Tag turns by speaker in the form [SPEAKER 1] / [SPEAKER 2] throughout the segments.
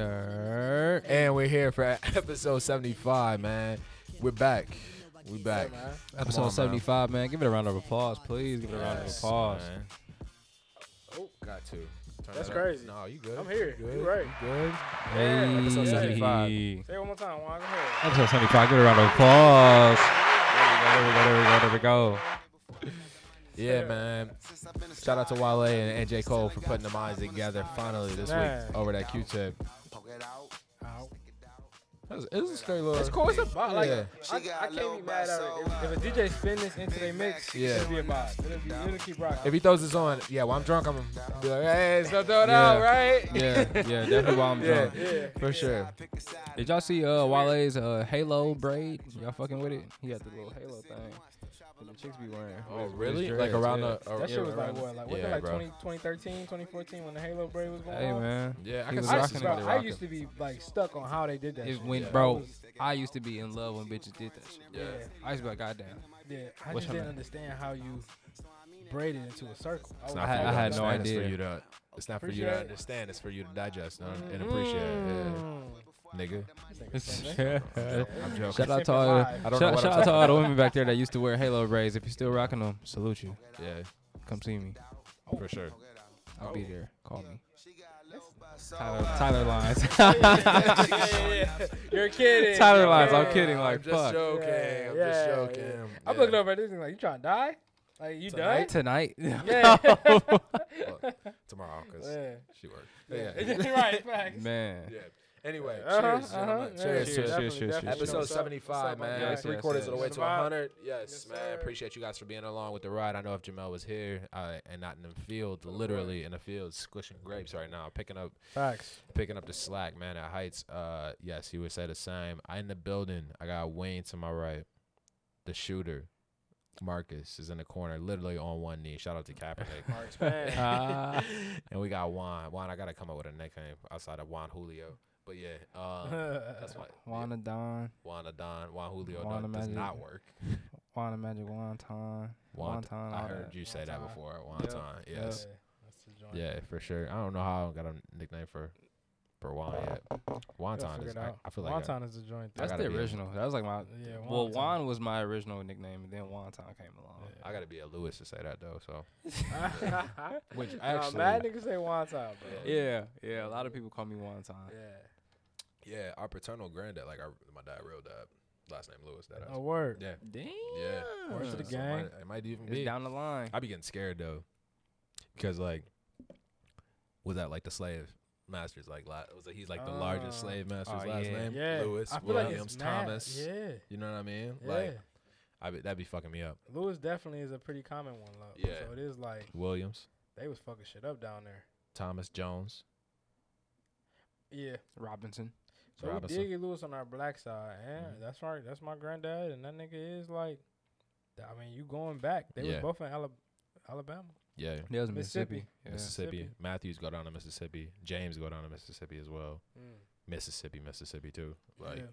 [SPEAKER 1] Word. And we're here for episode 75, man. We're back. We back.
[SPEAKER 2] Episode
[SPEAKER 1] on, man.
[SPEAKER 2] 75, man. Give it a round of applause, please. Give it a round of
[SPEAKER 1] Yes,
[SPEAKER 2] applause.
[SPEAKER 1] man. Oh, got to. Turn
[SPEAKER 3] That's
[SPEAKER 1] that up.
[SPEAKER 3] crazy.
[SPEAKER 1] No, you good.
[SPEAKER 3] I'm here.
[SPEAKER 1] You good.
[SPEAKER 3] You right.
[SPEAKER 1] You good.
[SPEAKER 3] Yeah, episode
[SPEAKER 2] Hey.
[SPEAKER 1] 75.
[SPEAKER 3] Say it one more time, Juan. Go ahead.
[SPEAKER 2] Episode 75. Give it a round of applause. There we go, there we go, there we go,
[SPEAKER 1] Yeah, man. Shout out to Wale and, and J. Cole for putting the minds together finally this
[SPEAKER 3] Man.
[SPEAKER 1] week over that Q-tip. That was, it was a straight little.
[SPEAKER 3] It's cool. It's a vibe. Like,
[SPEAKER 1] Yeah.
[SPEAKER 3] I, I can't be mad at it. If, if a DJ spin this into their mix,
[SPEAKER 1] Yeah.
[SPEAKER 3] it'll be a vibe. It'll, be, it'll keep rocking.
[SPEAKER 1] If he throws this on, yeah, while I'm drunk, I'm gonna be like, hey, so throw it
[SPEAKER 2] Yeah.
[SPEAKER 1] out, right?
[SPEAKER 2] there we go. Yeah, yeah, definitely while I'm
[SPEAKER 1] Yeah,
[SPEAKER 2] drunk.
[SPEAKER 3] yeah.
[SPEAKER 1] for sure.
[SPEAKER 2] Did y'all see uh, Wale's uh, Halo braid? Y'all fucking with it? He got the little Halo thing that the chicks be wearing.
[SPEAKER 1] Oh,
[SPEAKER 2] With-
[SPEAKER 1] really?
[SPEAKER 2] with
[SPEAKER 1] Like
[SPEAKER 2] dreads,
[SPEAKER 1] around
[SPEAKER 2] yeah.
[SPEAKER 1] the. ar-
[SPEAKER 3] That
[SPEAKER 1] yeah,
[SPEAKER 3] shit was
[SPEAKER 1] around-
[SPEAKER 3] like what? Like what?
[SPEAKER 1] yeah,
[SPEAKER 3] like
[SPEAKER 1] bro.
[SPEAKER 3] 20, 2013, 2014 when the Halo braid was going
[SPEAKER 2] Hey,
[SPEAKER 3] on.
[SPEAKER 2] man.
[SPEAKER 1] Yeah, I
[SPEAKER 2] He
[SPEAKER 1] can
[SPEAKER 2] was
[SPEAKER 1] see
[SPEAKER 3] I,
[SPEAKER 1] this
[SPEAKER 2] rocking
[SPEAKER 1] is
[SPEAKER 2] it.
[SPEAKER 3] bro,
[SPEAKER 1] what they
[SPEAKER 3] I
[SPEAKER 1] rocking.
[SPEAKER 3] used to be like stuck on how they did that.
[SPEAKER 2] It
[SPEAKER 3] shit.
[SPEAKER 2] went, bro. I used to be in love when bitches did that shit.
[SPEAKER 1] Yeah.
[SPEAKER 2] I used to be like, goddamn.
[SPEAKER 3] Yeah, I
[SPEAKER 2] What's her
[SPEAKER 3] just didn't
[SPEAKER 2] name?
[SPEAKER 3] understand how you braided into a circle. Oh,
[SPEAKER 1] It's
[SPEAKER 3] was
[SPEAKER 1] not
[SPEAKER 2] I
[SPEAKER 1] for
[SPEAKER 2] had-
[SPEAKER 1] you
[SPEAKER 2] I
[SPEAKER 1] to
[SPEAKER 2] had no
[SPEAKER 1] understand, It's for
[SPEAKER 2] idea.
[SPEAKER 1] you to. It's not for you to
[SPEAKER 3] Appreciate it.
[SPEAKER 1] understand. It's for you to digest and, and appreciate.
[SPEAKER 3] Mm.
[SPEAKER 1] Yeah, nigga. I'm joking.
[SPEAKER 2] Shout out to
[SPEAKER 3] Sipping
[SPEAKER 2] all,
[SPEAKER 3] live.
[SPEAKER 1] I don't know
[SPEAKER 2] shout,
[SPEAKER 1] what
[SPEAKER 2] shout
[SPEAKER 1] I'm
[SPEAKER 2] out to all the
[SPEAKER 1] talking
[SPEAKER 2] women back there that used to wear Halo braids. If you're still rocking them, salute you.
[SPEAKER 1] Yeah,
[SPEAKER 2] Come see me.
[SPEAKER 1] for sure.
[SPEAKER 2] I'll be there. Call me. Tyler,
[SPEAKER 4] Tyler,
[SPEAKER 2] Tyler Lines.
[SPEAKER 3] You're kidding.
[SPEAKER 2] Tyler
[SPEAKER 3] You're
[SPEAKER 2] lines, I'm
[SPEAKER 3] kidding.
[SPEAKER 2] kidding. Like, fuck.
[SPEAKER 1] joking.
[SPEAKER 3] I'm just joking. I'm looking over at this and like, you trying to die? Like, you done?
[SPEAKER 2] Tonight.
[SPEAKER 3] Yeah.
[SPEAKER 1] tomorrow because
[SPEAKER 3] yeah.
[SPEAKER 1] she worked. Yeah.
[SPEAKER 3] yeah. right, facts.
[SPEAKER 2] Man.
[SPEAKER 1] yeah. Anyway,
[SPEAKER 3] Uh-huh,
[SPEAKER 1] cheers,
[SPEAKER 3] uh-huh.
[SPEAKER 1] gentlemen. Cheers,
[SPEAKER 2] cheers,
[SPEAKER 1] cheers.
[SPEAKER 2] cheers,
[SPEAKER 3] Definitely,
[SPEAKER 2] cheers.
[SPEAKER 3] definitely.
[SPEAKER 1] Episode
[SPEAKER 3] What's up?
[SPEAKER 1] 75,
[SPEAKER 3] What's up,
[SPEAKER 1] man.
[SPEAKER 3] guys?
[SPEAKER 2] Yes,
[SPEAKER 1] Three
[SPEAKER 2] yes,
[SPEAKER 1] quarters
[SPEAKER 2] yes.
[SPEAKER 1] of the way to
[SPEAKER 3] Survive.
[SPEAKER 1] 100. Yes,
[SPEAKER 3] Yes,
[SPEAKER 1] man.
[SPEAKER 3] sir.
[SPEAKER 1] Appreciate you guys for being along with the ride. I know if Jamel was here uh, and not in the field, literally in the field, squishing grapes right now, picking up
[SPEAKER 3] Facts.
[SPEAKER 1] picking up the slack, man, at Heights. Uh, yes, he would say the same. I in the building. I got Wayne to my right, the shooter. Marcus is in the corner, literally on one knee. Shout out to Kaepernick.
[SPEAKER 3] Marks, man.
[SPEAKER 2] Ah.
[SPEAKER 1] and we got Juan. Juan, I gotta come up with a nickname outside of Juan Julio. But yeah, um, that's why
[SPEAKER 2] Wanna Don.
[SPEAKER 1] Juan Adon, Juan Julio
[SPEAKER 2] Juan
[SPEAKER 1] don't- does
[SPEAKER 2] Imagine-
[SPEAKER 1] not work.
[SPEAKER 2] Wanna Magic Wonton.
[SPEAKER 1] Juan,
[SPEAKER 2] Wonton.
[SPEAKER 1] I
[SPEAKER 2] all
[SPEAKER 1] heard
[SPEAKER 2] that.
[SPEAKER 1] you say that before. Juan
[SPEAKER 3] Yep.
[SPEAKER 1] Ton,
[SPEAKER 2] Yep.
[SPEAKER 1] yes, yeah, for sure. I don't know how I got a nickname for for Juan yet. Juan Ton is. I, I feel like I-
[SPEAKER 3] Wonton is a joint.
[SPEAKER 1] I
[SPEAKER 2] That's
[SPEAKER 1] gotta
[SPEAKER 2] the
[SPEAKER 1] be a-
[SPEAKER 2] original. That was like my.
[SPEAKER 3] Yeah,
[SPEAKER 2] Well,
[SPEAKER 3] wonton.
[SPEAKER 2] Juan was my original nickname, and then Wonton came along.
[SPEAKER 1] I gotta be a Lewis to say that though. So
[SPEAKER 3] Which
[SPEAKER 2] actually-
[SPEAKER 3] mad niggas say wonton, bro.
[SPEAKER 1] Yeah.
[SPEAKER 3] Yeah.
[SPEAKER 2] Yeah, yeah. A lot of people call me Wonton.
[SPEAKER 1] yeah, our paternal granddad, like our my dad, real dad, last name Lewis, that
[SPEAKER 3] No word.
[SPEAKER 1] yeah,
[SPEAKER 2] Damn.
[SPEAKER 1] yeah.
[SPEAKER 3] Oh, Word to the
[SPEAKER 1] So
[SPEAKER 3] gang.
[SPEAKER 1] It might, it might even
[SPEAKER 2] It's
[SPEAKER 1] be.
[SPEAKER 2] down the line.
[SPEAKER 1] I be getting scared though, because like, was that like the slave masters? Like, la- was it, he's like the largest
[SPEAKER 3] Ah.
[SPEAKER 1] slave master's
[SPEAKER 2] Oh,
[SPEAKER 1] last
[SPEAKER 2] yeah.
[SPEAKER 1] name,
[SPEAKER 3] Yeah.
[SPEAKER 1] Lewis
[SPEAKER 3] I feel like
[SPEAKER 1] Williams
[SPEAKER 3] it's mad.
[SPEAKER 1] Thomas.
[SPEAKER 3] Yeah.
[SPEAKER 1] You know what I mean?
[SPEAKER 3] Yeah.
[SPEAKER 1] Like, I be, that'd be fucking me up.
[SPEAKER 3] Lewis definitely is a pretty common one, love.
[SPEAKER 1] Yeah.
[SPEAKER 3] So it is like
[SPEAKER 1] Williams,
[SPEAKER 3] they was fucking shit up down there.
[SPEAKER 1] Thomas Jones,
[SPEAKER 3] Yeah.
[SPEAKER 2] Robinson.
[SPEAKER 3] So
[SPEAKER 1] Robinson.
[SPEAKER 3] we did get Lewis on our black side, and
[SPEAKER 1] Mhm.
[SPEAKER 3] that's right. That's my granddad, and that nigga is like, th- I mean, you going back? They
[SPEAKER 1] Yeah.
[SPEAKER 3] was both in Ala- Alabama.
[SPEAKER 1] yeah,
[SPEAKER 2] Yeah, it was
[SPEAKER 3] Mississippi.
[SPEAKER 2] Mississippi. Yeah.
[SPEAKER 1] Mississippi.
[SPEAKER 3] Mississippi.
[SPEAKER 1] Matthews go down to Mississippi. James go down to Mississippi as well. Mississippi, Mississippi too. Like
[SPEAKER 3] yeah.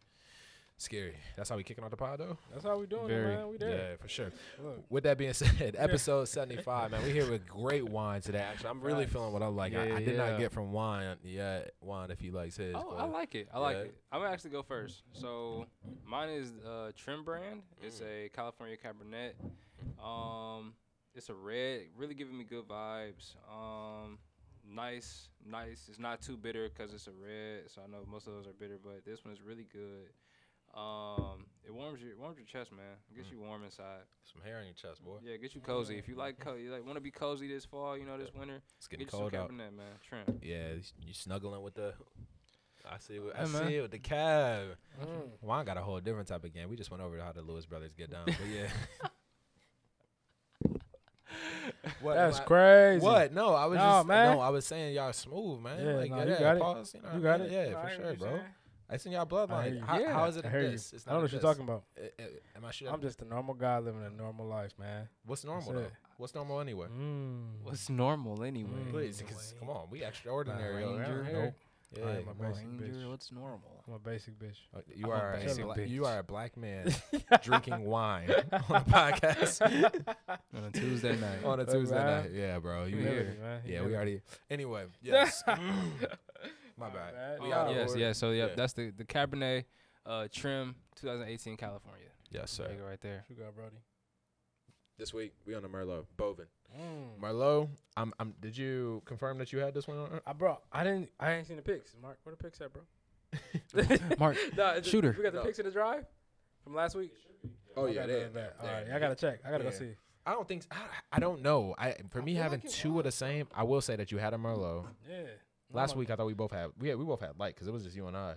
[SPEAKER 1] scary. That's how we kicking out the pod though.
[SPEAKER 3] That's how we doing, it,
[SPEAKER 2] very-
[SPEAKER 3] man. We there.
[SPEAKER 1] for sure.
[SPEAKER 3] Look,
[SPEAKER 1] With that being said, episode seventy five, man. We here with great wine today. Actually, I'm really
[SPEAKER 3] Facts.
[SPEAKER 1] feeling what I like. I,
[SPEAKER 2] Yeah,
[SPEAKER 1] I did
[SPEAKER 2] yeah.
[SPEAKER 1] not get from wine yet. Wine, if he likes his.
[SPEAKER 2] Oh,
[SPEAKER 1] but
[SPEAKER 2] I like it. I like
[SPEAKER 1] Yeah.
[SPEAKER 2] it. I'm gonna actually go first. So mine is uh, Trim Brand. It's a California Cabernet. Um, it's a red, really giving me good vibes. Um, nice, nice. It's not too bitter because it's a red. So I know most of those are bitter, but this one is really good. Um, it warms your warms your chest, man. It gets you warm inside.
[SPEAKER 1] some hair on your chest, boy.
[SPEAKER 2] Mm. Yeah, get you cozy. If you like, co- you like want to be cozy this fall, you know, this winter.
[SPEAKER 1] It's
[SPEAKER 2] Get
[SPEAKER 1] getting
[SPEAKER 2] you some
[SPEAKER 1] cold out.
[SPEAKER 2] Cabernet, man. Trim.
[SPEAKER 1] Yeah, you s- you snuggling with the. I see. What, I
[SPEAKER 2] Hey, man.
[SPEAKER 1] see it with the cab.
[SPEAKER 3] mm.
[SPEAKER 1] Wine got a whole different type of game. We just went over how the Lewis brothers get down. But yeah. What,
[SPEAKER 3] that's
[SPEAKER 1] why-
[SPEAKER 3] crazy.
[SPEAKER 1] What? No, I was
[SPEAKER 3] No,
[SPEAKER 1] just
[SPEAKER 3] man.
[SPEAKER 1] no, I was saying y'all smooth, man.
[SPEAKER 3] Yeah,
[SPEAKER 1] like
[SPEAKER 3] no,
[SPEAKER 1] yeah,
[SPEAKER 3] you got it.
[SPEAKER 1] pause, know
[SPEAKER 3] You
[SPEAKER 1] what I
[SPEAKER 3] got
[SPEAKER 1] mean?
[SPEAKER 3] it.
[SPEAKER 1] Yeah,
[SPEAKER 3] I
[SPEAKER 1] for
[SPEAKER 3] hear
[SPEAKER 1] sure,
[SPEAKER 3] what
[SPEAKER 1] bro.
[SPEAKER 3] you're saying.
[SPEAKER 1] It's in y'all bloodline.
[SPEAKER 3] you.
[SPEAKER 1] How,
[SPEAKER 2] Yeah,
[SPEAKER 1] how is it
[SPEAKER 3] I
[SPEAKER 1] a
[SPEAKER 3] hear you.
[SPEAKER 1] diss? It's
[SPEAKER 3] I don't know
[SPEAKER 1] a
[SPEAKER 3] what you're
[SPEAKER 1] diss.
[SPEAKER 3] talking about.
[SPEAKER 1] Uh, uh, am I sure?
[SPEAKER 3] I'm just a normal guy living a normal life, man.
[SPEAKER 1] What's normal
[SPEAKER 3] That's
[SPEAKER 1] though?
[SPEAKER 3] it.
[SPEAKER 1] What's normal anyway?
[SPEAKER 3] Mm.
[SPEAKER 2] What's normal anyway?
[SPEAKER 3] Mm.
[SPEAKER 1] Please, 'cause come on, we extraordinary.
[SPEAKER 2] Ranger?
[SPEAKER 1] around here.
[SPEAKER 3] Nope.
[SPEAKER 1] Yeah,
[SPEAKER 3] I am a
[SPEAKER 1] come on.
[SPEAKER 3] basic bitch.
[SPEAKER 2] What's normal?
[SPEAKER 3] I'm a basic bitch.
[SPEAKER 1] Uh, You
[SPEAKER 2] I'm a
[SPEAKER 1] are a
[SPEAKER 2] basic
[SPEAKER 1] bla-
[SPEAKER 2] bitch.
[SPEAKER 1] you are a black man drinking wine on a podcast
[SPEAKER 2] On a Tuesday night.
[SPEAKER 1] on a
[SPEAKER 3] Hey,
[SPEAKER 1] Tuesday
[SPEAKER 3] man.
[SPEAKER 1] night. Yeah, bro, you
[SPEAKER 2] Yeah.
[SPEAKER 1] here?
[SPEAKER 3] Humility, man.
[SPEAKER 1] Yeah, we
[SPEAKER 3] Humility.
[SPEAKER 1] already. Anyway, yes. Mm. My
[SPEAKER 3] My
[SPEAKER 1] bad.
[SPEAKER 3] bad.
[SPEAKER 1] We
[SPEAKER 3] Yeah.
[SPEAKER 1] out of
[SPEAKER 2] yes,
[SPEAKER 1] order.
[SPEAKER 2] yes. So yeah,
[SPEAKER 1] Yeah.
[SPEAKER 2] that's the the Cabernet uh, Trim 2018 California.
[SPEAKER 1] Yes,
[SPEAKER 2] There
[SPEAKER 1] sir.
[SPEAKER 2] you go, right there.
[SPEAKER 3] You got Brody.
[SPEAKER 1] This week we on the Merlot Bovin. Mm. Merlot, I'm, I'm. Did you confirm that you had this one? on?
[SPEAKER 3] I bro, I didn't. I ain't seen the pics. Mark, where the pics at, bro?
[SPEAKER 2] Mark,
[SPEAKER 3] Nah, it's-
[SPEAKER 2] Shooter.
[SPEAKER 3] We got the
[SPEAKER 1] No.
[SPEAKER 3] pics in the drive from last week.
[SPEAKER 1] Oh
[SPEAKER 3] Okay,
[SPEAKER 1] yeah,
[SPEAKER 3] bet,
[SPEAKER 1] there,
[SPEAKER 3] bet.
[SPEAKER 1] there.
[SPEAKER 3] All right, I gotta check. I gotta go
[SPEAKER 1] Yeah.
[SPEAKER 3] see.
[SPEAKER 1] I don't think. s- I, I don't know. I for
[SPEAKER 3] I
[SPEAKER 1] me
[SPEAKER 3] feel
[SPEAKER 1] having
[SPEAKER 3] like Mm-hmm. it
[SPEAKER 1] two of the same. I will say that you had a Merlot
[SPEAKER 3] Yeah.
[SPEAKER 1] last
[SPEAKER 3] Mama-
[SPEAKER 1] week. I thought we both had. We had, we both had light because it was just you and I.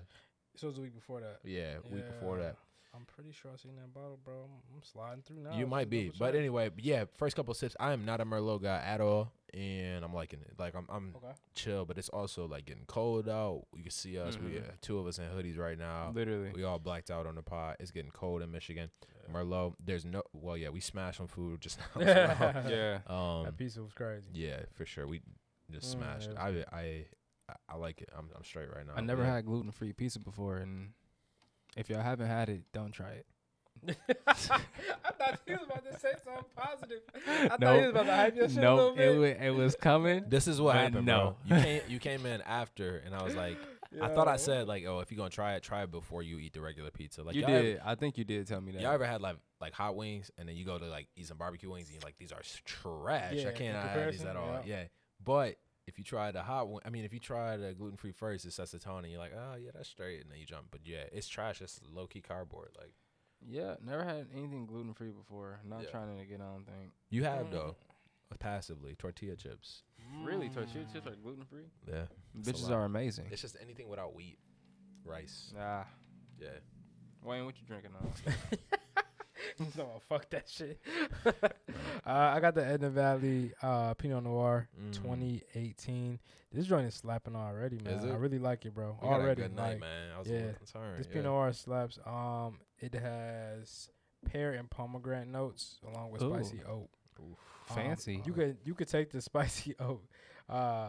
[SPEAKER 3] This was the week before that.
[SPEAKER 1] Yeah, week before
[SPEAKER 3] Yeah.
[SPEAKER 1] that.
[SPEAKER 3] I'm pretty sure I seen that bottle, bro. I'm, I'm sliding through now.
[SPEAKER 1] you
[SPEAKER 3] Let's
[SPEAKER 1] might
[SPEAKER 3] just
[SPEAKER 1] be,
[SPEAKER 3] double
[SPEAKER 1] but
[SPEAKER 3] check.
[SPEAKER 1] anyway, yeah. First couple sips, I am not a Merlot guy at all, and I'm liking it. Like I'm, I'm
[SPEAKER 3] Okay.
[SPEAKER 1] chill, but it's also like getting cold out. You can see us. We
[SPEAKER 3] Mm-hmm.
[SPEAKER 2] Mhm.
[SPEAKER 1] uh, two of us in hoodies right now.
[SPEAKER 2] literally.
[SPEAKER 1] We all blacked out on the pod. It's getting cold in Michigan. Merlot, there's no. Well, yeah, we smashed some food just now. as well.
[SPEAKER 2] Yeah.
[SPEAKER 1] Um,
[SPEAKER 3] That pizza was crazy.
[SPEAKER 1] yeah, for sure. We just
[SPEAKER 3] Mm,
[SPEAKER 1] smashed.
[SPEAKER 3] yeah,
[SPEAKER 1] I, I I I like it. I'm I'm straight right now.
[SPEAKER 2] I never
[SPEAKER 1] Yeah.
[SPEAKER 2] had gluten free pizza before, and if y'all haven't had it, don't try it.
[SPEAKER 3] I thought he was about to say something positive. I thought
[SPEAKER 2] Nope.
[SPEAKER 3] he was about to hype your shit a little
[SPEAKER 2] Nope,
[SPEAKER 3] bit.
[SPEAKER 2] it was, it was coming.
[SPEAKER 1] This is what
[SPEAKER 2] I
[SPEAKER 1] happened. No,
[SPEAKER 2] know.
[SPEAKER 1] you came you came in after, and I was like, I thought I said like, oh, if you're gonna try it, try it before you eat the regular pizza. Like
[SPEAKER 2] you
[SPEAKER 1] y'all ever-
[SPEAKER 2] did. I think you did tell me that.
[SPEAKER 1] y'all ever had like like hot wings, and then you go to like eat some barbecue wings, and you're like, these are s- trash.
[SPEAKER 3] Yeah,
[SPEAKER 1] I
[SPEAKER 3] in
[SPEAKER 1] cannot have these
[SPEAKER 3] comparison,
[SPEAKER 1] at all. Yeah.
[SPEAKER 3] yeah.
[SPEAKER 1] but if you try the hot one, I mean, if you try the gluten free first, it sets the tone, and you're like, oh yeah, that's straight, and then you jump. But yeah, it's trash. It's low key cardboard. Like
[SPEAKER 2] yeah, never had anything gluten free before. Not
[SPEAKER 1] Yeah.
[SPEAKER 2] trying to get on thing.
[SPEAKER 1] you have
[SPEAKER 3] Mm.
[SPEAKER 1] though, passively tortilla chips.
[SPEAKER 2] Really, tortilla chips are gluten free.
[SPEAKER 1] Yeah. It's a
[SPEAKER 2] Bitches
[SPEAKER 1] lot.
[SPEAKER 2] are amazing.
[SPEAKER 1] It's just anything without wheat, rice.
[SPEAKER 2] Nah,
[SPEAKER 1] Yeah.
[SPEAKER 2] Wayne, what you drinking on?
[SPEAKER 3] no, fuck that shit. uh, I got the Edna Valley uh, Pinot Noir
[SPEAKER 1] Mm.
[SPEAKER 3] 2018. This joint is slapping already, man.
[SPEAKER 1] Is
[SPEAKER 3] I
[SPEAKER 1] it?
[SPEAKER 3] really like it, bro.
[SPEAKER 1] We got
[SPEAKER 3] already,
[SPEAKER 1] a good night,
[SPEAKER 3] like,
[SPEAKER 1] man. I was
[SPEAKER 3] yeah.
[SPEAKER 1] yeah. Sorry.
[SPEAKER 3] This
[SPEAKER 1] yeah.
[SPEAKER 3] Pinot Noir slaps. Um, it has pear and pomegranate notes along with
[SPEAKER 2] Ooh.
[SPEAKER 3] spicy oak. Um,
[SPEAKER 2] Fancy.
[SPEAKER 3] you could you could take the spicy oak. Uh,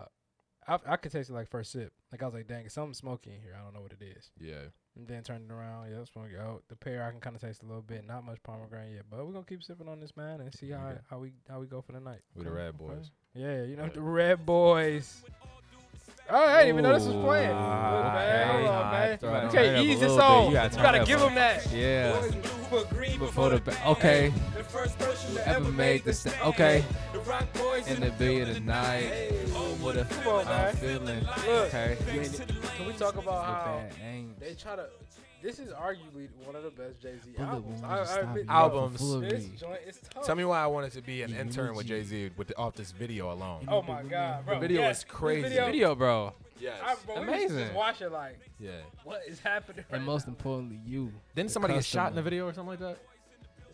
[SPEAKER 3] I I could taste it like first sip. Like I was like, dang, it's something smoky in here. I don't know what it is.
[SPEAKER 1] Yeah.
[SPEAKER 3] And then turn it around. Yeah, smoky oak. The pear I can kind of taste a little bit. Not much pomegranate yet, but we're gonna keep sipping on this man and see how
[SPEAKER 1] Okay.
[SPEAKER 3] how we how we go for the night.
[SPEAKER 1] We the
[SPEAKER 3] Okay,
[SPEAKER 1] Red
[SPEAKER 3] okay.
[SPEAKER 1] Boys.
[SPEAKER 3] Yeah, you know
[SPEAKER 1] Right.
[SPEAKER 3] the red boys. Oh, I didn't even know this was playing.
[SPEAKER 2] Ooh, ah,
[SPEAKER 3] Look, man,
[SPEAKER 2] okay.
[SPEAKER 3] hold on,
[SPEAKER 1] I
[SPEAKER 3] man.
[SPEAKER 1] throw it
[SPEAKER 3] You
[SPEAKER 1] up
[SPEAKER 3] can't
[SPEAKER 2] a
[SPEAKER 3] ease this
[SPEAKER 2] little bit.
[SPEAKER 3] on.
[SPEAKER 2] You
[SPEAKER 3] You
[SPEAKER 2] gotta
[SPEAKER 3] gotta,
[SPEAKER 2] turn it
[SPEAKER 3] give
[SPEAKER 2] up.
[SPEAKER 3] them that.
[SPEAKER 2] Yeah. Before
[SPEAKER 5] Before
[SPEAKER 2] the ba- okay.
[SPEAKER 5] The first person to
[SPEAKER 2] Ever made the sta- okay.
[SPEAKER 5] The rock boys
[SPEAKER 2] In the billion tonight.
[SPEAKER 5] Oh,
[SPEAKER 2] What a
[SPEAKER 3] Come on,
[SPEAKER 2] I'm
[SPEAKER 3] man.
[SPEAKER 2] feeling.
[SPEAKER 3] Look.
[SPEAKER 2] Okay.
[SPEAKER 3] Can we talk about how
[SPEAKER 2] With that aim.
[SPEAKER 3] they try to? This is arguably one of the best Jay Z
[SPEAKER 2] Bullet
[SPEAKER 3] albums.
[SPEAKER 2] wounds
[SPEAKER 3] I, I
[SPEAKER 2] stop
[SPEAKER 3] admit,
[SPEAKER 2] you
[SPEAKER 1] Albums.
[SPEAKER 2] from foolery.
[SPEAKER 3] This joint is tough.
[SPEAKER 1] Tell me why I wanted to be an
[SPEAKER 2] You
[SPEAKER 1] intern with
[SPEAKER 2] need you.
[SPEAKER 1] Jay Z with the, off this video alone.
[SPEAKER 3] Oh my god, bro.
[SPEAKER 1] The video
[SPEAKER 3] yes,
[SPEAKER 1] is crazy.
[SPEAKER 3] This video,
[SPEAKER 2] Video, bro.
[SPEAKER 1] Yes.
[SPEAKER 3] I, bro, Amazing. We was just
[SPEAKER 2] Amazing.
[SPEAKER 3] watching like
[SPEAKER 1] yeah.
[SPEAKER 3] what is happening. Right
[SPEAKER 2] And most importantly, you.
[SPEAKER 1] Didn't
[SPEAKER 2] the
[SPEAKER 1] somebody get shot in the
[SPEAKER 2] customer.
[SPEAKER 1] video or something like that?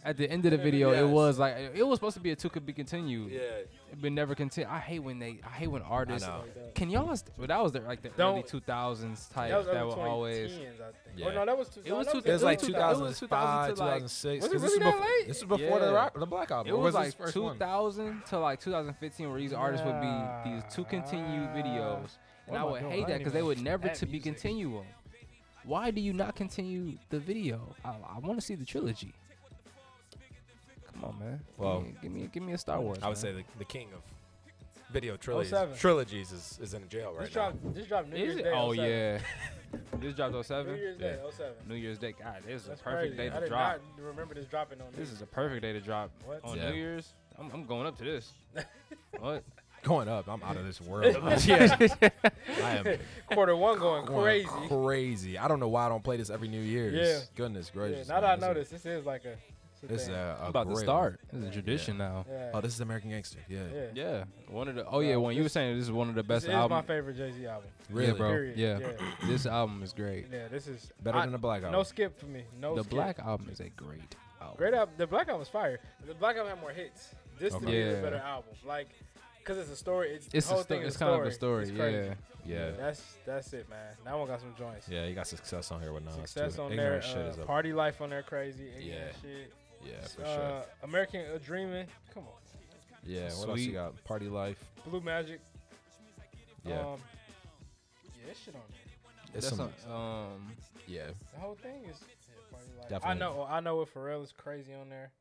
[SPEAKER 2] At the end of the video,
[SPEAKER 1] Yes.
[SPEAKER 2] it was like it was supposed to be a two could be continued, but never continued. I hate when they, I hate when artists.
[SPEAKER 1] know.
[SPEAKER 2] Can y'all? St- but that was the, like the early
[SPEAKER 3] Don't-
[SPEAKER 2] two thousands
[SPEAKER 3] now.
[SPEAKER 2] type
[SPEAKER 3] that was
[SPEAKER 2] that,
[SPEAKER 3] early
[SPEAKER 2] were
[SPEAKER 3] 2010s,
[SPEAKER 2] always.
[SPEAKER 3] I think.
[SPEAKER 1] Yeah.
[SPEAKER 3] Oh no, that was two.
[SPEAKER 2] It
[SPEAKER 3] no,
[SPEAKER 2] was
[SPEAKER 3] that
[SPEAKER 2] two-
[SPEAKER 1] It was like
[SPEAKER 2] two thousand- it
[SPEAKER 1] 2005,
[SPEAKER 2] was 2000 to, like-
[SPEAKER 1] 2006.
[SPEAKER 3] Was it
[SPEAKER 1] 'cause this
[SPEAKER 3] really
[SPEAKER 1] is
[SPEAKER 3] that
[SPEAKER 1] before-
[SPEAKER 3] late?
[SPEAKER 1] This is before the,
[SPEAKER 2] Yeah.
[SPEAKER 1] rock, the Black Album.
[SPEAKER 2] It
[SPEAKER 1] or
[SPEAKER 2] was
[SPEAKER 1] this
[SPEAKER 2] like
[SPEAKER 1] first
[SPEAKER 2] two
[SPEAKER 1] one?
[SPEAKER 2] thousand to like two thousand fifteen, where these artists would be these two continued
[SPEAKER 3] Nah.
[SPEAKER 2] videos, and I
[SPEAKER 3] What am I
[SPEAKER 2] would
[SPEAKER 3] doing? I
[SPEAKER 2] hate that
[SPEAKER 3] ain't
[SPEAKER 2] because they
[SPEAKER 3] even
[SPEAKER 2] would
[SPEAKER 3] listen to
[SPEAKER 2] never
[SPEAKER 3] that
[SPEAKER 2] to be
[SPEAKER 3] music.
[SPEAKER 2] continue them. Why do you not continue the video? I, I want to see the trilogy. Come on, man.
[SPEAKER 1] Well,
[SPEAKER 2] give me, give me, give me a Star Wars.
[SPEAKER 1] I would
[SPEAKER 2] man.
[SPEAKER 1] say the, the king of video trilogies.
[SPEAKER 3] 07.
[SPEAKER 1] Trilogies is, is in jail
[SPEAKER 3] This
[SPEAKER 1] right now.
[SPEAKER 3] dropped. This dropped New
[SPEAKER 2] Is
[SPEAKER 3] Year's
[SPEAKER 2] it?
[SPEAKER 3] Day.
[SPEAKER 2] Oh
[SPEAKER 3] 07.
[SPEAKER 2] yeah. this dropped
[SPEAKER 3] New
[SPEAKER 2] 07.
[SPEAKER 3] Year's Day. 07.
[SPEAKER 2] New Year's Day. God, this is
[SPEAKER 3] That's
[SPEAKER 2] a perfect
[SPEAKER 3] crazy.
[SPEAKER 2] day
[SPEAKER 3] I
[SPEAKER 2] to
[SPEAKER 3] did
[SPEAKER 2] drop.
[SPEAKER 3] not remember this dropping on New
[SPEAKER 2] This
[SPEAKER 3] Year's.
[SPEAKER 2] is a perfect day to drop
[SPEAKER 3] What?
[SPEAKER 2] on
[SPEAKER 1] Yeah.
[SPEAKER 2] New Year's. I'm, I'm going up to this. what?
[SPEAKER 1] Going up, I'm out of this world. I am
[SPEAKER 3] Quarter one going
[SPEAKER 1] going
[SPEAKER 3] crazy.
[SPEAKER 1] crazy. I don't know why I don't play this every New Year's.
[SPEAKER 3] Yeah.
[SPEAKER 1] Goodness
[SPEAKER 3] Yeah,
[SPEAKER 1] gracious.
[SPEAKER 3] now that I
[SPEAKER 1] man.
[SPEAKER 3] know this, this is like a.
[SPEAKER 1] This
[SPEAKER 3] It's
[SPEAKER 1] is
[SPEAKER 3] a. thing.
[SPEAKER 1] a, a great
[SPEAKER 2] about to
[SPEAKER 1] one.
[SPEAKER 2] start. This is a tradition now.
[SPEAKER 3] Yeah.
[SPEAKER 1] Oh, this is American Gangster. Yeah.
[SPEAKER 3] yeah.
[SPEAKER 2] Yeah. One of the. Oh yeah.
[SPEAKER 3] Bro,
[SPEAKER 2] When you were
[SPEAKER 3] this-
[SPEAKER 2] saying this is one of the
[SPEAKER 3] This
[SPEAKER 2] best
[SPEAKER 3] is my
[SPEAKER 2] albums.
[SPEAKER 3] favorite Jay Z album.
[SPEAKER 1] Really,
[SPEAKER 2] Yeah, bro.
[SPEAKER 3] Period.
[SPEAKER 2] yeah.
[SPEAKER 3] yeah.
[SPEAKER 2] This album is great.
[SPEAKER 3] Yeah, this is
[SPEAKER 1] Better
[SPEAKER 3] I-
[SPEAKER 1] than the Black Album.
[SPEAKER 3] No skip for me. No.
[SPEAKER 2] the
[SPEAKER 3] skip.
[SPEAKER 2] Black album is a great album.
[SPEAKER 3] Great album. The Black Album was fire. The Black Album had more hits. This to
[SPEAKER 1] Okay.
[SPEAKER 3] me is
[SPEAKER 2] Yeah.
[SPEAKER 3] a better album. Like, cause it's a story. It's,
[SPEAKER 2] It's
[SPEAKER 3] the whole
[SPEAKER 2] a sto-
[SPEAKER 3] thing. is
[SPEAKER 2] It's kind of a story.
[SPEAKER 3] It's crazy.
[SPEAKER 2] yeah.
[SPEAKER 1] yeah.
[SPEAKER 3] That's that's it, man. That one got some joints.
[SPEAKER 1] Yeah, you got success on here with Nas.
[SPEAKER 3] Success
[SPEAKER 1] too.
[SPEAKER 3] on
[SPEAKER 1] Ignorant
[SPEAKER 3] there.
[SPEAKER 1] shit
[SPEAKER 3] uh,
[SPEAKER 1] is up.
[SPEAKER 3] party life on there, crazy. Ignorant shit.
[SPEAKER 1] Yeah, for
[SPEAKER 3] uh,
[SPEAKER 1] sure.
[SPEAKER 3] American uh, Dreaming. Come on.
[SPEAKER 1] Yeah, what else you
[SPEAKER 2] sweet.
[SPEAKER 1] got? Party life.
[SPEAKER 3] Blue Magic.
[SPEAKER 1] Yeah,
[SPEAKER 3] Um, yeah, that shit on there.
[SPEAKER 1] it's
[SPEAKER 2] That's
[SPEAKER 1] some,
[SPEAKER 2] a- um.
[SPEAKER 1] yeah.
[SPEAKER 3] The whole thing is. yeah, Party Life. I
[SPEAKER 1] Definitely.
[SPEAKER 3] know. I know what Pharrell is crazy on there.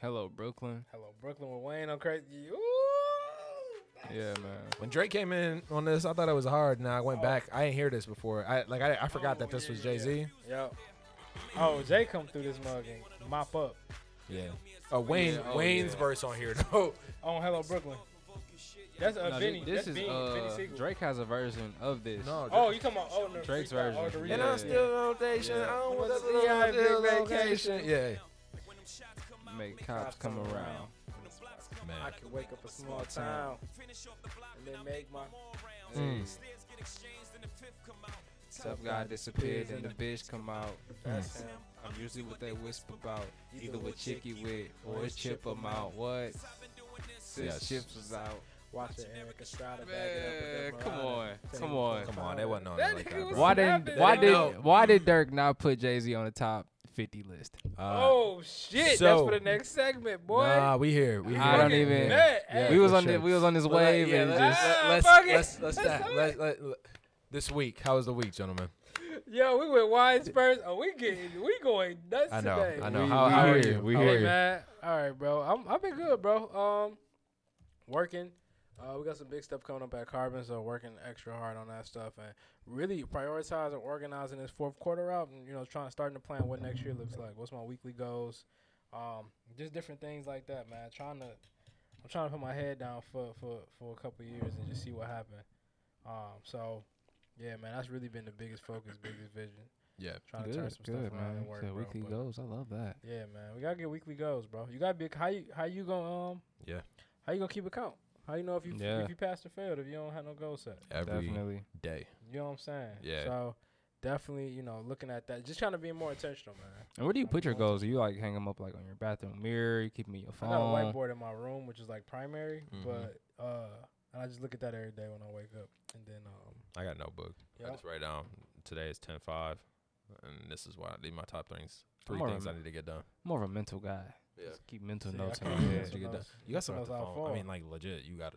[SPEAKER 2] Hello Brooklyn.
[SPEAKER 3] Hello Brooklyn with Wayne on crazy. Ooh,
[SPEAKER 2] Yeah, man.
[SPEAKER 1] When Drake came in on this, I thought it was hard. Now I went
[SPEAKER 3] Oh.
[SPEAKER 1] back. I didn't hear this before. I like I, I forgot that this was Jay Z.
[SPEAKER 3] Yo. Oh, Jay come through this mug and mop up
[SPEAKER 1] Yeah. Uh, Wayne
[SPEAKER 2] Yeah, oh,
[SPEAKER 1] Wayne's
[SPEAKER 2] yeah.
[SPEAKER 1] verse on here though.
[SPEAKER 3] on Oh, Hello Brooklyn. That's uh,
[SPEAKER 2] No, thi-
[SPEAKER 3] Vinny.
[SPEAKER 2] this
[SPEAKER 3] That's
[SPEAKER 2] is
[SPEAKER 3] Vinny. Vinny
[SPEAKER 2] uh,
[SPEAKER 3] Siegel.
[SPEAKER 2] Drake has a version of this.
[SPEAKER 1] No.
[SPEAKER 3] Oh, you talking about oh, no,
[SPEAKER 2] Drake's
[SPEAKER 3] freestyle,
[SPEAKER 2] version.
[SPEAKER 3] oh, the
[SPEAKER 1] and
[SPEAKER 3] remix.
[SPEAKER 2] Yeah.
[SPEAKER 1] I'm still on rotation. I don't want
[SPEAKER 3] Yeah.
[SPEAKER 1] to be on this location. Yeah.
[SPEAKER 2] make cops come around.
[SPEAKER 3] I
[SPEAKER 1] Man.
[SPEAKER 3] can wake up a small town and then make my.
[SPEAKER 1] Mm.
[SPEAKER 2] Some guy disappeared and the bitch come out.
[SPEAKER 3] That's
[SPEAKER 2] Hmm.
[SPEAKER 3] him.
[SPEAKER 2] I'm usually what they whisper about. Either what Chicky with or it's Chip 'em out. What? Since
[SPEAKER 1] Yes.
[SPEAKER 2] Chips was out.
[SPEAKER 3] Watch it, Eric Estrada.
[SPEAKER 2] Man, come on, come on.
[SPEAKER 1] Come on, they wasn't on
[SPEAKER 3] That
[SPEAKER 1] it like
[SPEAKER 3] nigga
[SPEAKER 1] that,
[SPEAKER 3] was
[SPEAKER 1] bro.
[SPEAKER 2] Why
[SPEAKER 3] What?
[SPEAKER 2] did
[SPEAKER 3] Snapping.
[SPEAKER 2] why
[SPEAKER 1] They know.
[SPEAKER 2] did why did Dirk not put Jay Z on the top fifty list?
[SPEAKER 1] Uh,
[SPEAKER 3] Oh shit!
[SPEAKER 1] So-
[SPEAKER 3] That's for the next segment, boy.
[SPEAKER 1] Nah, we here. We here.
[SPEAKER 2] I don't
[SPEAKER 3] Fucking
[SPEAKER 2] even-
[SPEAKER 3] bet.
[SPEAKER 1] Yeah,
[SPEAKER 2] we
[SPEAKER 3] Hey,
[SPEAKER 1] for
[SPEAKER 2] was on
[SPEAKER 1] sure.
[SPEAKER 2] the, we was on this
[SPEAKER 1] But, like,
[SPEAKER 2] wave
[SPEAKER 1] yeah,
[SPEAKER 2] and
[SPEAKER 1] let's-
[SPEAKER 2] just
[SPEAKER 3] Ah,
[SPEAKER 1] let's,
[SPEAKER 3] fuck it.
[SPEAKER 1] let's, let's,
[SPEAKER 3] Let's
[SPEAKER 1] that-
[SPEAKER 3] do
[SPEAKER 1] let-
[SPEAKER 3] it.
[SPEAKER 1] let- let- this week. How was the week, gentlemen?
[SPEAKER 3] Yo, we went wines first. Oh, we getting, we going nuts
[SPEAKER 1] I know,
[SPEAKER 3] today.
[SPEAKER 1] I know.
[SPEAKER 2] We-
[SPEAKER 1] how
[SPEAKER 2] we
[SPEAKER 1] how are
[SPEAKER 2] here,
[SPEAKER 1] you?
[SPEAKER 2] we
[SPEAKER 1] How are
[SPEAKER 2] here.
[SPEAKER 1] you?
[SPEAKER 3] man. All right, bro. I'm I've been good, bro. Um, working. Uh, we got some big stuff coming up at Carbon, so working extra hard on that stuff and really prioritizing, organizing this fourth quarter out, and you know, trying starting to plan what next year looks like. What's my weekly goals? Um, just different things like that, man. Trying to, I'm trying to put my head down for for for a couple years and just see what happened. Um, so yeah, man, that's really been the biggest focus, biggest vision.
[SPEAKER 1] Yeah.
[SPEAKER 3] trying to turn some stuff around and work. bro, but-
[SPEAKER 2] goals. I love that.
[SPEAKER 3] yeah, man, we gotta get weekly goals, bro. You gotta be how you how you gonna um
[SPEAKER 1] Yeah.
[SPEAKER 3] how you gonna keep account? How you know if you
[SPEAKER 2] Yeah.
[SPEAKER 3] if you passed or failed if you don't have no goal set?
[SPEAKER 1] Every day.
[SPEAKER 2] Definitely.
[SPEAKER 3] You know what I'm saying?
[SPEAKER 1] Yeah.
[SPEAKER 3] So definitely, you know, looking at that, just trying to be more intentional, man.
[SPEAKER 2] And where do you put your goals? Do you like hang them up like on your bathroom mirror? You keep them in your
[SPEAKER 3] I got a
[SPEAKER 1] Uh,
[SPEAKER 2] phone?
[SPEAKER 3] whiteboard in my room, which is like primary,
[SPEAKER 1] Mhm.
[SPEAKER 3] but uh, and I just look at that every day when I wake up, and then um,
[SPEAKER 1] I got a notebook. I
[SPEAKER 3] Yeah.
[SPEAKER 1] just write down today is 10 5, and this is why I leave my top things. Three
[SPEAKER 2] more of
[SPEAKER 1] things
[SPEAKER 2] a-
[SPEAKER 1] I need to get done.
[SPEAKER 2] More of a mental guy.
[SPEAKER 1] Yeah.
[SPEAKER 2] Just keep mental
[SPEAKER 3] See, I
[SPEAKER 2] notes in
[SPEAKER 3] can't
[SPEAKER 2] my
[SPEAKER 1] Some
[SPEAKER 3] do
[SPEAKER 2] head.
[SPEAKER 1] things
[SPEAKER 3] mental
[SPEAKER 1] you get done.
[SPEAKER 3] notes.
[SPEAKER 1] You got some
[SPEAKER 3] Sometimes
[SPEAKER 1] the
[SPEAKER 3] I'll
[SPEAKER 1] phone. I
[SPEAKER 3] fall.
[SPEAKER 1] mean, like legit. You got a,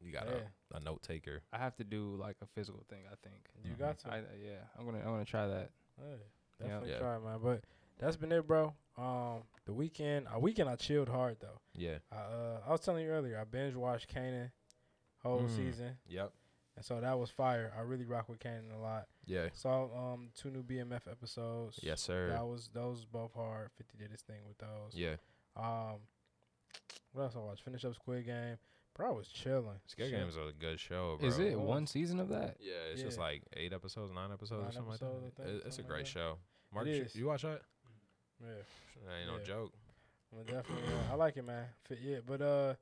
[SPEAKER 1] you got
[SPEAKER 3] Yeah.
[SPEAKER 1] a, a note taker.
[SPEAKER 2] I have to do like a physical thing. I think.
[SPEAKER 3] you
[SPEAKER 1] Mhm.
[SPEAKER 3] got to.
[SPEAKER 2] I yeah. I'm gonna I'm gonna try that.
[SPEAKER 3] Hey,
[SPEAKER 2] Yeah.
[SPEAKER 3] definitely
[SPEAKER 1] Yeah.
[SPEAKER 3] try, man. But that's been it, bro. Um, the weekend, uh, weekend I chilled hard though.
[SPEAKER 1] Yeah.
[SPEAKER 3] I uh, I was telling you earlier, I binge watched Kanan whole
[SPEAKER 1] Mm.
[SPEAKER 3] season,
[SPEAKER 1] Yep.
[SPEAKER 3] and so that was fire. I really rock with Kanan a lot.
[SPEAKER 1] Yeah.
[SPEAKER 3] Saw um two new BMF episodes.
[SPEAKER 1] Yes, sir.
[SPEAKER 3] that was those both hard. Fifty did his thing with those.
[SPEAKER 1] Yeah.
[SPEAKER 3] Um, what else I watched? Finish up Squid Game. Bro, I was chilling.
[SPEAKER 1] Squid
[SPEAKER 3] Shit.
[SPEAKER 1] Game is a good show, bro.
[SPEAKER 2] Is it
[SPEAKER 3] Oh.
[SPEAKER 2] one season of that?
[SPEAKER 1] Yeah, it's just
[SPEAKER 3] Yeah.
[SPEAKER 1] like eight episodes, nine episodes,
[SPEAKER 3] Nine
[SPEAKER 1] or something
[SPEAKER 3] episodes,
[SPEAKER 1] like
[SPEAKER 3] I
[SPEAKER 1] that.
[SPEAKER 3] think,
[SPEAKER 1] It- it's a
[SPEAKER 3] something
[SPEAKER 1] great
[SPEAKER 3] like that.
[SPEAKER 1] show. Mark, you,
[SPEAKER 3] is.
[SPEAKER 1] you watch that?
[SPEAKER 3] Yeah,
[SPEAKER 1] That ain't no
[SPEAKER 3] Yeah.
[SPEAKER 1] joke.
[SPEAKER 3] well, definitely. yeah, I like it, man. Fit, yeah, but uh,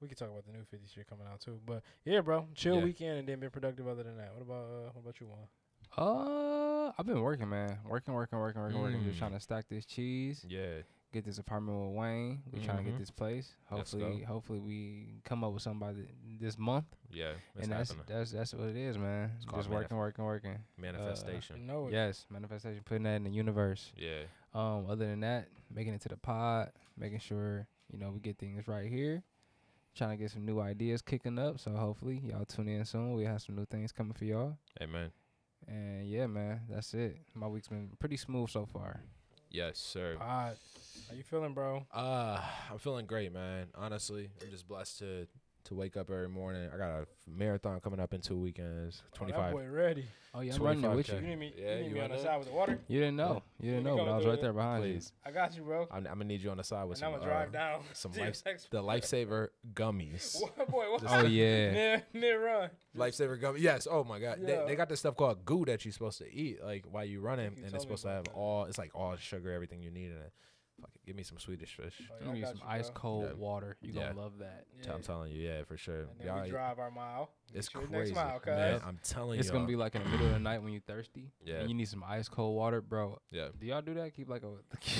[SPEAKER 3] we can talk about the new Fifty shit coming out too. But yeah, bro, chill
[SPEAKER 1] Yeah.
[SPEAKER 3] weekend and then been productive. Other than that, what about uh, what about you, one?
[SPEAKER 2] Uh, I've been working, man. Working, working, working, working, working. Just
[SPEAKER 1] Mm.
[SPEAKER 2] trying to stack this cheese.
[SPEAKER 1] Yeah.
[SPEAKER 2] Get this apartment with Wayne. We trying to
[SPEAKER 1] Mhm.
[SPEAKER 2] get this place.
[SPEAKER 1] Let's go.
[SPEAKER 2] Hopefully, hopefully we come up with somebody this month.
[SPEAKER 1] Yeah. It's
[SPEAKER 2] and that's
[SPEAKER 1] happening.
[SPEAKER 2] that's that's what it is, man.
[SPEAKER 1] It's called
[SPEAKER 2] Just working, working, working. uh,
[SPEAKER 1] Manifestation.
[SPEAKER 3] No,
[SPEAKER 2] Yes, manifestation, putting that in the universe.
[SPEAKER 1] yeah.
[SPEAKER 2] Um, other than that, making it to the pod, making sure you know we get things right here. Trying to get some new ideas kicking up, so hopefully y'all tune in soon. We have some new things coming for y'all.
[SPEAKER 1] Amen.
[SPEAKER 2] And yeah, man, that's it. My week's been pretty smooth so far.
[SPEAKER 1] Yes, sir.
[SPEAKER 3] Pod. How you feeling, bro?
[SPEAKER 1] Uh, I'm feeling great, man. Honestly, I'm just blessed to to wake up every morning. I got a marathon coming up in two weekends.
[SPEAKER 3] Oh,
[SPEAKER 1] 25.
[SPEAKER 3] That boy ready.
[SPEAKER 2] Oh yeah, I'm running it with you.
[SPEAKER 3] You need me,
[SPEAKER 1] Yeah,
[SPEAKER 3] you need
[SPEAKER 1] you
[SPEAKER 3] me on
[SPEAKER 1] want
[SPEAKER 3] the
[SPEAKER 1] that?
[SPEAKER 3] side with the water.
[SPEAKER 2] You didn't know. You didn't know, but I was right there behind
[SPEAKER 1] Please.
[SPEAKER 3] I got you, bro.
[SPEAKER 1] I'm, I'm gonna need you on the side with
[SPEAKER 3] and I'm
[SPEAKER 1] some.
[SPEAKER 3] gonna drive
[SPEAKER 1] uh,
[SPEAKER 3] down.
[SPEAKER 1] some
[SPEAKER 3] to
[SPEAKER 1] life-
[SPEAKER 3] your next-
[SPEAKER 1] The lifesaver gummies.
[SPEAKER 3] boy, what?
[SPEAKER 2] you. Oh yeah.
[SPEAKER 3] Mid, mid run.
[SPEAKER 1] Lifesaver gummies. Yes. Oh my God.
[SPEAKER 3] Yeah.
[SPEAKER 1] They, they got this stuff called goo that you're supposed to eat like while you're running, and
[SPEAKER 3] you told me
[SPEAKER 1] it's supposed to
[SPEAKER 3] about
[SPEAKER 1] have
[SPEAKER 3] that.
[SPEAKER 1] all. It's like all sugar, everything you need in it. Fuck it. Give me some Swedish fish.
[SPEAKER 3] Oh, yeah,
[SPEAKER 2] I'm gonna
[SPEAKER 3] I
[SPEAKER 2] use
[SPEAKER 3] got
[SPEAKER 2] some
[SPEAKER 3] you,
[SPEAKER 2] ice
[SPEAKER 3] bro.
[SPEAKER 2] cold
[SPEAKER 1] Yeah.
[SPEAKER 2] water. You
[SPEAKER 1] Yeah.
[SPEAKER 2] gonna love that.
[SPEAKER 3] Yeah.
[SPEAKER 1] I'm telling you, yeah, for sure.
[SPEAKER 3] And then
[SPEAKER 1] Y'all-
[SPEAKER 3] we drive our mile.
[SPEAKER 1] it's
[SPEAKER 3] Get you
[SPEAKER 1] crazy,
[SPEAKER 3] the Next mile, cuz.
[SPEAKER 1] man. I'm telling you.
[SPEAKER 2] It's gonna be like in the middle of the night when you're thirsty.
[SPEAKER 1] Yeah.
[SPEAKER 2] And you need some ice cold water, bro.
[SPEAKER 1] Yeah.
[SPEAKER 2] Do y'all do that? Keep like a.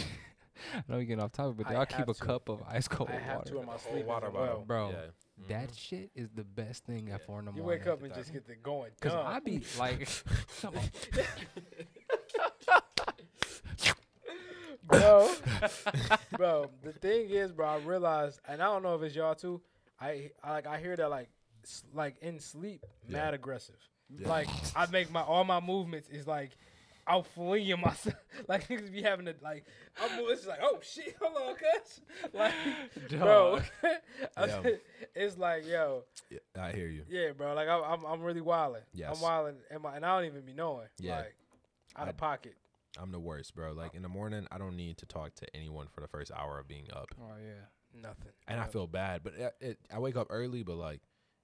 [SPEAKER 2] I know we getting off topic, but do
[SPEAKER 3] I
[SPEAKER 2] y'all keep
[SPEAKER 3] have
[SPEAKER 2] a
[SPEAKER 3] to.
[SPEAKER 2] cup of ice cold
[SPEAKER 3] I have
[SPEAKER 2] water,
[SPEAKER 3] to in my
[SPEAKER 1] The whole
[SPEAKER 3] sleep.
[SPEAKER 1] water
[SPEAKER 3] as
[SPEAKER 1] bottle.
[SPEAKER 3] well.
[SPEAKER 2] bro.
[SPEAKER 1] Yeah.
[SPEAKER 2] That shit is the best thing at four in the
[SPEAKER 3] You
[SPEAKER 2] morning.
[SPEAKER 3] wake up and just get the going.
[SPEAKER 2] Cause
[SPEAKER 3] dumb.
[SPEAKER 2] I be like, come on.
[SPEAKER 3] bro, bro. The thing is, bro, I realized, and I don't know if it's y'all too. I, I like I hear that like, s- like in sleep, mad aggressive.
[SPEAKER 1] Yeah.
[SPEAKER 3] Like I make my all my movements is like, I'm flinging myself. Like niggas be having to like. I'm it's just like oh shit, hold on, cuz. Like bro, I
[SPEAKER 1] Yeah.
[SPEAKER 3] said, it's like yo,
[SPEAKER 1] I hear you.
[SPEAKER 3] yeah, bro. Like I'm I'm, I'm really wilding.
[SPEAKER 1] Yes.
[SPEAKER 3] I'm wilding, and, my, and I don't even be knowing.
[SPEAKER 1] Yeah.
[SPEAKER 3] Like out
[SPEAKER 1] I-
[SPEAKER 3] of pocket.
[SPEAKER 1] I'm the worst, bro. Like in the morning, I don't need to talk to anyone for the first hour of being up,
[SPEAKER 6] Oh yeah.
[SPEAKER 3] Nothing.
[SPEAKER 1] and I feel bad. But uh, it, it, I wake up early, but like,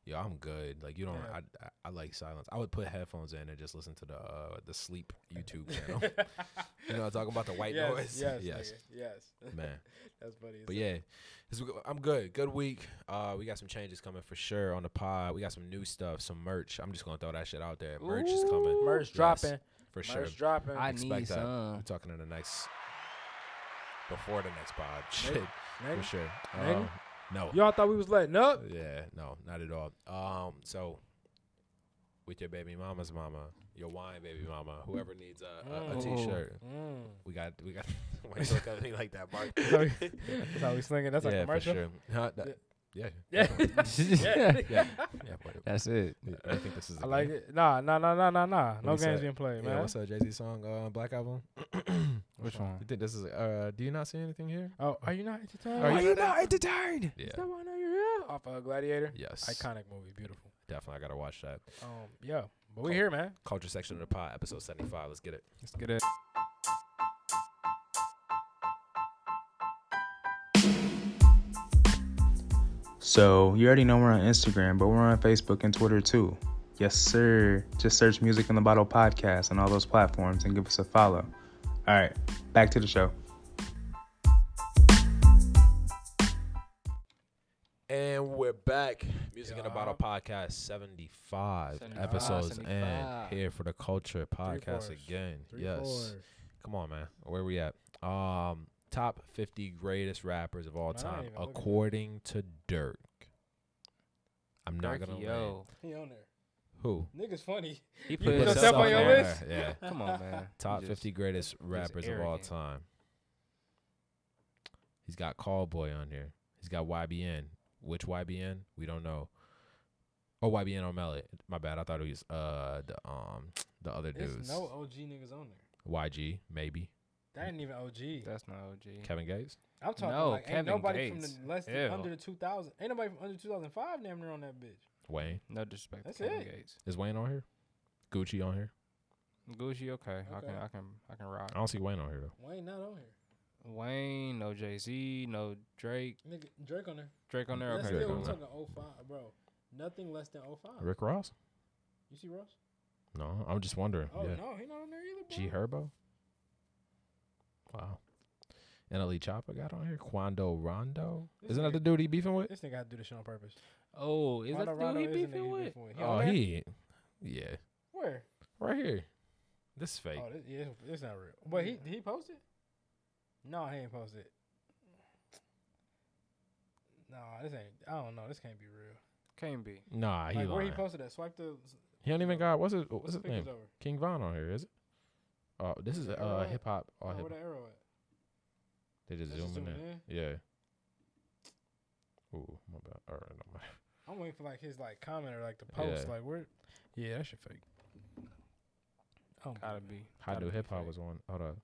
[SPEAKER 1] yo, I'm good. Like you don't.
[SPEAKER 3] Yeah.
[SPEAKER 1] I, I I like silence. I would put headphones in and just listen to the uh, the sleep YouTube channel. you know, talking about the white
[SPEAKER 3] yes,
[SPEAKER 1] noise.
[SPEAKER 3] Yes,
[SPEAKER 1] yes,
[SPEAKER 3] nigga, yes.
[SPEAKER 1] man.
[SPEAKER 3] That's funny. as
[SPEAKER 1] But
[SPEAKER 3] hell.
[SPEAKER 1] yeah, it's- I'm good. Good week. Uh, we got some changes coming for sure on the pod. We got some new stuff, some merch. I'm just gonna throw that shit out there. Merch is coming.
[SPEAKER 3] merch
[SPEAKER 1] Yes,
[SPEAKER 3] dropping,
[SPEAKER 1] for
[SPEAKER 3] merch
[SPEAKER 1] sure.
[SPEAKER 3] dropping.
[SPEAKER 1] I
[SPEAKER 6] I
[SPEAKER 1] expect
[SPEAKER 6] need
[SPEAKER 1] that.
[SPEAKER 6] some.
[SPEAKER 1] We're talking in the next, before the next pod. Shit,
[SPEAKER 3] Maybe.
[SPEAKER 1] for
[SPEAKER 3] Nigga,
[SPEAKER 1] sure.
[SPEAKER 3] Maybe.
[SPEAKER 1] Um, no.
[SPEAKER 3] Y'all thought we was letting up.
[SPEAKER 1] Yeah, no, not at all. Um, so with your baby mama's mama, your wine baby mama, whoever needs a, a, a
[SPEAKER 3] Mm.
[SPEAKER 1] t-shirt,
[SPEAKER 3] Mm.
[SPEAKER 1] we got we got. Why you look at me like that, Mark?
[SPEAKER 3] Sorry. That's how we slinging. That's
[SPEAKER 1] yeah,
[SPEAKER 3] our commercial.
[SPEAKER 1] for sure. Huh, that- yeah,
[SPEAKER 3] Yeah.
[SPEAKER 1] definitely.
[SPEAKER 3] yeah.
[SPEAKER 1] yeah, yeah. But
[SPEAKER 6] That's it.
[SPEAKER 1] I think this is.
[SPEAKER 3] I like it. Nah, nah, nah, nah, nah, nah. No
[SPEAKER 1] What's
[SPEAKER 3] games
[SPEAKER 1] that?
[SPEAKER 3] being played,
[SPEAKER 1] Yeah,
[SPEAKER 3] man.
[SPEAKER 1] what's up, Jay Z song, uh, Black Album?
[SPEAKER 6] Which
[SPEAKER 1] You
[SPEAKER 6] one?
[SPEAKER 1] think this is? Uh, do you not see anything here?
[SPEAKER 3] oh, are you not entertained?
[SPEAKER 1] Are
[SPEAKER 3] Why
[SPEAKER 1] you
[SPEAKER 3] not?
[SPEAKER 1] entertained?
[SPEAKER 3] Is
[SPEAKER 1] Yeah,
[SPEAKER 3] that why not you real? Off uh, Gladiator.
[SPEAKER 1] yes.
[SPEAKER 3] Iconic movie, beautiful.
[SPEAKER 1] Definitely, I gotta watch that.
[SPEAKER 3] Um, yeah, but we
[SPEAKER 1] Cool.
[SPEAKER 3] here, man.
[SPEAKER 1] Culture section of the pod, episode seventy-five. Let's get it.
[SPEAKER 6] Let's get it.
[SPEAKER 7] So, you already know we're on Instagram, but we're on Facebook and Twitter too. Yes, sir. Just search Music in the Bottle podcast on all those platforms and give us a follow. All right, back to the show.
[SPEAKER 1] And we're back. Music in a Bottle
[SPEAKER 3] Yeah.
[SPEAKER 1] podcast, 75,
[SPEAKER 6] 75,
[SPEAKER 1] episodes and
[SPEAKER 6] 75.
[SPEAKER 1] here for the culture podcast
[SPEAKER 3] fours.
[SPEAKER 1] again.
[SPEAKER 3] Three,
[SPEAKER 1] yes.
[SPEAKER 3] four.
[SPEAKER 1] Come on, man. Where we at? Um, top 50 greatest rappers of all
[SPEAKER 3] Man, I
[SPEAKER 1] time
[SPEAKER 3] ain't even look at that.
[SPEAKER 1] according to Dirk. I'm not going to
[SPEAKER 6] Yo.
[SPEAKER 3] He on there.
[SPEAKER 1] Who?
[SPEAKER 3] Niggas funny.
[SPEAKER 6] He
[SPEAKER 3] put
[SPEAKER 1] Put
[SPEAKER 3] yourself
[SPEAKER 1] yourself
[SPEAKER 3] on your
[SPEAKER 1] there.
[SPEAKER 3] list?
[SPEAKER 1] Yeah.
[SPEAKER 6] Come on, man.
[SPEAKER 1] Top
[SPEAKER 6] Just-
[SPEAKER 1] 50 greatest rappers of all
[SPEAKER 6] arrogant.
[SPEAKER 1] time. He's got Callboy on here. He's got YBN. Which YBN? We don't know. Oh, YBN O'Malley. My bad. I thought it was uh the um the other
[SPEAKER 3] There's
[SPEAKER 1] dudes.
[SPEAKER 3] no OG niggas on there.
[SPEAKER 1] YG maybe.
[SPEAKER 3] That ain't even OG.
[SPEAKER 6] That's not OG.
[SPEAKER 1] Kevin Gates.
[SPEAKER 3] I'm talking
[SPEAKER 6] No,
[SPEAKER 3] like ain't
[SPEAKER 6] Kevin
[SPEAKER 3] nobody
[SPEAKER 6] Gates.
[SPEAKER 3] from the less than
[SPEAKER 6] Ew.
[SPEAKER 3] under the 2000. Ain't nobody from under 2005 damn near on that bitch.
[SPEAKER 1] Wayne.
[SPEAKER 6] No disrespect.
[SPEAKER 3] That's
[SPEAKER 6] to Kevin
[SPEAKER 3] it.
[SPEAKER 6] Gates.
[SPEAKER 1] Is Wayne on here? Gucci on here?
[SPEAKER 6] Gucci, okay. I
[SPEAKER 3] Okay.
[SPEAKER 6] can, I can, I can rock.
[SPEAKER 1] I don't see Wayne on here though.
[SPEAKER 3] Wayne not on here.
[SPEAKER 6] Wayne, no Jay Z, no Drake.
[SPEAKER 3] Nigga, Drake on there.
[SPEAKER 6] Drake on there.
[SPEAKER 3] That's
[SPEAKER 6] Okay,
[SPEAKER 1] Drake
[SPEAKER 3] still,
[SPEAKER 1] on
[SPEAKER 6] cool.
[SPEAKER 3] we
[SPEAKER 1] there.
[SPEAKER 3] talking 05, bro. Nothing less than 05.
[SPEAKER 1] Rick Ross?
[SPEAKER 3] You see Ross?
[SPEAKER 1] No, I'm just wondering.
[SPEAKER 3] Oh
[SPEAKER 1] yeah.
[SPEAKER 3] no, he not on there
[SPEAKER 1] G
[SPEAKER 3] either. Bro.
[SPEAKER 1] Herbo. Wow. NLE Chopper got on here. Quando Rondo.
[SPEAKER 3] This
[SPEAKER 1] Isn't that
[SPEAKER 3] nigga-
[SPEAKER 1] the dude he beefing with?
[SPEAKER 3] This nigga had to do this shit on purpose.
[SPEAKER 6] Oh, is that the
[SPEAKER 3] Colorado
[SPEAKER 6] dude
[SPEAKER 3] is
[SPEAKER 6] he
[SPEAKER 3] the nigga
[SPEAKER 6] beefing
[SPEAKER 3] he
[SPEAKER 6] with?
[SPEAKER 3] beefing with. He on
[SPEAKER 1] Oh,
[SPEAKER 3] there?
[SPEAKER 1] he. Yeah.
[SPEAKER 3] Where?
[SPEAKER 1] Right here. This is fake.
[SPEAKER 3] Oh, this, yeah, it's- it's not real. But he he posted? No, he ain't posted. No, this ain't. I don't know. This can't be real.
[SPEAKER 6] Can't be.
[SPEAKER 1] Nah, he
[SPEAKER 3] Like where he
[SPEAKER 1] lying. He,
[SPEAKER 3] posted that? Swipe the.
[SPEAKER 1] don't even got what's his
[SPEAKER 3] What's
[SPEAKER 1] what's
[SPEAKER 3] the
[SPEAKER 1] his name?
[SPEAKER 3] pictures over?
[SPEAKER 1] King Von on here, is it? Oh, this is
[SPEAKER 3] Is it
[SPEAKER 1] uh
[SPEAKER 3] Arrowhead?
[SPEAKER 1] hip hop.
[SPEAKER 3] Oh,
[SPEAKER 1] All
[SPEAKER 3] where
[SPEAKER 1] hip.
[SPEAKER 3] the arrow at?
[SPEAKER 1] They just
[SPEAKER 3] That's just
[SPEAKER 1] zooming
[SPEAKER 3] zooming
[SPEAKER 1] in.
[SPEAKER 3] in.
[SPEAKER 1] Yeah. Ooh, my bad. All right, no mind.
[SPEAKER 3] I'm waiting for like his like comment or like the post.
[SPEAKER 1] Yeah.
[SPEAKER 3] Like where? Yeah, that shit fake. Oh, my
[SPEAKER 6] Gotta
[SPEAKER 3] God.
[SPEAKER 6] be.
[SPEAKER 1] How
[SPEAKER 6] Gotta
[SPEAKER 1] do
[SPEAKER 6] be
[SPEAKER 1] hip hop
[SPEAKER 6] fake.
[SPEAKER 1] was on? Hold up.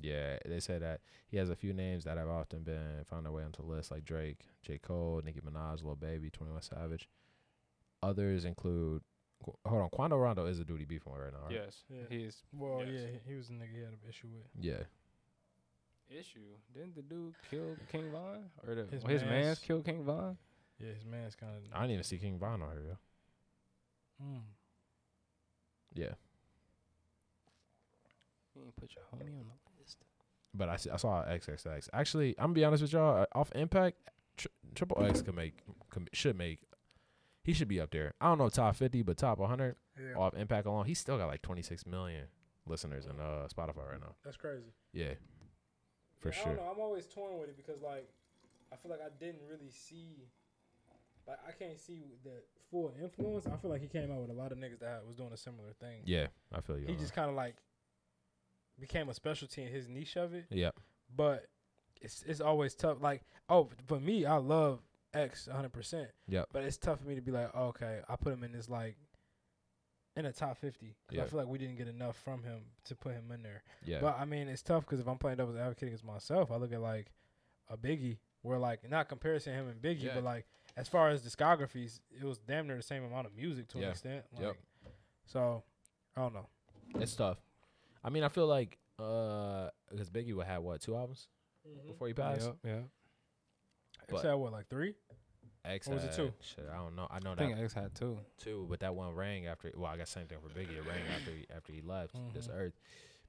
[SPEAKER 1] Yeah, they said that he has a few names that have often been found their way onto lists, like Drake, J. Cole, Nicki Minaj, Lil Baby, Twenty One Savage. Others include. Qu- Hold on, Quando Rondo is a dude he beefing with right now, right?
[SPEAKER 6] Yes,
[SPEAKER 3] Yeah.
[SPEAKER 6] he is.
[SPEAKER 3] Well,
[SPEAKER 6] Yes.
[SPEAKER 3] yeah, he- he was the nigga he had an issue with.
[SPEAKER 1] Yeah.
[SPEAKER 6] Issue. Didn't the dude kill King Von or the,
[SPEAKER 3] His
[SPEAKER 6] his, man's,
[SPEAKER 3] mans.
[SPEAKER 6] killed King Von?
[SPEAKER 3] Yeah, his man's kind
[SPEAKER 1] I didn't even see King Von on here. yo.
[SPEAKER 3] of. Mm.
[SPEAKER 1] Yeah,
[SPEAKER 6] You ain't put your homie on the list.
[SPEAKER 1] but I see, I saw XXX. Actually, I'm gonna be honest with y'all. uh, Off Impact, tri- Triple X could make could, should make. He should be up there. I don't know top 50, but top 100
[SPEAKER 3] Yeah,
[SPEAKER 1] off Impact alone. He's still got like 26 million listeners in uh Spotify right now.
[SPEAKER 3] that's crazy.
[SPEAKER 1] Yeah, for
[SPEAKER 3] Yeah, I
[SPEAKER 1] sure.
[SPEAKER 3] don't know. I'm always torn with it because like I feel like I didn't really see like I can't see the full influence. I feel like he came out with a lot of niggas that was doing a similar thing.
[SPEAKER 1] Yeah, I feel you.
[SPEAKER 3] he
[SPEAKER 1] on
[SPEAKER 3] just kind of like became a specialty in his niche of it,
[SPEAKER 1] that. yeah,
[SPEAKER 3] but it's it's always tough. Like oh, for me, I love X 100%.
[SPEAKER 1] Yep.
[SPEAKER 3] But it's tough for me to be like, oh, okay, I put him in this like in the top 50 because
[SPEAKER 1] Yeah.
[SPEAKER 3] I feel like we didn't get enough from him to put him in there.
[SPEAKER 1] Yeah.
[SPEAKER 3] But I mean, it's tough because if I'm playing devil's advocate against myself, I look at like a Biggie, where like not comparison him and Biggie,
[SPEAKER 1] Yeah.
[SPEAKER 3] but like as far as discographies, it was damn near the same amount of music to
[SPEAKER 1] Yeah.
[SPEAKER 3] an extent. Like,
[SPEAKER 1] Yep.
[SPEAKER 3] So I don't know.
[SPEAKER 1] it's tough. I mean, I feel like uh, because Biggie would have what two albums
[SPEAKER 3] Mm-hmm.
[SPEAKER 1] before he passed.
[SPEAKER 2] yeah.
[SPEAKER 1] But-
[SPEAKER 3] X had what like three?
[SPEAKER 1] X
[SPEAKER 3] Or was it
[SPEAKER 1] had-
[SPEAKER 3] two?
[SPEAKER 1] Shit, I don't know. I know
[SPEAKER 2] I
[SPEAKER 1] that
[SPEAKER 2] think X had two.
[SPEAKER 1] too, but that one rang after. Well, I got same thing for Biggie. It rang after he, after he left this
[SPEAKER 3] Mhm.
[SPEAKER 1] earth.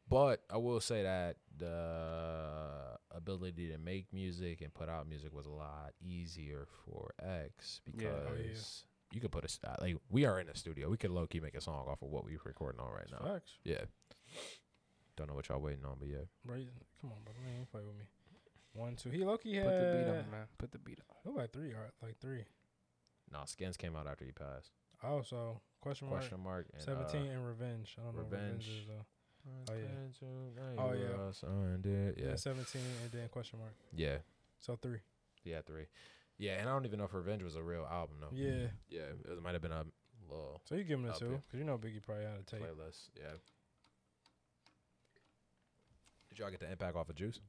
[SPEAKER 1] But I will say that the ability to make music and put out music was a lot easier for X because
[SPEAKER 2] Yeah.
[SPEAKER 3] Oh, yeah.
[SPEAKER 1] you could put a st- like we are in a studio. We could low key make a song off of what we're recording on right now.
[SPEAKER 3] Facts.
[SPEAKER 1] Yeah. Don't know what y'all waiting on, but yeah.
[SPEAKER 3] Bro, you- come on, bro. Man, you play with me. One, two. He low key had
[SPEAKER 2] Put the beat on, man. Put the beat on.
[SPEAKER 3] It was like three, or like three.
[SPEAKER 1] No, Skins came out after he passed.
[SPEAKER 3] Oh, so question mark.
[SPEAKER 1] Question mark. And, uh,
[SPEAKER 3] Seventeen and revenge. I don't know. Revenge.
[SPEAKER 1] Revenge.
[SPEAKER 3] Is, uh,
[SPEAKER 1] Uh,
[SPEAKER 3] Oh, yeah.
[SPEAKER 1] oh
[SPEAKER 3] Oh,
[SPEAKER 1] yeah.
[SPEAKER 3] yeah. yeah.
[SPEAKER 1] Yeah.
[SPEAKER 3] Seventeen and then question mark.
[SPEAKER 1] Yeah.
[SPEAKER 3] So three.
[SPEAKER 1] Yeah. Three. Yeah, and I don't even know if Revenge was a real album though.
[SPEAKER 3] Yeah.
[SPEAKER 1] Yeah, it might have been a little
[SPEAKER 3] So you give him a
[SPEAKER 1] Up
[SPEAKER 3] two
[SPEAKER 1] here.
[SPEAKER 3] because you know Biggie probably had to take.
[SPEAKER 1] playlist. Yeah. Did y'all get the impact off of Juice?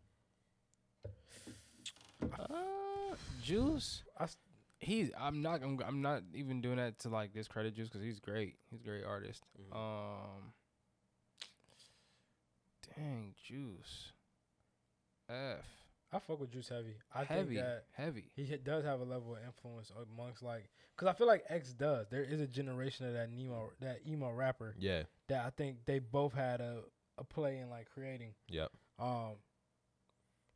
[SPEAKER 6] Uh,
[SPEAKER 2] Juice.
[SPEAKER 3] I s-
[SPEAKER 2] He's. I'm not. I'm, I'm not even doing that to like discredit Juice because he's great. He's a great artist. Um. Dang, Juice. F.
[SPEAKER 3] I fuck with Juice Heavy. I
[SPEAKER 2] heavy.
[SPEAKER 3] think that
[SPEAKER 2] heavy.
[SPEAKER 3] he ha- does have a level of influence amongst like, cause I feel like X does. There is a generation of that Nemo, that emo rapper
[SPEAKER 1] Yeah.
[SPEAKER 3] that I think they both had a, a play in like creating.
[SPEAKER 1] Yep.
[SPEAKER 3] Um,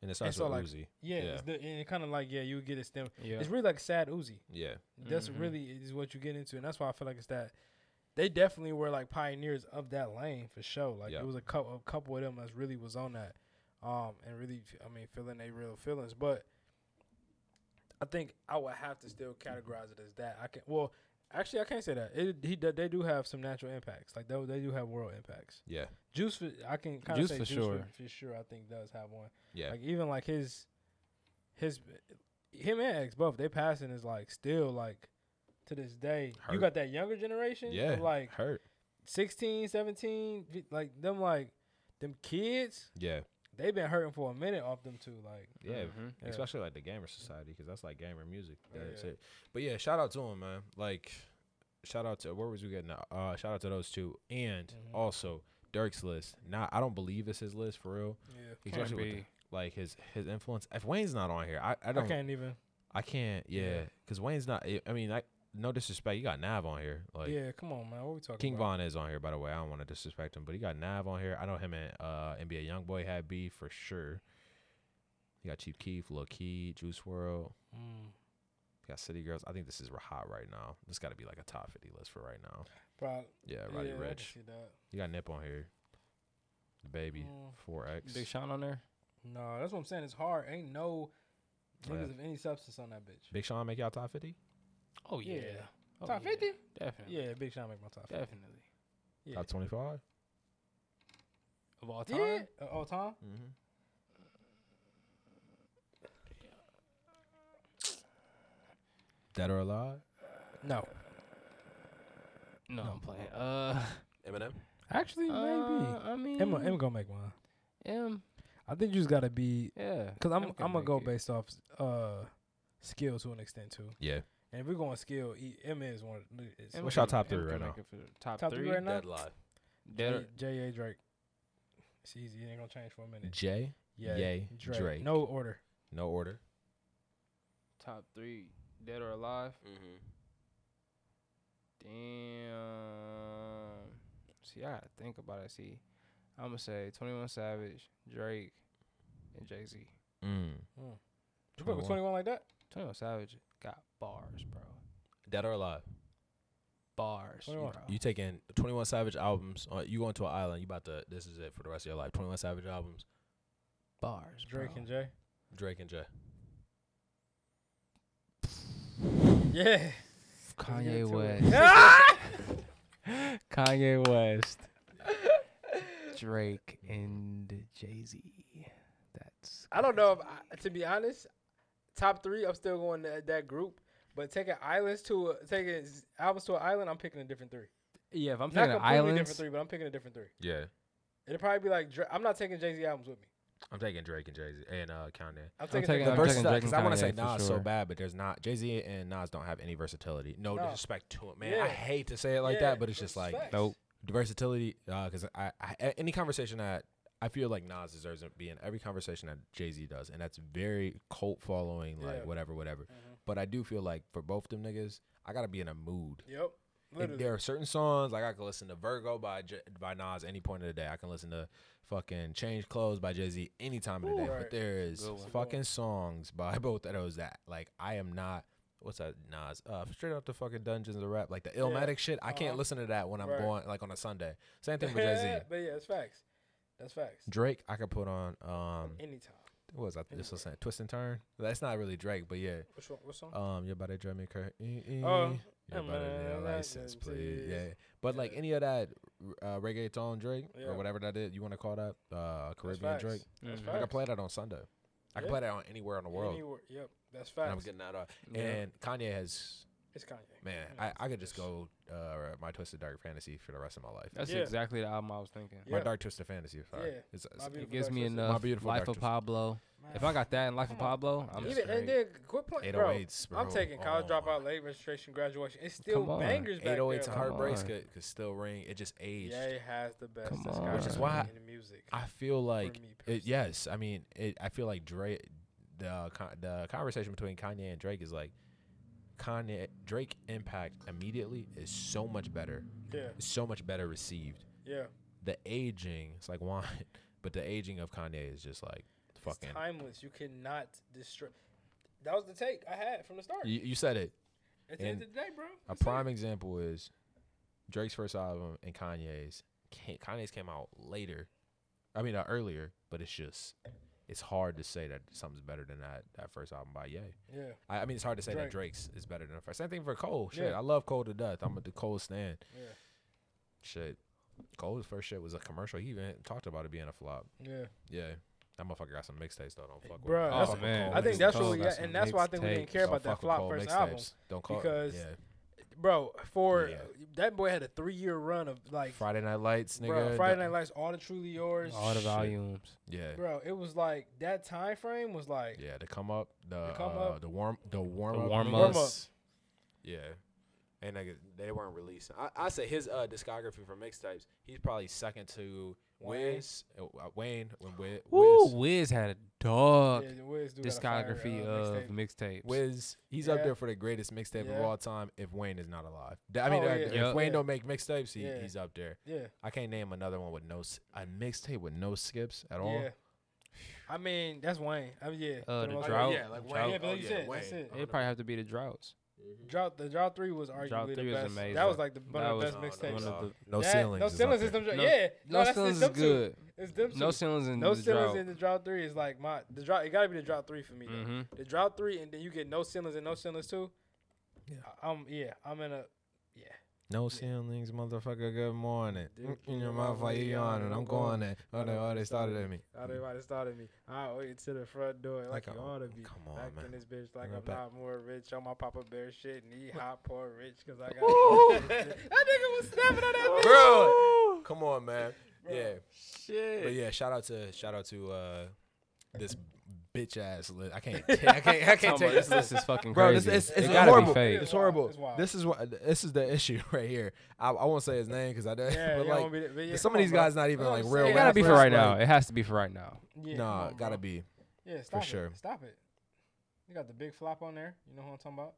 [SPEAKER 1] And it
[SPEAKER 3] And
[SPEAKER 1] starts
[SPEAKER 3] so,
[SPEAKER 1] with
[SPEAKER 3] like-
[SPEAKER 1] Uzi.
[SPEAKER 3] yeah,
[SPEAKER 1] Yeah.
[SPEAKER 3] It's the, and it kind of like yeah, you would get a stem.
[SPEAKER 2] Yeah.
[SPEAKER 3] It's really like sad Uzi.
[SPEAKER 1] Yeah.
[SPEAKER 3] That's
[SPEAKER 2] Mhm.
[SPEAKER 3] really is what you get into, and that's why I feel like it's that. They definitely were like pioneers of that lane for sure. Like
[SPEAKER 1] Yeah.
[SPEAKER 3] it was a couple, a couple of them that really was on that, um, and really, I mean, feeling their real feelings. But I think I would have to still categorize it as that. I can, well, actually, I can't say that. It, he, do- they do have some natural impacts. Like they, they do have world impacts.
[SPEAKER 1] Yeah.
[SPEAKER 3] Juice, for, I can kind of
[SPEAKER 2] Juice
[SPEAKER 3] say
[SPEAKER 2] for
[SPEAKER 3] Juice
[SPEAKER 2] sure.
[SPEAKER 3] for, for sure. I think does have one.
[SPEAKER 1] Yeah.
[SPEAKER 3] Like even like his his him and X both they passing is like still like to this day.
[SPEAKER 1] Hurt.
[SPEAKER 3] You got that younger generation of,
[SPEAKER 1] yeah.
[SPEAKER 3] like
[SPEAKER 1] hurt.
[SPEAKER 3] 16, 17, vi- like them like them kids,
[SPEAKER 1] Yeah.
[SPEAKER 3] they've been hurting for a minute off them too like
[SPEAKER 1] Yeah.
[SPEAKER 2] Mhm.
[SPEAKER 3] Yeah.
[SPEAKER 1] Especially like the gamer society because that's like gamer music.
[SPEAKER 3] Yeah,
[SPEAKER 1] That's
[SPEAKER 3] yeah.
[SPEAKER 1] it. But yeah, shout out to him, man. Like, shout out to where was we getting? that? Uh, shout out to those two, and
[SPEAKER 3] Mhm.
[SPEAKER 1] also Dirk's list. Now I don't believe it's his list for real.
[SPEAKER 3] yeah.
[SPEAKER 2] Can't
[SPEAKER 1] Especially with
[SPEAKER 2] be.
[SPEAKER 1] the- like his his influence. If Wayne's not on here, I I
[SPEAKER 3] I
[SPEAKER 1] don't
[SPEAKER 3] can't even.
[SPEAKER 1] I can't, yeah,
[SPEAKER 3] Yeah.
[SPEAKER 1] because Wayne's not. I- I mean, I no disrespect. You got Nav on here, like
[SPEAKER 3] yeah, come on, man. What we talking
[SPEAKER 1] King
[SPEAKER 3] about?
[SPEAKER 1] Von is on here. By the way, I don't want to disrespect him, but he got Nav on here. I know him and uh, NBA YoungBoy had beef for sure. You got Chief Keef, Lil Key, Juice World.
[SPEAKER 3] Mm.
[SPEAKER 1] You got City Girls. I think this is r- hot right now. This got to be like a top fifty list for right now.
[SPEAKER 3] Prob-
[SPEAKER 1] Yeah,
[SPEAKER 3] yeah,
[SPEAKER 1] Roddy
[SPEAKER 3] I can
[SPEAKER 1] Rich.
[SPEAKER 3] see that.
[SPEAKER 1] You got Nip on here. The baby,
[SPEAKER 3] Mm.
[SPEAKER 1] four X.
[SPEAKER 2] Big Sean on there.
[SPEAKER 3] No, that's what I'm saying. It's hard. Ain't no
[SPEAKER 1] Yeah.
[SPEAKER 3] niggas of any substance on that bitch.
[SPEAKER 1] Big Sean make y'all top fifty.
[SPEAKER 2] Oh yeah.
[SPEAKER 3] Yeah.
[SPEAKER 2] Oh,
[SPEAKER 3] top
[SPEAKER 2] yeah.
[SPEAKER 3] 50?
[SPEAKER 2] Definitely.
[SPEAKER 3] Yeah, Big Sean make my top 50.
[SPEAKER 2] Definitely.
[SPEAKER 3] Yeah.
[SPEAKER 1] Top twenty five.
[SPEAKER 2] Of all time.
[SPEAKER 3] Yeah. Uh, oh, Tom?
[SPEAKER 1] Mm-hmm. Dead or alive?
[SPEAKER 3] No.
[SPEAKER 2] No, I'm playing. Uh,
[SPEAKER 1] Eminem.
[SPEAKER 3] Actually,
[SPEAKER 2] uh,
[SPEAKER 3] maybe.
[SPEAKER 2] I mean,
[SPEAKER 3] Emma, Emma gonna make one.
[SPEAKER 2] M,
[SPEAKER 3] I think you just gotta be,
[SPEAKER 2] yeah.
[SPEAKER 3] cause I'm
[SPEAKER 2] Em can
[SPEAKER 3] I'm gonna
[SPEAKER 2] make
[SPEAKER 3] go
[SPEAKER 2] it.
[SPEAKER 3] based off uh skill to an extent too.
[SPEAKER 1] Yeah.
[SPEAKER 3] And if we're going skill, E- Emma is one. Of, the- is
[SPEAKER 2] Em
[SPEAKER 1] What's
[SPEAKER 2] can-
[SPEAKER 1] y'all top
[SPEAKER 2] Em
[SPEAKER 1] three
[SPEAKER 2] can
[SPEAKER 1] right
[SPEAKER 2] make
[SPEAKER 1] now?
[SPEAKER 2] it for the Top,
[SPEAKER 3] Top three
[SPEAKER 2] three.
[SPEAKER 3] right now?
[SPEAKER 1] live.
[SPEAKER 2] Dead-
[SPEAKER 3] J A Drake. It's easy. It ain't gonna change for a minute.
[SPEAKER 1] Jay.
[SPEAKER 3] Yeah.
[SPEAKER 1] Yay,
[SPEAKER 3] Drake.
[SPEAKER 1] Drake.
[SPEAKER 3] No order.
[SPEAKER 1] No order.
[SPEAKER 2] top three. Dead or alive.
[SPEAKER 6] Mm-hmm.
[SPEAKER 2] Damn. See, I gotta think about it. See, I'm gonna say 21 Savage, Drake, and Jay Z.
[SPEAKER 1] Mm.
[SPEAKER 3] You fuck with
[SPEAKER 1] 21.
[SPEAKER 3] twenty one Hmm. like that?
[SPEAKER 2] 21 Savage got bars, bro.
[SPEAKER 1] Dead or alive.
[SPEAKER 2] Bars, bro.
[SPEAKER 3] 21.
[SPEAKER 1] You taking 21 Savage albums. Uh, you going to an island. You about to. This is it for the rest of your life. 21 Savage albums.
[SPEAKER 2] bars,
[SPEAKER 3] Drake
[SPEAKER 2] bro.
[SPEAKER 3] and Jay.
[SPEAKER 1] Drake and Jay.
[SPEAKER 3] Yeah.
[SPEAKER 2] Kanye
[SPEAKER 3] Let's
[SPEAKER 2] West. Kanye West. Drake and Jay Z. That's.
[SPEAKER 3] I don't know if I, to be honest, top three, I'm still going that, that group. But taking islands to a, taking z- albums to an island, I'm picking a different three.
[SPEAKER 2] Yeah, if I'm
[SPEAKER 3] Not
[SPEAKER 2] picking
[SPEAKER 3] completely
[SPEAKER 2] islands,
[SPEAKER 3] different three, but I'm picking a different three.
[SPEAKER 1] Yeah,
[SPEAKER 3] It'd probably be like Dra- I'm not taking Jay Z albums with me.
[SPEAKER 1] I'm taking Drake and Jay Z and uh, Kanye.
[SPEAKER 3] I'm
[SPEAKER 2] I'm
[SPEAKER 3] taking,
[SPEAKER 2] taking-
[SPEAKER 1] The
[SPEAKER 3] different-
[SPEAKER 2] I'm
[SPEAKER 1] versatility,
[SPEAKER 2] Drake
[SPEAKER 1] because
[SPEAKER 2] and
[SPEAKER 1] I want to say
[SPEAKER 2] Kanye for
[SPEAKER 1] Nas so
[SPEAKER 2] sure.
[SPEAKER 1] bad, but there's not Jay Z and Nas don't have any versatility. No,
[SPEAKER 3] No.
[SPEAKER 1] disrespect to it, man.
[SPEAKER 3] Yeah.
[SPEAKER 1] I hate to say it like
[SPEAKER 3] Yeah,
[SPEAKER 1] that, but it's just like
[SPEAKER 3] facts.
[SPEAKER 2] Nope.
[SPEAKER 1] the versatility. Because I, I, a- any conversation that I feel like Nas deserves to be in every conversation that Jay Z does, and that's very cult following, like
[SPEAKER 3] Yeah.
[SPEAKER 1] whatever, whatever.
[SPEAKER 3] Mm-hmm.
[SPEAKER 1] But I do feel like for both them niggas, I gotta be in a mood.
[SPEAKER 3] Yep.
[SPEAKER 1] And
[SPEAKER 3] Literally.
[SPEAKER 1] there are certain songs like I can listen to Virgo by J- by Nas any point of the day. I can listen to fucking Change Clothes by Jay Z any time of the
[SPEAKER 3] Ooh.
[SPEAKER 1] day.
[SPEAKER 3] Right.
[SPEAKER 1] But there is
[SPEAKER 6] Good one.
[SPEAKER 1] fucking songs by both of those that like I am not. What's that Nas? Uh, straight out the fucking dungeons of rap, like the Illmatic shit. I can't
[SPEAKER 3] Uh-huh.
[SPEAKER 1] listen to that when I'm
[SPEAKER 3] Right.
[SPEAKER 1] going like on a Sunday. Same thing with Jay Z.
[SPEAKER 3] but yeah, it's facts. That's facts.
[SPEAKER 1] Drake, I could put on um,
[SPEAKER 3] Anytime.
[SPEAKER 1] what was I just listening? Twist and Turn. That's not really Drake, but yeah.
[SPEAKER 3] Which one? What song?
[SPEAKER 1] Um, your body drive me crazy.
[SPEAKER 3] Oh,
[SPEAKER 1] your body
[SPEAKER 3] I'm on
[SPEAKER 1] need a
[SPEAKER 3] a
[SPEAKER 1] license,
[SPEAKER 3] license,
[SPEAKER 1] please.
[SPEAKER 3] please.
[SPEAKER 1] Yeah, but like
[SPEAKER 3] Yeah.
[SPEAKER 1] any of that uh, reggaeton Drake
[SPEAKER 3] Yeah.
[SPEAKER 1] or whatever that is, you want to call that uh,
[SPEAKER 3] That's
[SPEAKER 1] Caribbean
[SPEAKER 3] facts.
[SPEAKER 1] Drake.
[SPEAKER 3] That's
[SPEAKER 2] Mhm.
[SPEAKER 1] I
[SPEAKER 3] facts.
[SPEAKER 1] can play that on Sunday. I can
[SPEAKER 3] Yeah.
[SPEAKER 1] play that on anywhere in the world.
[SPEAKER 3] Anywhere- Yep. That's
[SPEAKER 1] And I'm
[SPEAKER 3] facts.
[SPEAKER 1] getting that off.
[SPEAKER 2] Yeah.
[SPEAKER 1] And Kanye has
[SPEAKER 3] It's Kanye. Mm-hmm.
[SPEAKER 1] man,
[SPEAKER 3] Yeah,
[SPEAKER 1] I, I could just
[SPEAKER 3] it's-
[SPEAKER 1] go uh, my twisted dark fantasy for the rest of my life.
[SPEAKER 2] That's
[SPEAKER 3] Yeah.
[SPEAKER 2] exactly the album I was thinking.
[SPEAKER 1] My
[SPEAKER 3] Yeah.
[SPEAKER 1] dark twisted fantasy. Sorry.
[SPEAKER 3] Yeah.
[SPEAKER 1] It's,
[SPEAKER 3] My
[SPEAKER 1] it's,
[SPEAKER 3] Beautiful
[SPEAKER 2] It gives
[SPEAKER 3] Dark
[SPEAKER 2] me
[SPEAKER 3] Twisted.
[SPEAKER 2] enough.
[SPEAKER 1] My Beautiful
[SPEAKER 2] Life
[SPEAKER 1] Dark
[SPEAKER 2] of
[SPEAKER 1] Twisted.
[SPEAKER 2] Pablo. If I got that in Life of Pablo, I'm
[SPEAKER 1] Yeah.
[SPEAKER 3] Even and
[SPEAKER 2] straight.
[SPEAKER 3] then good point, bro.
[SPEAKER 1] 808s,
[SPEAKER 3] I'm
[SPEAKER 1] bro.
[SPEAKER 3] taking college
[SPEAKER 1] Oh my
[SPEAKER 3] dropout, late registration, graduation. It's still
[SPEAKER 2] Come on.
[SPEAKER 3] bangers back there.
[SPEAKER 1] 808s and
[SPEAKER 3] bro.
[SPEAKER 2] hard-
[SPEAKER 1] oh heartbreaks
[SPEAKER 2] on.
[SPEAKER 1] could, could still ring. It just aged.
[SPEAKER 3] Yeah, it has the best.
[SPEAKER 2] Come
[SPEAKER 3] discography
[SPEAKER 2] on. Which is
[SPEAKER 1] why
[SPEAKER 3] in music.
[SPEAKER 1] I feel like
[SPEAKER 3] me
[SPEAKER 1] it,
[SPEAKER 3] personally.
[SPEAKER 1] yes. I mean, it, I feel like Drake. The uh, con- the conversation between Kanye and Drake is like Kanye Drake impact immediately is so much better,
[SPEAKER 3] yeah,
[SPEAKER 1] is so much better received.
[SPEAKER 3] yeah.
[SPEAKER 1] The aging, it's like wine, but the aging of Kanye is just like fucking.
[SPEAKER 3] It's timeless. You cannot destroy. That was the take I had from the start.
[SPEAKER 1] You, you said it.
[SPEAKER 3] At the end
[SPEAKER 1] and
[SPEAKER 3] of the day, bro.
[SPEAKER 1] A
[SPEAKER 3] That's it.
[SPEAKER 1] prime example is Drake's first album and Kanye's. Ka- Kanye's came out later. I mean, uh, earlier, but it's just it's hard to say that something's better than that that first album by Ye.
[SPEAKER 3] Yeah,
[SPEAKER 1] I, I mean, it's hard to say that
[SPEAKER 3] Drake.
[SPEAKER 1] Drake's is better than the first. Same thing for Cole. Shit,
[SPEAKER 3] Yeah.
[SPEAKER 1] I love Cole to death. I'm a the Cole stand.
[SPEAKER 3] yeah,
[SPEAKER 1] Shit, Cole's first shit was a commercial. He even talked about it being a flop.
[SPEAKER 3] yeah.
[SPEAKER 1] Yeah, that motherfucker got some mixtapes though. Don't fuck
[SPEAKER 3] Bruh,
[SPEAKER 1] with.
[SPEAKER 3] that's-
[SPEAKER 1] Don't fuck with
[SPEAKER 2] man.
[SPEAKER 1] Cole
[SPEAKER 3] I think
[SPEAKER 1] mixtapes.
[SPEAKER 3] that's
[SPEAKER 2] Cole
[SPEAKER 3] what we
[SPEAKER 2] got
[SPEAKER 3] got,
[SPEAKER 2] some
[SPEAKER 3] and that's why I think we didn't
[SPEAKER 2] mixtapes.
[SPEAKER 3] care
[SPEAKER 1] Don't
[SPEAKER 3] about that
[SPEAKER 1] fuck with
[SPEAKER 3] flop
[SPEAKER 1] Cole
[SPEAKER 3] first album,
[SPEAKER 1] mixtapes. Don't call
[SPEAKER 3] because-
[SPEAKER 1] yeah.
[SPEAKER 3] bro. For
[SPEAKER 1] Yeah.
[SPEAKER 3] that boy had a three-year run of like,
[SPEAKER 1] Friday Night Lights, nigga.
[SPEAKER 3] bro, Friday
[SPEAKER 1] that-
[SPEAKER 3] Night Lights, all the truly yours,
[SPEAKER 2] All the
[SPEAKER 1] Shit.
[SPEAKER 2] volumes.
[SPEAKER 1] Yeah.
[SPEAKER 3] bro. It was like that time frame was like,
[SPEAKER 1] Yeah, the come up, the
[SPEAKER 3] The come
[SPEAKER 1] uh,
[SPEAKER 3] up.
[SPEAKER 1] the warm, the warm up,
[SPEAKER 2] warm
[SPEAKER 1] niggas.
[SPEAKER 3] ups.
[SPEAKER 1] Yeah, and nigga, they weren't releasing. I, I say his uh, discography for mixtapes, he's probably second to
[SPEAKER 3] Wayne.
[SPEAKER 1] Wiz, uh, Wayne, when Wiz,
[SPEAKER 2] Woo,
[SPEAKER 1] Wiz,
[SPEAKER 2] Wiz had a dog
[SPEAKER 3] yeah, the Wiz dude got a fire,
[SPEAKER 2] discography
[SPEAKER 3] uh,
[SPEAKER 2] of
[SPEAKER 3] mixtape.
[SPEAKER 2] mixtapes.
[SPEAKER 1] Wiz, he's up
[SPEAKER 3] Yeah.
[SPEAKER 1] there for the greatest mixtape
[SPEAKER 3] Yeah.
[SPEAKER 1] of all time. If Wayne is not alive, Th- I mean,
[SPEAKER 3] Oh,
[SPEAKER 1] uh,
[SPEAKER 3] yeah.
[SPEAKER 1] if
[SPEAKER 2] Yeah.
[SPEAKER 1] Wayne
[SPEAKER 3] Yeah.
[SPEAKER 1] don't make mixtapes, he,
[SPEAKER 3] Yeah.
[SPEAKER 1] he's up there.
[SPEAKER 3] yeah,
[SPEAKER 1] I can't name another one with no s- a mixtape with no skips at all.
[SPEAKER 3] yeah. I mean, that's Wayne. I mean, yeah.
[SPEAKER 2] Uh,
[SPEAKER 3] for
[SPEAKER 2] the
[SPEAKER 3] most part.
[SPEAKER 2] drought.
[SPEAKER 1] yeah, like
[SPEAKER 2] Drought.
[SPEAKER 1] Wayne.
[SPEAKER 3] Yeah, but
[SPEAKER 1] Oh,
[SPEAKER 3] like you said,
[SPEAKER 1] Wayne.
[SPEAKER 3] that's it.
[SPEAKER 2] It'd probably have to be the droughts.
[SPEAKER 3] Drought the drought three was arguably
[SPEAKER 2] Drought
[SPEAKER 3] the
[SPEAKER 2] Three was
[SPEAKER 3] best.
[SPEAKER 2] amazing.
[SPEAKER 3] That was like the one of the
[SPEAKER 2] That
[SPEAKER 3] best
[SPEAKER 1] was- uh,
[SPEAKER 3] mixtapes.
[SPEAKER 2] One
[SPEAKER 1] No,
[SPEAKER 2] of the
[SPEAKER 1] No
[SPEAKER 3] That-
[SPEAKER 1] ceilings.
[SPEAKER 3] No
[SPEAKER 1] is up
[SPEAKER 3] ceilings
[SPEAKER 1] there.
[SPEAKER 3] is them. dr-
[SPEAKER 2] No-
[SPEAKER 3] yeah, no,
[SPEAKER 2] No
[SPEAKER 3] that's it's
[SPEAKER 2] ceilings is
[SPEAKER 3] them two.
[SPEAKER 2] good.
[SPEAKER 3] It's them
[SPEAKER 2] No
[SPEAKER 3] two.
[SPEAKER 2] ceilings in
[SPEAKER 3] No
[SPEAKER 2] the
[SPEAKER 3] ceilings
[SPEAKER 2] drought.
[SPEAKER 3] in the drought three is like my the drought. It gotta be the drought three for me. though.
[SPEAKER 2] Mhm.
[SPEAKER 3] The drought three, and then you get no ceilings and no ceilings too.
[SPEAKER 1] Yeah.
[SPEAKER 3] I- I'm yeah. I'm in a yeah.
[SPEAKER 1] No ceilings, motherfucker. Good morning.
[SPEAKER 3] Dick
[SPEAKER 1] Mm,
[SPEAKER 3] in
[SPEAKER 1] in your
[SPEAKER 3] your
[SPEAKER 1] mouth while
[SPEAKER 3] mouth,
[SPEAKER 1] you
[SPEAKER 3] yeah,
[SPEAKER 1] yawning. I'm
[SPEAKER 3] I'm
[SPEAKER 1] going
[SPEAKER 3] going.
[SPEAKER 1] at. Oh, they, oh, they started at me.
[SPEAKER 3] Everybody started me. I wait to the front door like,
[SPEAKER 1] Like
[SPEAKER 3] you
[SPEAKER 1] I-
[SPEAKER 3] ought to be.
[SPEAKER 1] come on,
[SPEAKER 3] back
[SPEAKER 1] man.
[SPEAKER 3] in this bitch like
[SPEAKER 1] Right
[SPEAKER 3] I'm
[SPEAKER 1] back.
[SPEAKER 3] not more rich on my Papa Bear shit and eat hot poor rich because I got that nigga was snapping on that bitch.
[SPEAKER 1] Bro, come on, man. Yeah,
[SPEAKER 2] Shit.
[SPEAKER 1] but yeah. Shout out to shout out to uh, this bitch ass list. I can't. ta- I can't. I can't
[SPEAKER 2] Talking
[SPEAKER 1] take
[SPEAKER 2] about this
[SPEAKER 1] this
[SPEAKER 2] list
[SPEAKER 1] list.
[SPEAKER 2] is fucking
[SPEAKER 1] Bro,
[SPEAKER 2] crazy.
[SPEAKER 1] this it's,
[SPEAKER 2] It
[SPEAKER 1] it's
[SPEAKER 2] gotta be
[SPEAKER 1] horrible.
[SPEAKER 2] fake.
[SPEAKER 1] It's horrible.
[SPEAKER 3] It's wild.
[SPEAKER 1] This is what this is the issue right here. I, I won't say his name because I don't. but
[SPEAKER 3] Yeah, you don't wanna
[SPEAKER 1] like
[SPEAKER 3] be there- but yeah,
[SPEAKER 1] some
[SPEAKER 3] come
[SPEAKER 1] of
[SPEAKER 3] on,
[SPEAKER 1] these
[SPEAKER 3] bro.
[SPEAKER 1] guys not even
[SPEAKER 3] That's what
[SPEAKER 1] like
[SPEAKER 3] I'm
[SPEAKER 1] real.
[SPEAKER 3] saying.
[SPEAKER 2] It gotta be for
[SPEAKER 1] rappers,
[SPEAKER 2] right now.
[SPEAKER 1] like-
[SPEAKER 2] It has to be for right now.
[SPEAKER 3] Yeah,
[SPEAKER 1] Nah,
[SPEAKER 3] come on,
[SPEAKER 1] gotta
[SPEAKER 3] bro.
[SPEAKER 1] be.
[SPEAKER 3] Yeah, stop it.
[SPEAKER 1] sure.
[SPEAKER 3] Stop it. You got the big flop on there. You know who I'm talking about?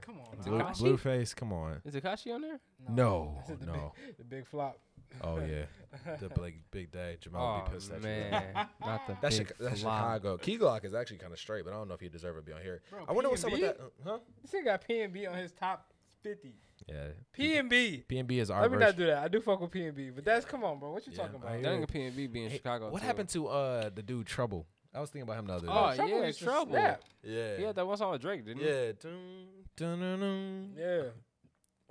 [SPEAKER 3] Come on,
[SPEAKER 2] Blue-
[SPEAKER 1] Blue,
[SPEAKER 3] nah.
[SPEAKER 2] Takashi?
[SPEAKER 1] Blueface, come on.
[SPEAKER 2] Is Akashi on there?
[SPEAKER 1] No,
[SPEAKER 3] I said the
[SPEAKER 1] no.
[SPEAKER 3] Big, the big flop.
[SPEAKER 1] Oh yeah, the big big day. Jamal would be pissed
[SPEAKER 2] oh
[SPEAKER 1] at you.
[SPEAKER 2] man, not the
[SPEAKER 1] That's,
[SPEAKER 2] big
[SPEAKER 1] Chica- that's
[SPEAKER 2] flop.
[SPEAKER 1] Chicago. Key Glock is actually kind of straight, but I don't know if he deserve to be on here.
[SPEAKER 3] Bro,
[SPEAKER 1] I wonder what's up with that. uh,
[SPEAKER 3] P&B?
[SPEAKER 1] Huh?
[SPEAKER 3] This nigga got P and B on his top fifty.
[SPEAKER 1] Yeah.
[SPEAKER 3] P and B.
[SPEAKER 1] P and B is our
[SPEAKER 3] Let me not
[SPEAKER 1] version.
[SPEAKER 3] do that. I do fuck with P and B, but that's come on, bro. What you
[SPEAKER 1] Yeah,
[SPEAKER 3] talking
[SPEAKER 1] I
[SPEAKER 3] about?
[SPEAKER 1] hear
[SPEAKER 2] That
[SPEAKER 1] you.
[SPEAKER 2] nigga P and B be in
[SPEAKER 1] Hey,
[SPEAKER 2] Chicago.
[SPEAKER 1] What
[SPEAKER 2] too.
[SPEAKER 1] happened to uh the dude Trouble? I was thinking about him the other day.
[SPEAKER 2] Oh,
[SPEAKER 3] Trouble
[SPEAKER 2] yeah,
[SPEAKER 3] used to
[SPEAKER 2] Trouble.
[SPEAKER 3] snap.
[SPEAKER 1] yeah.
[SPEAKER 2] He had that one song with Drake, didn't he?
[SPEAKER 1] yeah. Dun, dun, dun, dun.
[SPEAKER 3] Yeah.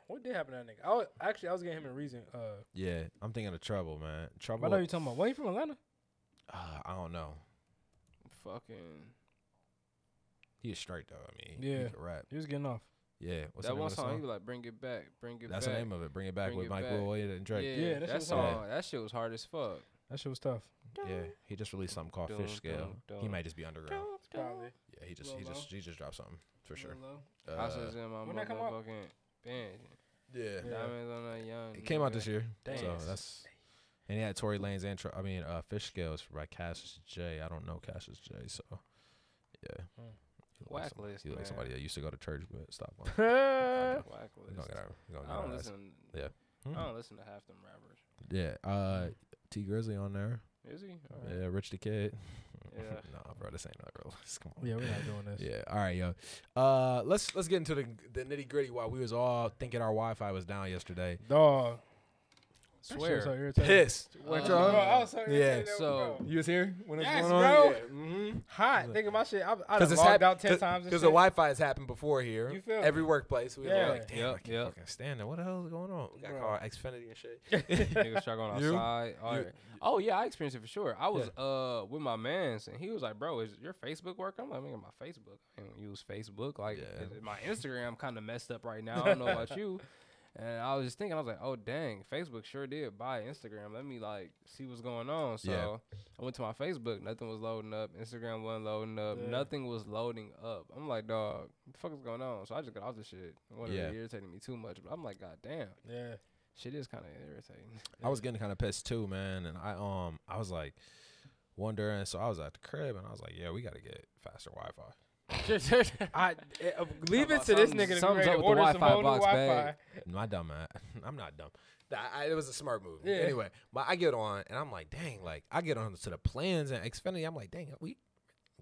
[SPEAKER 3] What did happen to that nigga? I was, actually I was getting him a reason. Uh,
[SPEAKER 1] Yeah, I'm thinking of Trouble, man. Trouble.
[SPEAKER 3] I know you talking about. Wayne from Atlanta?
[SPEAKER 1] uh, I don't know.
[SPEAKER 2] Fucking.
[SPEAKER 1] He is straight though. I mean,
[SPEAKER 3] Yeah.
[SPEAKER 1] he can rap.
[SPEAKER 3] He was getting off.
[SPEAKER 1] Yeah, what's the
[SPEAKER 2] that
[SPEAKER 1] name
[SPEAKER 2] one
[SPEAKER 1] of the
[SPEAKER 2] song, he was like, "Bring it back, bring it
[SPEAKER 1] That's
[SPEAKER 2] back."
[SPEAKER 1] the name of it. Bring it back
[SPEAKER 2] Bring
[SPEAKER 1] with
[SPEAKER 2] It
[SPEAKER 1] Mike
[SPEAKER 2] Back.
[SPEAKER 1] Will Wade and Drake.
[SPEAKER 2] Yeah,
[SPEAKER 3] Yeah, that
[SPEAKER 2] that,
[SPEAKER 3] shit was
[SPEAKER 1] hard.
[SPEAKER 2] song, that shit was hard as fuck.
[SPEAKER 3] That shit was tough.
[SPEAKER 1] Yeah. he just released something called
[SPEAKER 2] Dun,
[SPEAKER 1] Fish Scale.
[SPEAKER 2] dun,
[SPEAKER 1] He
[SPEAKER 2] dun.
[SPEAKER 1] might just be underground.
[SPEAKER 3] Probably.
[SPEAKER 1] Yeah, he just he
[SPEAKER 3] Lil
[SPEAKER 1] just he just dropped something for sure.
[SPEAKER 2] Mm. I
[SPEAKER 1] Uh,
[SPEAKER 2] was in my
[SPEAKER 3] when that come out?
[SPEAKER 2] motherfucking band.
[SPEAKER 1] yeah,
[SPEAKER 2] Diamonds on that young.
[SPEAKER 1] it came out this year.
[SPEAKER 3] Damn.
[SPEAKER 1] So that's and he had Tory Lanez and Tro- I mean uh, Fish Scales by Cassius J. I don't know Cassius J. So yeah,
[SPEAKER 2] Hmm.
[SPEAKER 1] He look like
[SPEAKER 2] Whack
[SPEAKER 1] some-
[SPEAKER 2] list,
[SPEAKER 1] He looked like
[SPEAKER 2] man.
[SPEAKER 1] somebody that used to go to church, but stop. lying.
[SPEAKER 2] Whack
[SPEAKER 3] Uh,
[SPEAKER 1] We gonna
[SPEAKER 2] list.
[SPEAKER 1] get our- we gonna get
[SPEAKER 2] I
[SPEAKER 1] our
[SPEAKER 2] don't
[SPEAKER 1] ass-
[SPEAKER 2] listen.
[SPEAKER 1] Yeah. Hmm.
[SPEAKER 2] I don't listen to half them rappers.
[SPEAKER 1] Yeah, uh, T Grizzly on there.
[SPEAKER 2] Is he? Hmm. All right.
[SPEAKER 1] Yeah, Rich the Kid.
[SPEAKER 2] Yeah.
[SPEAKER 1] nah, bro, this ain't not real. Come on.
[SPEAKER 3] Yeah, we're not doing this.
[SPEAKER 1] Yeah. All right, yo. Uh, let's let's get into the the nitty gritty. While we was all thinking our Wi-Fi was down yesterday,
[SPEAKER 3] Dog. that shit was So
[SPEAKER 2] Swear. Uh,
[SPEAKER 3] irritating.
[SPEAKER 1] pissed.
[SPEAKER 2] Went
[SPEAKER 3] Bro,
[SPEAKER 2] to-
[SPEAKER 3] I was so irritated.
[SPEAKER 1] Yeah,
[SPEAKER 3] bro.
[SPEAKER 2] so-
[SPEAKER 1] uh, You was here when it
[SPEAKER 3] Yes,
[SPEAKER 1] on?
[SPEAKER 3] bro.
[SPEAKER 1] mm-hmm.
[SPEAKER 3] Hot. Thinking my shit. I, I done logged out ten times. and
[SPEAKER 1] Because the
[SPEAKER 3] shit.
[SPEAKER 1] Wi-Fi has happened before here.
[SPEAKER 3] You feel me?
[SPEAKER 1] Every workplace. We
[SPEAKER 3] Yeah.
[SPEAKER 1] were like, damn, I
[SPEAKER 2] Yep,
[SPEAKER 1] can't
[SPEAKER 2] yep.
[SPEAKER 1] fucking stand it. What the hell is going on? We got
[SPEAKER 3] Bro.
[SPEAKER 1] called Xfinity and shit.
[SPEAKER 2] Niggas try going
[SPEAKER 1] You?
[SPEAKER 2] outside. all
[SPEAKER 1] You-
[SPEAKER 2] that. Oh yeah, I experienced it for sure. I was uh with my man's and he was like, "Bro, is your Facebook working?" I'm like, "Nigga, my Facebook. I don't use Facebook. Like
[SPEAKER 1] Yeah.
[SPEAKER 2] is- my Instagram kind of messed up right now. I don't know about you." And I was just thinking, I was like, "Oh dang, Facebook sure did buy Instagram. Let me like see what's going on." So
[SPEAKER 1] Yeah.
[SPEAKER 2] I went to my Facebook. Nothing was loading up. Instagram wasn't loading up.
[SPEAKER 3] Yeah.
[SPEAKER 2] Nothing was loading up. I'm like, "Dog, what the fuck is going on?" So I just got off the shit. It wasn't
[SPEAKER 1] Yeah.
[SPEAKER 2] really irritating me too much, but I'm like, "God damn,
[SPEAKER 3] Yeah.
[SPEAKER 2] shit is kind of irritating."
[SPEAKER 1] I was getting kind of pissed too, man. And I um I was like wondering. So I was at the crib and I was like, yeah, we got to get faster Wi-Fi.
[SPEAKER 3] I uh, leave it to this
[SPEAKER 2] Something's-
[SPEAKER 3] nigga to
[SPEAKER 2] something's
[SPEAKER 3] create
[SPEAKER 2] up
[SPEAKER 3] an
[SPEAKER 2] with the
[SPEAKER 3] order some
[SPEAKER 2] Wi-Fi
[SPEAKER 3] whole new
[SPEAKER 2] box,
[SPEAKER 3] Wi-Fi.
[SPEAKER 2] babe.
[SPEAKER 1] My dumb ass. I'm not dumb. Th- I, it was a smart move.
[SPEAKER 3] Yeah.
[SPEAKER 1] Anyway, but I get on and I'm like, dang, like I get on to the plans and Xfinity. I'm like, dang, we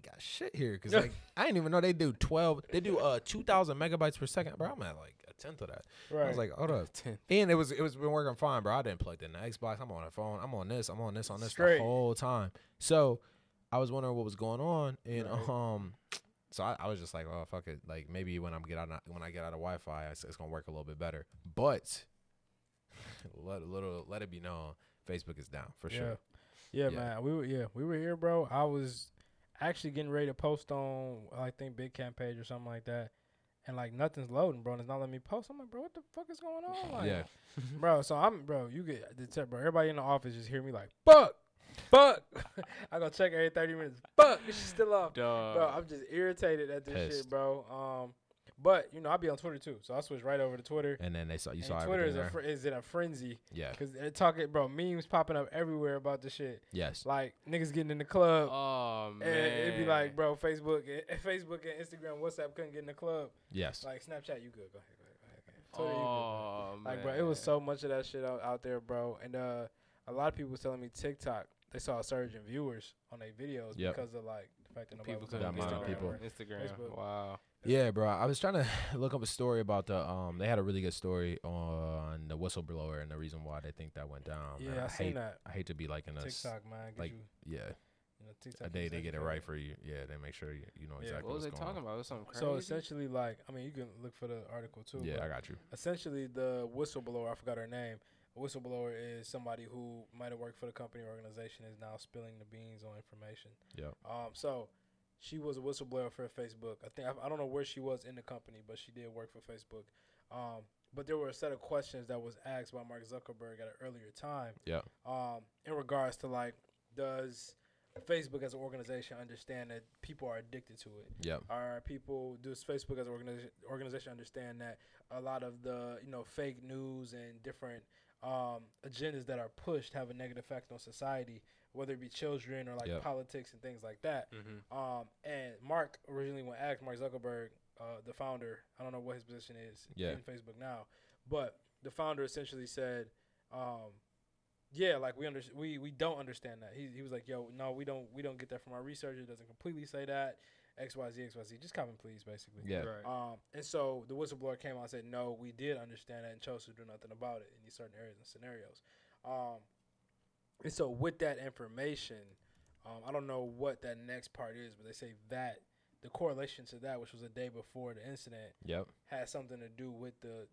[SPEAKER 1] got shit here because like I didn't even know they do 12. They do uh 2,000 megabytes per second, bro. I'm at like a tenth of that.
[SPEAKER 3] Right.
[SPEAKER 1] I was like, hold up. And it was it was been working fine, bro. I didn't plug in the Xbox. I'm on the phone. I'm on this. I'm on this. On this
[SPEAKER 3] Straight.
[SPEAKER 1] the whole time. So I was wondering what was going on, and
[SPEAKER 3] Right.
[SPEAKER 1] um, so I, I was just like, oh fuck it. Like maybe when I'm get out of- when I get out of Wi-Fi, it's, it's gonna work a little bit better. But let little let it be known, Facebook is down for
[SPEAKER 3] Yeah.
[SPEAKER 1] sure. Yeah.
[SPEAKER 3] Yeah, man. We were yeah, we were here, bro. I was actually getting ready to post on I think Big Camp page or something like that. And like nothing's loading, bro. And it's not letting me post. I'm like, bro, what the fuck is going on? Like,
[SPEAKER 1] Yeah.
[SPEAKER 3] bro. So I'm, bro. You get the tip, bro. Everybody in the office just hear me like, fuck, fuck. I go check every thirty minutes. Fuck, it's still up, bro. I'm just irritated at this
[SPEAKER 1] Pissed.
[SPEAKER 3] shit, bro. Um, but you know, I be on Twitter too, so I switched right over to Twitter.
[SPEAKER 1] And then they saw you
[SPEAKER 3] And
[SPEAKER 1] saw
[SPEAKER 3] Twitter
[SPEAKER 1] everything
[SPEAKER 3] is a
[SPEAKER 1] there.
[SPEAKER 3] fr- is in a frenzy
[SPEAKER 1] yeah.
[SPEAKER 3] because they're uh, talking, bro. Memes popping up everywhere about this shit.
[SPEAKER 1] Yes.
[SPEAKER 3] Like niggas getting in the club.
[SPEAKER 2] Oh
[SPEAKER 3] and
[SPEAKER 2] man,
[SPEAKER 3] it'd be like, bro, Facebook, and, Facebook and Instagram, WhatsApp couldn't get in the club.
[SPEAKER 1] Yes.
[SPEAKER 3] Like Snapchat, you good? Go ahead, go ahead, go ahead. Go ahead. Twitter, you good.
[SPEAKER 2] Oh man.
[SPEAKER 3] Like, bro, it was so much of that shit out, out there, bro. And uh, a lot of people was telling me TikTok, they saw a surge in viewers on their videos
[SPEAKER 1] Yep.
[SPEAKER 3] because of like the fact that nobody
[SPEAKER 2] people
[SPEAKER 3] was on
[SPEAKER 2] couldn't
[SPEAKER 1] That
[SPEAKER 2] get
[SPEAKER 1] amount
[SPEAKER 2] on
[SPEAKER 1] of
[SPEAKER 3] Instagram
[SPEAKER 1] people.
[SPEAKER 3] or-
[SPEAKER 2] Instagram.
[SPEAKER 3] Facebook.
[SPEAKER 2] Wow.
[SPEAKER 1] Yeah, bro. I was trying to look up a story about the um. They had a really good story on the whistleblower and the reason why they think that went down. Oh, man.
[SPEAKER 3] Yeah, I,
[SPEAKER 1] hate,
[SPEAKER 3] seen that
[SPEAKER 1] I hate to be like in a s-
[SPEAKER 3] TikTok, man. Get
[SPEAKER 1] like
[SPEAKER 3] you,
[SPEAKER 1] yeah
[SPEAKER 3] you know, TikTok.
[SPEAKER 1] a
[SPEAKER 3] is
[SPEAKER 1] day they
[SPEAKER 3] like-
[SPEAKER 1] get it right for you. Yeah, they make sure you, you know
[SPEAKER 3] Yeah.
[SPEAKER 1] exactly
[SPEAKER 2] What was
[SPEAKER 1] what's
[SPEAKER 2] they
[SPEAKER 1] going
[SPEAKER 2] talking
[SPEAKER 1] on.
[SPEAKER 2] about? It was something crazy.
[SPEAKER 3] So essentially, like, I mean, you can look for the article too.
[SPEAKER 1] Yeah,
[SPEAKER 3] but
[SPEAKER 1] I got you.
[SPEAKER 3] essentially the whistleblower i forgot her name a whistleblower is somebody who might have worked for the company or organization is now spilling the beans on information
[SPEAKER 1] Yep.
[SPEAKER 3] um so she was a whistleblower for facebook i think I, I don't know where she was in the company but she did work for facebook um but there were a set of questions that was asked by mark zuckerberg at an earlier time
[SPEAKER 1] Yep.
[SPEAKER 3] um in regards to like does facebook as an organization understand that people are addicted to it
[SPEAKER 1] Yep.
[SPEAKER 3] are people does Facebook as an organization organization understand that a lot of the you know fake news and different um, agendas that are pushed have a negative effect on society, whether it be children or like
[SPEAKER 1] Yep.
[SPEAKER 3] politics and things like that.
[SPEAKER 1] Mm-hmm.
[SPEAKER 2] Mhm.
[SPEAKER 3] Um, and Mark originally when asked Mark Zuckerberg, uh, the founder, I don't know what his position is
[SPEAKER 1] Yeah.
[SPEAKER 3] in Facebook now, but the founder essentially said, um, "Yeah, like we under- we we don't understand that." He, he was like, "Yo, no, we don't we don't get that from our research. It doesn't completely say that." X Y Z X Y Z. Just comment, please, basically.
[SPEAKER 1] Yeah.
[SPEAKER 2] Right.
[SPEAKER 3] Um, and so the whistleblower came out and said, "No, we did understand that and chose to do nothing about it in these certain areas and scenarios." Um, and so with that information, um, I don't know what that next part is, but they say that the correlation to that, which was a day before the incident,
[SPEAKER 1] Yep.
[SPEAKER 3] had something to do with the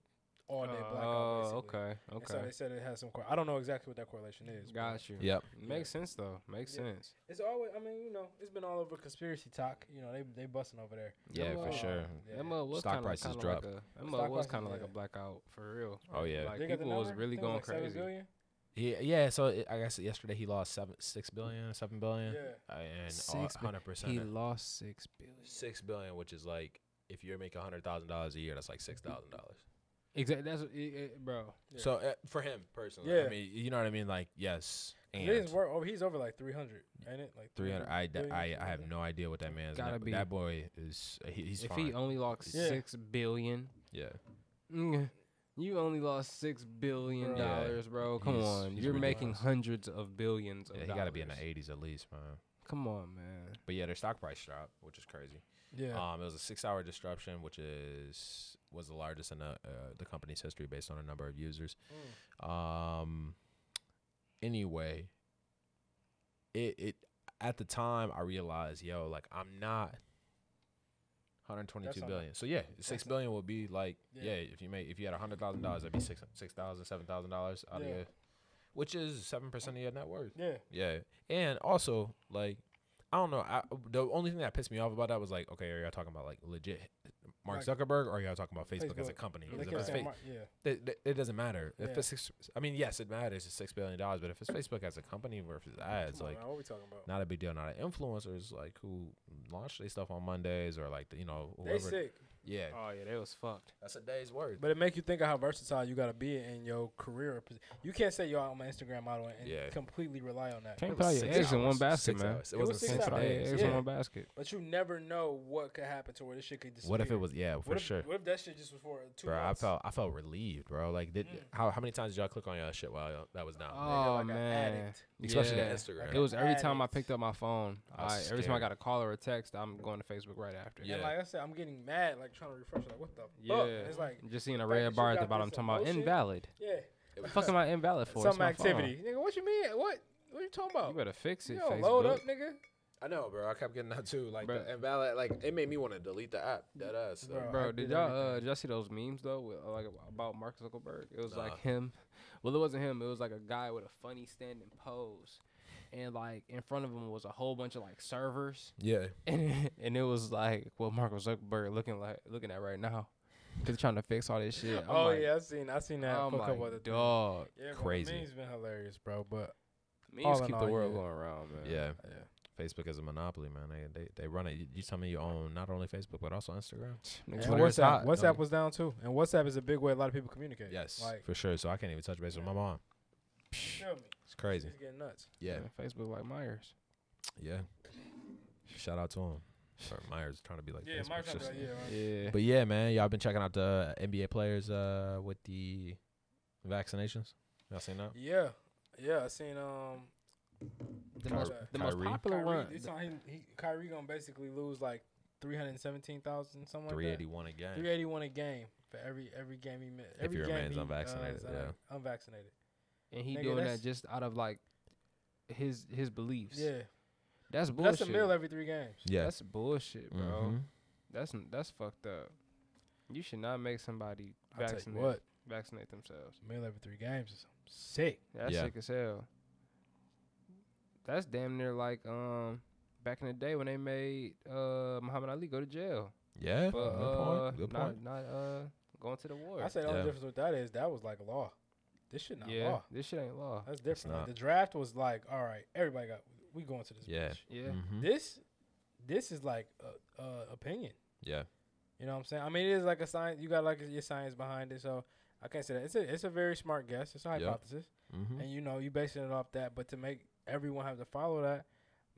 [SPEAKER 3] all day blackout.
[SPEAKER 2] Oh,
[SPEAKER 3] basically.
[SPEAKER 2] okay,
[SPEAKER 3] And so
[SPEAKER 2] okay.
[SPEAKER 3] they said it has some. Cor- I don't know exactly what that correlation is. but
[SPEAKER 2] Got you.
[SPEAKER 1] Yep.
[SPEAKER 2] Makes sense though. Makes
[SPEAKER 3] Yeah.
[SPEAKER 2] sense.
[SPEAKER 3] It's always. I mean, you know, it's been all over conspiracy talk. You know, they they busting over there.
[SPEAKER 1] Yeah,
[SPEAKER 2] Come
[SPEAKER 1] for
[SPEAKER 2] on.
[SPEAKER 1] sure.
[SPEAKER 3] uh, Yeah.
[SPEAKER 2] That mug uh, was
[SPEAKER 1] Stock
[SPEAKER 2] kinda,
[SPEAKER 1] prices
[SPEAKER 2] kinda
[SPEAKER 1] dropped.
[SPEAKER 2] Like a, that
[SPEAKER 3] Stock
[SPEAKER 2] mug was
[SPEAKER 3] prices,
[SPEAKER 2] kind of like a
[SPEAKER 3] yeah.
[SPEAKER 2] blackout for real.
[SPEAKER 1] Oh yeah.
[SPEAKER 2] Like
[SPEAKER 3] They got the
[SPEAKER 2] people was
[SPEAKER 3] number?
[SPEAKER 2] really
[SPEAKER 3] I think it
[SPEAKER 2] going
[SPEAKER 3] was like seven
[SPEAKER 2] crazy.
[SPEAKER 3] billion?
[SPEAKER 1] Yeah, yeah. So it, I guess yesterday he lost seven, six billion, seven billion, Uh,
[SPEAKER 3] Yeah.
[SPEAKER 1] and
[SPEAKER 2] Six bi-
[SPEAKER 1] hundred
[SPEAKER 2] He
[SPEAKER 1] percent.
[SPEAKER 2] lost six billion.
[SPEAKER 1] Six billion, which is like if you're making hundred thousand dollars a year, that's like six thousand dollars.
[SPEAKER 2] Exactly. That's what- it, it, bro.
[SPEAKER 3] Yeah.
[SPEAKER 1] So uh, for him personally,
[SPEAKER 3] Yeah.
[SPEAKER 1] I mean, you know what I mean? Like yes, and
[SPEAKER 3] His work, oh, he's over like 300, ain't it? Like
[SPEAKER 1] three hundred. I, d-
[SPEAKER 3] billion,
[SPEAKER 1] I
[SPEAKER 3] something
[SPEAKER 1] I
[SPEAKER 3] like
[SPEAKER 1] have
[SPEAKER 3] that.
[SPEAKER 1] no idea what that man's.
[SPEAKER 2] Gotta
[SPEAKER 1] That,
[SPEAKER 2] be.
[SPEAKER 1] that boy is he, he's
[SPEAKER 2] if
[SPEAKER 1] fine.
[SPEAKER 2] he only lost
[SPEAKER 3] Yeah.
[SPEAKER 2] six billion,
[SPEAKER 1] yeah,
[SPEAKER 2] mm, you only lost six billion
[SPEAKER 3] Bro.
[SPEAKER 1] Yeah.
[SPEAKER 2] dollars, bro. Come
[SPEAKER 1] He's-
[SPEAKER 2] on,
[SPEAKER 1] he's
[SPEAKER 2] you're making
[SPEAKER 1] ridiculous.
[SPEAKER 2] hundreds of billions. Of
[SPEAKER 1] yeah. He
[SPEAKER 2] dollars.
[SPEAKER 1] got to be in the eighties at least, man.
[SPEAKER 2] Come on, man.
[SPEAKER 1] But yeah, their stock price dropped, which is crazy.
[SPEAKER 3] Yeah.
[SPEAKER 1] Um, it was a six-hour disruption, which is was the largest in the uh, the company's history based on a number of users.
[SPEAKER 3] Mm,
[SPEAKER 1] Um, anyway, it it at the time I realized, yo, like I'm not 122
[SPEAKER 3] That's not-
[SPEAKER 1] billion. So yeah, six
[SPEAKER 3] not-
[SPEAKER 1] billion would be like
[SPEAKER 3] Yeah.
[SPEAKER 1] yeah. if you make if you had hundred thousand dollars, that'd be six six thousand seven thousand dollars out
[SPEAKER 3] Yeah.
[SPEAKER 1] of your, which is seven percent of your net worth.
[SPEAKER 3] yeah.
[SPEAKER 1] Yeah, and also like I don't know. I, the only thing that pissed me off about that was like, okay, are y'all talking about like legit Mark
[SPEAKER 3] Like-
[SPEAKER 1] Zuckerberg, or are y'all talking about Facebook, as a
[SPEAKER 3] Facebook.
[SPEAKER 1] company?
[SPEAKER 3] They
[SPEAKER 1] Because if
[SPEAKER 3] kept
[SPEAKER 1] it's
[SPEAKER 3] saying
[SPEAKER 1] fa-
[SPEAKER 3] Mar- yeah.
[SPEAKER 1] th- th- it doesn't matter. If
[SPEAKER 3] Yeah.
[SPEAKER 1] it's six, I mean, yes, it matters. It's six billion dollars, but if it's Facebook as a company versus ads,
[SPEAKER 3] Come on,
[SPEAKER 1] like
[SPEAKER 3] man, what we talking about?
[SPEAKER 1] not a big deal. Not the influencers like who launch their stuff on Mondays or like the, you know
[SPEAKER 3] They
[SPEAKER 1] whoever.
[SPEAKER 3] sick,
[SPEAKER 1] Yeah,
[SPEAKER 2] Oh yeah, they was fucked.
[SPEAKER 1] that's a day's worth.
[SPEAKER 3] but it make you think of how versatile you gotta be in your career. or posi- You can't say yo, I'm an Instagram model and
[SPEAKER 1] Yeah.
[SPEAKER 3] completely rely on that.
[SPEAKER 1] It
[SPEAKER 2] Can't
[SPEAKER 1] was
[SPEAKER 2] put all your
[SPEAKER 1] six
[SPEAKER 2] eggs in one
[SPEAKER 1] hours,
[SPEAKER 2] basket,
[SPEAKER 1] six
[SPEAKER 2] man.
[SPEAKER 1] hours. It,
[SPEAKER 3] It
[SPEAKER 1] was
[SPEAKER 3] was six
[SPEAKER 1] insane.
[SPEAKER 2] Can't put all your
[SPEAKER 3] hours,
[SPEAKER 2] eggs in
[SPEAKER 3] yeah.
[SPEAKER 2] one basket.
[SPEAKER 3] But you never know what could happen to where this shit could disappear.
[SPEAKER 1] What if it was yeah for
[SPEAKER 3] What if,
[SPEAKER 1] sure?
[SPEAKER 3] What if that shit just was for two
[SPEAKER 1] Bro, I
[SPEAKER 3] months? Mm.
[SPEAKER 1] felt I felt relieved, bro. Like, did how how many times did y'all click on y'all shit while y'all, that was down?
[SPEAKER 2] Oh
[SPEAKER 3] like an
[SPEAKER 2] man,
[SPEAKER 3] addict.
[SPEAKER 1] Especially
[SPEAKER 2] Yeah.
[SPEAKER 1] that Instagram.
[SPEAKER 2] It was every time I
[SPEAKER 3] Addict.
[SPEAKER 2] picked up my phone.
[SPEAKER 1] I was
[SPEAKER 2] I, every time I
[SPEAKER 1] scared.
[SPEAKER 2] got a call or a text, I'm going to Facebook right after.
[SPEAKER 1] Yeah.
[SPEAKER 3] And like I said, I'm getting mad, like trying to refresh, like what the
[SPEAKER 2] Yeah.
[SPEAKER 3] fuck? And it's like,
[SPEAKER 2] Just seeing a
[SPEAKER 3] fact that
[SPEAKER 2] red
[SPEAKER 3] you
[SPEAKER 2] bar at the
[SPEAKER 3] got
[SPEAKER 2] bottom
[SPEAKER 3] this
[SPEAKER 2] talking about
[SPEAKER 3] emotion,
[SPEAKER 2] invalid.
[SPEAKER 3] yeah,
[SPEAKER 2] What the fuck am I invalid for? It's
[SPEAKER 3] some
[SPEAKER 2] my phone.
[SPEAKER 3] activity, nigga. What you mean? What? What you talking about?
[SPEAKER 2] You better fix it,
[SPEAKER 3] You don't
[SPEAKER 2] Facebook.
[SPEAKER 3] load up, nigga.
[SPEAKER 1] I know, bro. I kept getting that too. Like,
[SPEAKER 2] Bro.
[SPEAKER 1] the invalid. Like, it made me want to delete the app. Dead ass. so-
[SPEAKER 3] Bro. I
[SPEAKER 2] Bro, did
[SPEAKER 3] did
[SPEAKER 2] y'all uh,
[SPEAKER 3] everything.
[SPEAKER 2] did y'all see those memes though, with, uh, like about Mark Zuckerberg? It was
[SPEAKER 1] Nah.
[SPEAKER 2] like him. Well, it wasn't him. It was like a guy with a funny standing pose, and like in front of him was a whole bunch of like servers,
[SPEAKER 1] Yeah.
[SPEAKER 2] and and it was like what Mark Zuckerberg looking like looking at right now, because trying to fix all this shit. I'm
[SPEAKER 3] oh
[SPEAKER 2] like,
[SPEAKER 3] yeah, I seen, I seen that.
[SPEAKER 2] I'm
[SPEAKER 3] for a couple
[SPEAKER 2] like,
[SPEAKER 3] other things.
[SPEAKER 2] dog.
[SPEAKER 3] Yeah, bro,
[SPEAKER 1] oh Crazy.
[SPEAKER 3] The meme's been hilarious, bro. But
[SPEAKER 2] Memes
[SPEAKER 3] All in
[SPEAKER 2] keep the
[SPEAKER 3] all,
[SPEAKER 2] world
[SPEAKER 3] yeah.
[SPEAKER 2] going around, man.
[SPEAKER 1] Yeah.
[SPEAKER 3] yeah,
[SPEAKER 1] Facebook is a monopoly, man. They they, they run it. You, you tell me you own not only Facebook but also Instagram.
[SPEAKER 2] Niggas
[SPEAKER 3] and
[SPEAKER 1] Twitter is
[SPEAKER 3] WhatsApp,
[SPEAKER 1] hot,
[SPEAKER 3] WhatsApp
[SPEAKER 1] dog.
[SPEAKER 3] was down too, and WhatsApp is a big way a lot of people communicate.
[SPEAKER 1] Yes,
[SPEAKER 3] like
[SPEAKER 1] for sure. So I can't even touch base with my mom.
[SPEAKER 3] feel me?
[SPEAKER 1] It's crazy.
[SPEAKER 3] It's getting nuts.
[SPEAKER 1] Yeah.
[SPEAKER 2] Yeah, Facebook like Myers.
[SPEAKER 1] Yeah. Shout out to him. Or Myers trying to be like
[SPEAKER 3] Yeah,
[SPEAKER 1] Facebook.
[SPEAKER 3] my
[SPEAKER 1] It's just-
[SPEAKER 3] yeah, right.
[SPEAKER 2] Yeah.
[SPEAKER 1] But yeah, man, y'all been checking out the NBA players uh, with the vaccinations. Y'all seen that?
[SPEAKER 3] yeah, yeah. I seen um,
[SPEAKER 2] the
[SPEAKER 1] Ky-
[SPEAKER 2] most, the most
[SPEAKER 1] Kyrie.
[SPEAKER 2] popular
[SPEAKER 3] Kyrie.
[SPEAKER 2] one.
[SPEAKER 3] This time he, he, Kyrie gonna basically lose like three hundred seventeen thousand, something like
[SPEAKER 1] Three
[SPEAKER 3] that.
[SPEAKER 1] eighty one again.
[SPEAKER 3] Three eighty one a game for every every game he missed. Every
[SPEAKER 1] he
[SPEAKER 3] game
[SPEAKER 1] remains
[SPEAKER 3] he, uh,
[SPEAKER 1] unvaccinated,
[SPEAKER 3] is
[SPEAKER 1] yeah.
[SPEAKER 3] unvaccinated.
[SPEAKER 2] and he
[SPEAKER 3] Nigga,
[SPEAKER 2] doing
[SPEAKER 3] that's-
[SPEAKER 2] that just out of like his his beliefs.
[SPEAKER 3] Yeah,
[SPEAKER 2] that's
[SPEAKER 3] But
[SPEAKER 2] bullshit.
[SPEAKER 3] that's a mill every three games.
[SPEAKER 1] Yeah.
[SPEAKER 2] That's bullshit, bro.
[SPEAKER 1] Mhm.
[SPEAKER 2] That's n- that's fucked up. You should not make somebody
[SPEAKER 3] I'll tell you
[SPEAKER 2] vaccinate
[SPEAKER 3] what,
[SPEAKER 2] vaccinate themselves.
[SPEAKER 3] a meal every three games is sick.
[SPEAKER 2] That's
[SPEAKER 1] Yeah.
[SPEAKER 2] sick as hell. That's damn near like um back in the day when they made uh Muhammad Ali go to jail
[SPEAKER 1] Yeah.
[SPEAKER 2] for
[SPEAKER 1] good
[SPEAKER 2] uh,
[SPEAKER 1] point. Good
[SPEAKER 2] not
[SPEAKER 1] point.
[SPEAKER 2] not uh going to the war.
[SPEAKER 3] I say the only
[SPEAKER 1] Yeah.
[SPEAKER 3] difference with that is that was like law. This shit not
[SPEAKER 2] yeah,
[SPEAKER 3] law.
[SPEAKER 2] this shit ain't law.
[SPEAKER 3] That's different. Like,
[SPEAKER 1] not.
[SPEAKER 3] the draft was like, all right, everybody got we going to this.
[SPEAKER 1] Yeah.
[SPEAKER 3] bitch.
[SPEAKER 2] Yeah,
[SPEAKER 1] Mhm.
[SPEAKER 3] This this is like a, a opinion.
[SPEAKER 1] Yeah.
[SPEAKER 3] You know what I'm saying? I mean, it is like a science. You got like your science behind it, so I can't say that. It's a it's a very smart guess. It's a
[SPEAKER 1] Yep.
[SPEAKER 3] hypothesis,
[SPEAKER 1] hmm
[SPEAKER 3] and you know you basing it off that. But to make everyone have to follow that,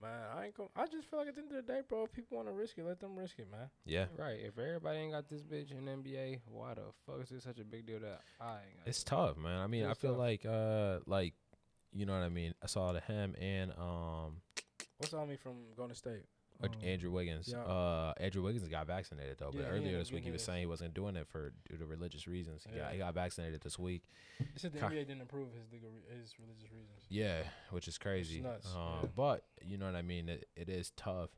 [SPEAKER 3] man, I ain't. Go- I just feel like at the end of the day, bro, if people want to risk it, let them risk it, man.
[SPEAKER 1] Yeah.
[SPEAKER 2] right. If everybody ain't got this bitch in NBA, why the fuck is it such a big deal that I ain't got
[SPEAKER 1] It's tough, man. I mean, I
[SPEAKER 2] It's
[SPEAKER 1] feel
[SPEAKER 2] tough.
[SPEAKER 1] like uh like you know what I mean. I saw the him and um
[SPEAKER 3] What's on me from going to state?
[SPEAKER 1] uh,
[SPEAKER 3] Um,
[SPEAKER 1] Andrew Wiggins.
[SPEAKER 3] yeah.
[SPEAKER 1] Uh Andrew Wiggins got vaccinated though,
[SPEAKER 3] Yeah,
[SPEAKER 1] but
[SPEAKER 3] he
[SPEAKER 1] earlier
[SPEAKER 3] ended
[SPEAKER 1] this
[SPEAKER 3] up
[SPEAKER 1] week he
[SPEAKER 3] getting
[SPEAKER 1] was
[SPEAKER 3] his.
[SPEAKER 1] saying he wasn't doing it for due to religious reasons. He
[SPEAKER 3] Yeah.
[SPEAKER 1] got he got vaccinated this week.
[SPEAKER 3] It said the
[SPEAKER 1] Ca-
[SPEAKER 3] NBA didn't approve his legal re- his religious reasons.
[SPEAKER 1] Yeah, which is crazy.
[SPEAKER 3] nuts,
[SPEAKER 1] Uh,
[SPEAKER 3] yeah.
[SPEAKER 1] But you know what I mean. It, it is tough.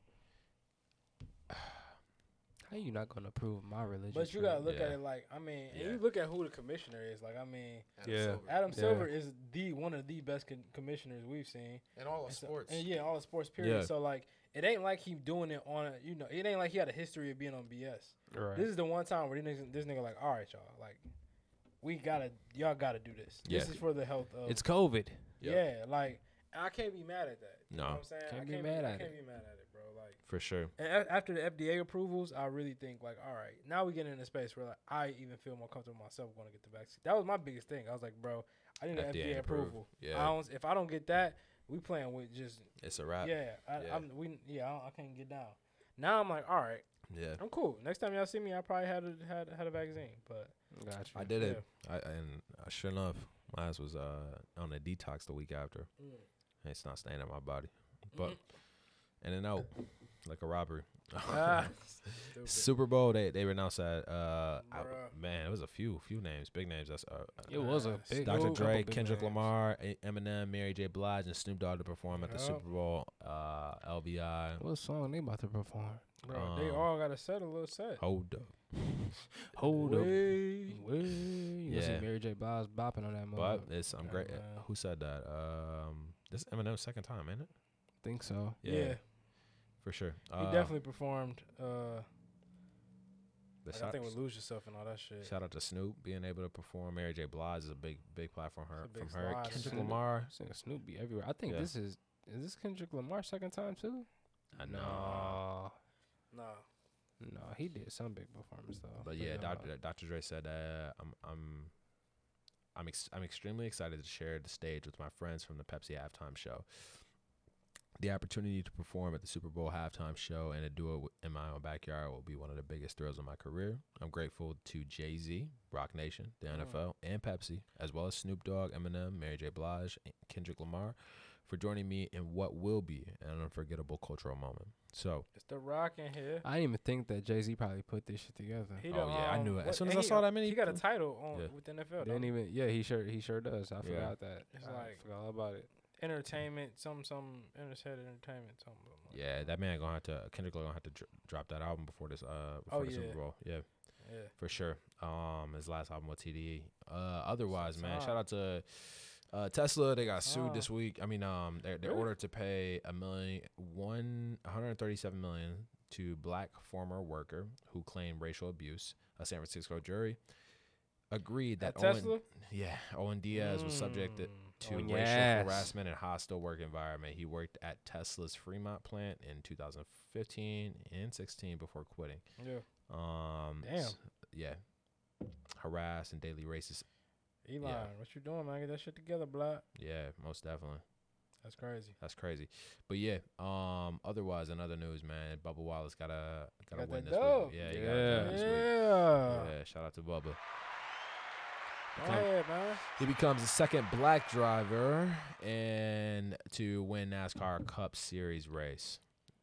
[SPEAKER 2] How you not gonna approve my religion?
[SPEAKER 3] But you gotta look at
[SPEAKER 1] Yeah.
[SPEAKER 3] it like I mean, and
[SPEAKER 1] Yeah.
[SPEAKER 3] you look at who the commissioner is. Like I mean,
[SPEAKER 8] Adam
[SPEAKER 2] Yeah.
[SPEAKER 8] Silver.
[SPEAKER 3] Adam
[SPEAKER 2] Yeah.
[SPEAKER 3] Silver is the one of the best con- commissioners we've seen.
[SPEAKER 8] And all
[SPEAKER 3] And
[SPEAKER 8] of
[SPEAKER 3] so-
[SPEAKER 8] sports.
[SPEAKER 3] and yeah, all the sports period.
[SPEAKER 1] Yeah.
[SPEAKER 3] So like, it ain't like he doing it on you know, it ain't like he had a history of being on BS.
[SPEAKER 2] right.
[SPEAKER 3] This is the one time where this nigga, this nigga like, all right, y'all, like, we gotta, y'all gotta do this.
[SPEAKER 1] Yeah.
[SPEAKER 3] This is for the health of.
[SPEAKER 2] it's COVID.
[SPEAKER 1] Yep.
[SPEAKER 3] Yeah, like and I can't be mad at that. You know
[SPEAKER 1] No.
[SPEAKER 3] what I'm saying
[SPEAKER 2] Can't
[SPEAKER 3] I
[SPEAKER 2] be
[SPEAKER 3] can't
[SPEAKER 2] mad
[SPEAKER 3] be, I
[SPEAKER 2] at
[SPEAKER 3] can't be mad at it, bro. Like,
[SPEAKER 1] for sure.
[SPEAKER 3] and a- after the FDA approvals, I really think like, all right, now we get in a space where like I even feel more comfortable myself going to get the vaccine. That was my biggest thing. I was like, bro, I need an
[SPEAKER 1] FDA
[SPEAKER 3] FDA
[SPEAKER 1] approved.
[SPEAKER 3] approval. I
[SPEAKER 1] Yeah,
[SPEAKER 3] don't, if I don't get that, we playing with just
[SPEAKER 1] it's a wrap. Yeah,
[SPEAKER 3] yeah, I,
[SPEAKER 1] yeah.
[SPEAKER 3] I'm we yeah, I, don't- I can't get down. Now I'm like, all right, I'm cool. Next time y'all see me, I probably had a, had had a vaccine, but
[SPEAKER 2] Gotcha.
[SPEAKER 1] I did it, I, and uh, sure enough, mine was uh, on a detox the week after.
[SPEAKER 3] Mm.
[SPEAKER 1] It's not staying in my body, but in and out like a robber.
[SPEAKER 3] Mm-hmm. Ah, stupid.
[SPEAKER 1] Super Bowl, they they renounced that. Uh, I-
[SPEAKER 3] Bruh.
[SPEAKER 1] man, it was a few few names, big names. That's uh,
[SPEAKER 2] It was a big
[SPEAKER 1] Dr.
[SPEAKER 2] couple
[SPEAKER 1] Dre,
[SPEAKER 2] big
[SPEAKER 1] Kendrick
[SPEAKER 2] names.
[SPEAKER 1] Lamar, A- Eminem, Mary J. Blige, and Snoop Dogg to perform at the
[SPEAKER 3] Yup.
[SPEAKER 1] Super Bowl. Uh, LBI,
[SPEAKER 2] What song they about to perform?
[SPEAKER 3] bro, they
[SPEAKER 1] Um,
[SPEAKER 3] all got a set a little set.
[SPEAKER 1] hold up,
[SPEAKER 2] Hold up.
[SPEAKER 3] Way.
[SPEAKER 2] Way. You yeah. see
[SPEAKER 1] Yeah.
[SPEAKER 2] Mary J. Blige bopping on that Uh, moment.
[SPEAKER 1] but it's I'm
[SPEAKER 2] Yeah,
[SPEAKER 1] great.
[SPEAKER 2] man.
[SPEAKER 1] Who said that? Um, this Eminem's second time, ain't it?
[SPEAKER 2] think so.
[SPEAKER 3] Yeah,
[SPEAKER 1] for sure.
[SPEAKER 3] he
[SPEAKER 1] Uh,
[SPEAKER 3] definitely performed. Uh,
[SPEAKER 1] but
[SPEAKER 3] like, I
[SPEAKER 1] shout,
[SPEAKER 3] think we lose yourself and all that shit.
[SPEAKER 1] shout out to Snoop being able to perform. Mary J. Blige is a big big platform her,
[SPEAKER 3] It's a
[SPEAKER 1] from
[SPEAKER 3] big
[SPEAKER 1] her.
[SPEAKER 3] slide.
[SPEAKER 1] Kendrick
[SPEAKER 2] Snoop.
[SPEAKER 1] Lamar,
[SPEAKER 2] This nigga Snoop be everywhere. I think
[SPEAKER 1] Yeah.
[SPEAKER 2] this is is this Kendrick Lamar second time too?
[SPEAKER 1] I know.
[SPEAKER 2] No.
[SPEAKER 3] Nah,
[SPEAKER 2] No, he did some big performance though.
[SPEAKER 1] But yeah,
[SPEAKER 2] no.
[SPEAKER 1] Dr. Dr. Dre said that I'm I'm I'm ex- I'm extremely excited to share the stage with my friends from the Pepsi halftime show. The opportunity to perform at the Super Bowl halftime show and to do it w- in my own backyard will be one of the biggest thrills of my career. I'm grateful to Jay Z, Rock Nation, the NFL, and Pepsi, as well as Snoop Dogg, Eminem, Mary J. Blige, and Kendrick Lamar, for joining me in what will be an unforgettable cultural moment. So,
[SPEAKER 3] it's the Rock in here.
[SPEAKER 2] I didn't even think that Jay Z probably put this shit together.
[SPEAKER 3] He
[SPEAKER 1] Uh, Oh,
[SPEAKER 3] done,
[SPEAKER 1] yeah, I
[SPEAKER 3] um,
[SPEAKER 1] knew it. As
[SPEAKER 3] what-
[SPEAKER 1] soon as
[SPEAKER 3] and
[SPEAKER 1] I
[SPEAKER 3] he-
[SPEAKER 1] saw that many
[SPEAKER 3] he got a
[SPEAKER 1] people-
[SPEAKER 3] till on
[SPEAKER 1] Yeah.
[SPEAKER 3] with the NFL.
[SPEAKER 2] didn't
[SPEAKER 3] don't he?
[SPEAKER 2] even yeah, he sure he sure does. I
[SPEAKER 1] Yeah.
[SPEAKER 2] forgot that.
[SPEAKER 3] It's
[SPEAKER 2] I
[SPEAKER 3] like-
[SPEAKER 2] forgot all about it.
[SPEAKER 3] entertainment, some some said entertainment, something. Like
[SPEAKER 1] Yeah, that man gonna have to Kendrick gonna have to dr- drop that album before this uh before
[SPEAKER 3] Oh,
[SPEAKER 1] the
[SPEAKER 3] yeah.
[SPEAKER 1] Super Bowl. Yeah,
[SPEAKER 3] yeah.
[SPEAKER 1] for sure. Um, his last album with TDE. Uh, otherwise, man,
[SPEAKER 3] time.
[SPEAKER 1] shout out to uh Tesla. They got sued
[SPEAKER 3] time.
[SPEAKER 1] this week. I mean, um, they're, they're
[SPEAKER 3] Ah. Really?
[SPEAKER 1] ordered to pay a million one hundred thirty seven million to black former worker who claimed racial abuse. A San Francisco jury agreed that
[SPEAKER 3] At
[SPEAKER 1] Owen,
[SPEAKER 3] Tesla.
[SPEAKER 1] yeah, Owen Diaz was subjected
[SPEAKER 3] Mm.
[SPEAKER 1] to
[SPEAKER 2] Oh,
[SPEAKER 1] racial
[SPEAKER 2] yes.
[SPEAKER 1] harassment and hostile work environment. He worked at Tesla's Fremont plant in 2015 and 16 before quitting.
[SPEAKER 3] Oh, Yeah,
[SPEAKER 1] Um,
[SPEAKER 3] Damn.
[SPEAKER 1] s- yeah, harassed and daily racist.
[SPEAKER 3] Elon, what you doing, man? Get that shit together, block.
[SPEAKER 1] Yeah, most definitely.
[SPEAKER 3] That's crazy.
[SPEAKER 1] That's crazy. But yeah, um, otherwise, in other news, man, Bubba Wallace got a got, a
[SPEAKER 3] Got that
[SPEAKER 1] win this
[SPEAKER 3] dub.
[SPEAKER 1] week. Yeah, he got a dub
[SPEAKER 2] Yeah.
[SPEAKER 1] this week.
[SPEAKER 3] Yeah,
[SPEAKER 1] Yeah, shout out to Bubba.
[SPEAKER 3] go ahead, man.
[SPEAKER 1] He becomes the second black driver and to win NASCAR Cup Series race.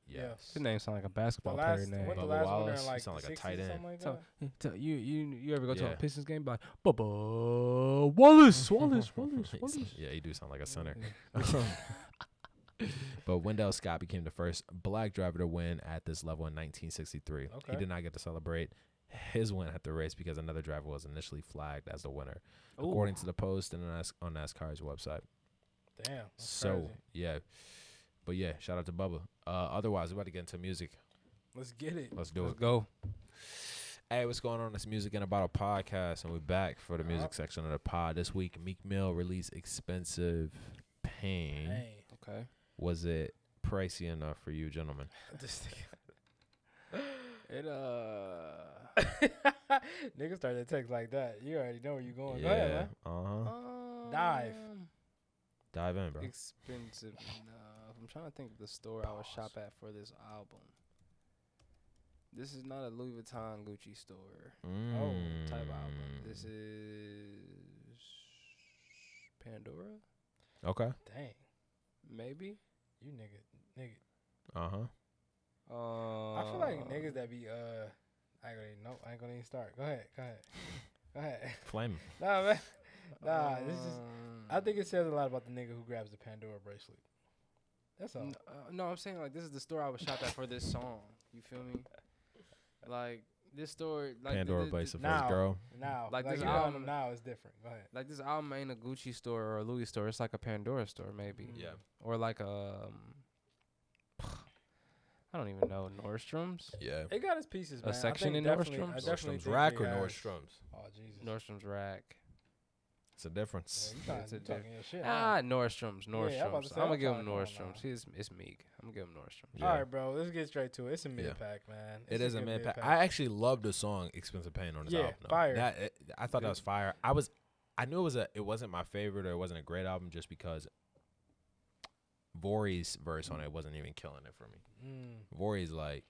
[SPEAKER 3] Yeah.
[SPEAKER 1] Yes.
[SPEAKER 2] His name sound like a basketball
[SPEAKER 3] The last,
[SPEAKER 2] player name.
[SPEAKER 3] what the
[SPEAKER 1] Bubba
[SPEAKER 3] last winner
[SPEAKER 1] Wallace,
[SPEAKER 3] in
[SPEAKER 1] he
[SPEAKER 3] like,
[SPEAKER 1] sound like a
[SPEAKER 3] the 60s,
[SPEAKER 1] tight end.
[SPEAKER 3] something like
[SPEAKER 2] So-
[SPEAKER 3] that?
[SPEAKER 2] Tell- you you you ever go to
[SPEAKER 1] Yeah.
[SPEAKER 2] a Pistons game be like Bubba Wallace Wallace Wallace
[SPEAKER 1] He
[SPEAKER 2] Wallace.
[SPEAKER 1] sound- yeah, you do sound like a center.
[SPEAKER 2] Yeah.
[SPEAKER 3] Mm-hmm.
[SPEAKER 1] but Wendell Scott became the first black driver to win at this level in 1963.
[SPEAKER 3] Okay.
[SPEAKER 1] He did not get to celebrate his win at the race because another driver was initially flagged as the winner, according to the post and NAS- on NASCAR's website.
[SPEAKER 3] Damn. That's
[SPEAKER 1] so,
[SPEAKER 3] crazy.
[SPEAKER 1] yeah. But yeah, shout out to Bubba. Uh, otherwise, we're about to get into music.
[SPEAKER 3] let's get it.
[SPEAKER 1] Let's do
[SPEAKER 2] Let's
[SPEAKER 1] it.
[SPEAKER 2] go.
[SPEAKER 1] Hey, what's going on? It's Music in a Bottle podcast, and we're back for the music section of the pod. This week, Meek Mill released Expensive Pain.
[SPEAKER 3] Hey,
[SPEAKER 2] Okay.
[SPEAKER 1] Was it pricey enough for you, gentlemen?
[SPEAKER 3] this
[SPEAKER 2] It uh
[SPEAKER 3] nigga. Nigga started to text like that. You already know where you're going. Oh, Go ahead, man.
[SPEAKER 1] Uh
[SPEAKER 2] Uh-huh.
[SPEAKER 1] huh.
[SPEAKER 3] Dive.
[SPEAKER 2] um,
[SPEAKER 1] Dive in, bro.
[SPEAKER 2] Expensive enough. I'm trying to think of the store I would shop at for this album. This is not a Louis Vuitton Gucci store
[SPEAKER 3] Oh,
[SPEAKER 1] Mm.
[SPEAKER 2] type album. This
[SPEAKER 3] Hmm.
[SPEAKER 2] is Pandora,
[SPEAKER 1] Okay.
[SPEAKER 3] Dang,
[SPEAKER 2] maybe.
[SPEAKER 3] you nigga, nigga.
[SPEAKER 1] Uh huh.
[SPEAKER 2] Uh,
[SPEAKER 3] I feel like niggas that be uh, I ain't gonna even, nope, I ain't gonna even start. Go ahead, go ahead, go ahead.
[SPEAKER 1] Flame.
[SPEAKER 3] nah, man, nah. this is. I
[SPEAKER 2] um,
[SPEAKER 3] think it says a lot about the nigga who grabs the Pandora bracelet. That's all.
[SPEAKER 2] Mm. N- uh, no, I'm saying like this is the store I would shop at for this song. You feel me? Like this story, like the-
[SPEAKER 1] Pandora
[SPEAKER 2] the-
[SPEAKER 1] Place
[SPEAKER 2] the-
[SPEAKER 1] of First
[SPEAKER 3] Now.
[SPEAKER 1] Girl.
[SPEAKER 3] Now,
[SPEAKER 2] Like
[SPEAKER 3] like,
[SPEAKER 2] this
[SPEAKER 3] your
[SPEAKER 2] album-
[SPEAKER 3] album now is different. Go ahead.
[SPEAKER 2] like this album ain't a Gucci store or a Louis store. It's like a Pandora store,
[SPEAKER 3] Hmm. Mm.
[SPEAKER 2] maybe.
[SPEAKER 1] Yeah.
[SPEAKER 2] Or like a, um, I don't even know Nordstrom's.
[SPEAKER 1] Yeah.
[SPEAKER 3] It got its pieces, man. I
[SPEAKER 2] section
[SPEAKER 3] think
[SPEAKER 2] in
[SPEAKER 3] definitely-
[SPEAKER 2] Nordstrom's?
[SPEAKER 3] I definitely
[SPEAKER 1] Nordstrom's
[SPEAKER 3] think
[SPEAKER 1] rack
[SPEAKER 3] it
[SPEAKER 1] or
[SPEAKER 3] has-
[SPEAKER 1] Nordstrom's?
[SPEAKER 3] Oh Jesus!
[SPEAKER 2] Nordstrom's rack.
[SPEAKER 1] It's a
[SPEAKER 3] Yeah,
[SPEAKER 1] difference.
[SPEAKER 3] you trying-
[SPEAKER 2] It's a
[SPEAKER 3] you talking your shit.
[SPEAKER 2] Ah, Nordstrom's, Nordstrom's.
[SPEAKER 3] Yeah, I'm about to say,
[SPEAKER 2] I'm gonna
[SPEAKER 3] I'm
[SPEAKER 2] give him
[SPEAKER 3] talking about
[SPEAKER 2] Nordstrom's. He's it's meek. I'm gonna give him Nordstrom's.
[SPEAKER 1] Yeah.
[SPEAKER 3] All right, bro. Let's get straight to it. It's a
[SPEAKER 1] Yeah.
[SPEAKER 3] mid pack, man.
[SPEAKER 1] It
[SPEAKER 3] It's
[SPEAKER 1] is a
[SPEAKER 3] good
[SPEAKER 1] man pack.
[SPEAKER 3] mid-pack.
[SPEAKER 1] I actually love the song "Expensive Pain" on his
[SPEAKER 3] Yeah,
[SPEAKER 1] album. though.
[SPEAKER 3] fire.
[SPEAKER 1] That it, I thought
[SPEAKER 3] Yeah.
[SPEAKER 1] that was fire. I was, I knew it was a. It wasn't my favorite, or it wasn't a great album, just because Vori's verse on it wasn't even killing it for me.
[SPEAKER 3] Mm.
[SPEAKER 1] Vori's like,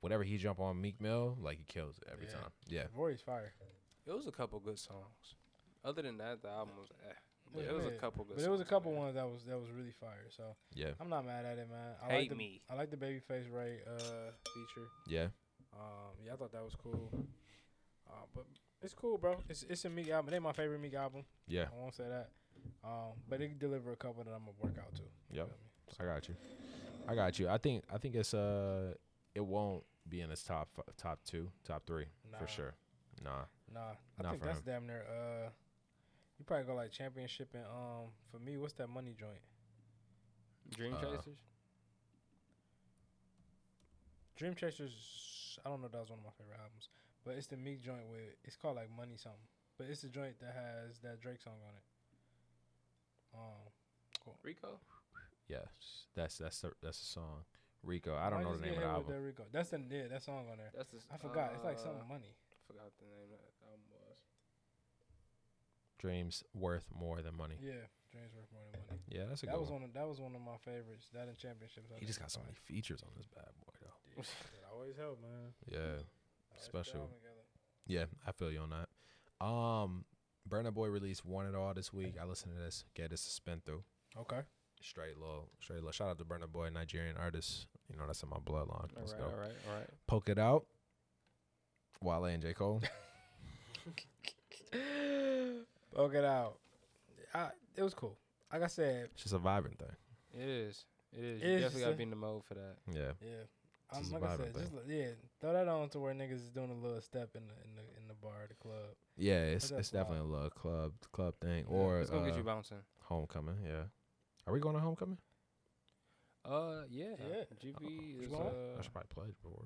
[SPEAKER 1] whatever he jump on Meek Mill, like he kills it every
[SPEAKER 3] Yeah.
[SPEAKER 1] time. Yeah,
[SPEAKER 3] Vory's fire.
[SPEAKER 2] It was a couple good songs.
[SPEAKER 6] Other than that, the album was. Eh. But
[SPEAKER 3] Yeah,
[SPEAKER 6] it was a
[SPEAKER 3] man.
[SPEAKER 6] couple good.
[SPEAKER 3] But there was a
[SPEAKER 6] songs on
[SPEAKER 3] couple
[SPEAKER 6] there.
[SPEAKER 3] ones that was that was really fire. So
[SPEAKER 1] yeah,
[SPEAKER 3] I'm not mad at it, man. I like
[SPEAKER 6] Hate
[SPEAKER 3] the,
[SPEAKER 6] me.
[SPEAKER 3] I like the babyface Ray uh, feature.
[SPEAKER 1] yeah.
[SPEAKER 3] Um, yeah, I thought that was cool. Uh, but it's cool, bro. It's it's a Meek album. It ain't my favorite Meek album.
[SPEAKER 1] Yeah.
[SPEAKER 3] I won't say that. Um, but it deliver a couple that I'm gonna work out to.
[SPEAKER 1] Yep. I got you. I got you. I think. I think it's uh, it won't be in his top fi- top two, top three
[SPEAKER 3] Nah.
[SPEAKER 1] for sure. Nah.
[SPEAKER 3] Nah, I
[SPEAKER 1] Not
[SPEAKER 3] think
[SPEAKER 1] for
[SPEAKER 3] that's
[SPEAKER 1] him.
[SPEAKER 3] damn near. Uh, you probably go like championship and um. For me, what's that money joint?
[SPEAKER 2] Dream
[SPEAKER 1] Uh,
[SPEAKER 2] Chasers.
[SPEAKER 3] Dream Chasers. I don't know. if That was one of my favorite albums, but it's the Meek joint with. It's called like Money something, but it's the joint that has that Drake song on it. Um,
[SPEAKER 6] Rico.
[SPEAKER 1] Yes, that's that's the that's the song. Rico, I don't
[SPEAKER 3] might
[SPEAKER 1] know
[SPEAKER 3] just
[SPEAKER 1] the
[SPEAKER 3] get
[SPEAKER 1] name of the
[SPEAKER 3] hit with
[SPEAKER 1] album.
[SPEAKER 3] That Rico. That's the yeah, that song on there.
[SPEAKER 6] That's the. s-
[SPEAKER 3] I forgot. it's like
[SPEAKER 6] uh,
[SPEAKER 3] something money.
[SPEAKER 6] Forgot the name of that album was.
[SPEAKER 1] Dreams worth more than money.
[SPEAKER 3] Yeah, dreams worth more than money.
[SPEAKER 1] Yeah, that's a
[SPEAKER 3] That
[SPEAKER 1] good
[SPEAKER 3] was
[SPEAKER 1] one.
[SPEAKER 3] one. Of, that was one of my favorites. That in championships. I
[SPEAKER 1] He just
[SPEAKER 3] think
[SPEAKER 1] got
[SPEAKER 3] is
[SPEAKER 1] so many
[SPEAKER 3] fire.
[SPEAKER 1] features on this bad boy though.
[SPEAKER 3] Yeah, it always help, man.
[SPEAKER 1] Yeah,
[SPEAKER 3] Always put the
[SPEAKER 1] Special.
[SPEAKER 3] album together.
[SPEAKER 1] yeah, I feel you on that. Um, Burna Boy released "One It All" this week. I listened to this. Get this spin through.
[SPEAKER 3] Okay.
[SPEAKER 1] Straight low, straight low. Shout out to Burna Boy, Nigerian artist. You know that's in my bloodline.
[SPEAKER 2] All
[SPEAKER 1] Let's
[SPEAKER 2] right,
[SPEAKER 1] go.
[SPEAKER 2] all right, all right.
[SPEAKER 1] Poke it out. Wale and J Cole.
[SPEAKER 3] Bug it out. I, it was cool. Like I said,
[SPEAKER 1] it's just a vibrant thing.
[SPEAKER 2] It is. It is.
[SPEAKER 3] It
[SPEAKER 2] You
[SPEAKER 3] is
[SPEAKER 2] definitely gotta
[SPEAKER 3] a-
[SPEAKER 2] be in the mode for that.
[SPEAKER 1] Yeah,
[SPEAKER 3] yeah. I'm,
[SPEAKER 1] Just
[SPEAKER 3] like I
[SPEAKER 1] vibe
[SPEAKER 3] said,
[SPEAKER 1] out there.
[SPEAKER 3] just li- yeah, throw that on to where niggas is doing a little step in the in the in the bar, the club.
[SPEAKER 1] yeah. It's
[SPEAKER 3] that's
[SPEAKER 1] it's definitely a little club club thing or
[SPEAKER 2] It's gonna
[SPEAKER 1] uh,
[SPEAKER 2] get you bouncing.
[SPEAKER 1] homecoming. Yeah, are we going to homecoming?
[SPEAKER 2] Uh, yeah.
[SPEAKER 3] Yeah.
[SPEAKER 2] GB is
[SPEAKER 3] Well,
[SPEAKER 2] uh,
[SPEAKER 1] I should probably play it before.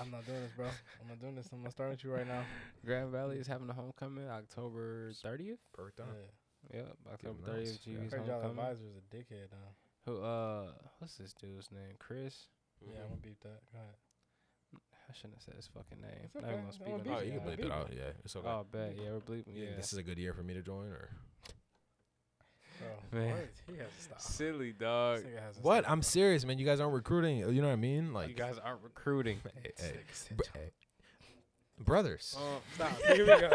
[SPEAKER 3] I'm not doing this, bro. I'm not doing this. I'm gonna start with you right now.
[SPEAKER 2] Grand Valley is having a homecoming October 30th.
[SPEAKER 1] Perked
[SPEAKER 3] Yeah.
[SPEAKER 2] Yep, October
[SPEAKER 1] nice.
[SPEAKER 2] 30th.
[SPEAKER 1] Yeah.
[SPEAKER 2] GB's
[SPEAKER 3] Heard y'all
[SPEAKER 2] homecoming.
[SPEAKER 3] advisor's a dickhead now.
[SPEAKER 2] Who? Uh, what's this dude's name? Chris.
[SPEAKER 1] Mm-hmm.
[SPEAKER 3] Yeah, I'm gonna beat that. Go ahead.
[SPEAKER 2] I shouldn't have said his fucking name.
[SPEAKER 3] It's
[SPEAKER 2] Not
[SPEAKER 3] okay.
[SPEAKER 2] even gonna
[SPEAKER 3] Don't
[SPEAKER 2] speak
[SPEAKER 3] wanna
[SPEAKER 2] on
[SPEAKER 3] beep
[SPEAKER 2] that
[SPEAKER 1] Oh, you
[SPEAKER 3] Yeah.
[SPEAKER 1] can
[SPEAKER 2] guy.
[SPEAKER 1] bleep it out. Yeah, it's okay.
[SPEAKER 2] Oh, bet. Yeah, we're bleeping.
[SPEAKER 1] You think
[SPEAKER 2] Yeah.
[SPEAKER 1] This is a good year for me to join, or
[SPEAKER 3] Bro,
[SPEAKER 2] Man.
[SPEAKER 3] Oh, what? He has to stop.
[SPEAKER 6] Silly dog.
[SPEAKER 3] This nigga has to
[SPEAKER 1] what?
[SPEAKER 3] stop,
[SPEAKER 1] I'm
[SPEAKER 3] bro.
[SPEAKER 1] serious, man. You guys aren't recruiting. You know what I mean? Like,
[SPEAKER 2] You guys aren't recruiting.
[SPEAKER 1] hey, hey,
[SPEAKER 3] Sick, sick.
[SPEAKER 1] br- hey. brothers.
[SPEAKER 2] Oh.
[SPEAKER 3] Oh, Stop. Here we go. Here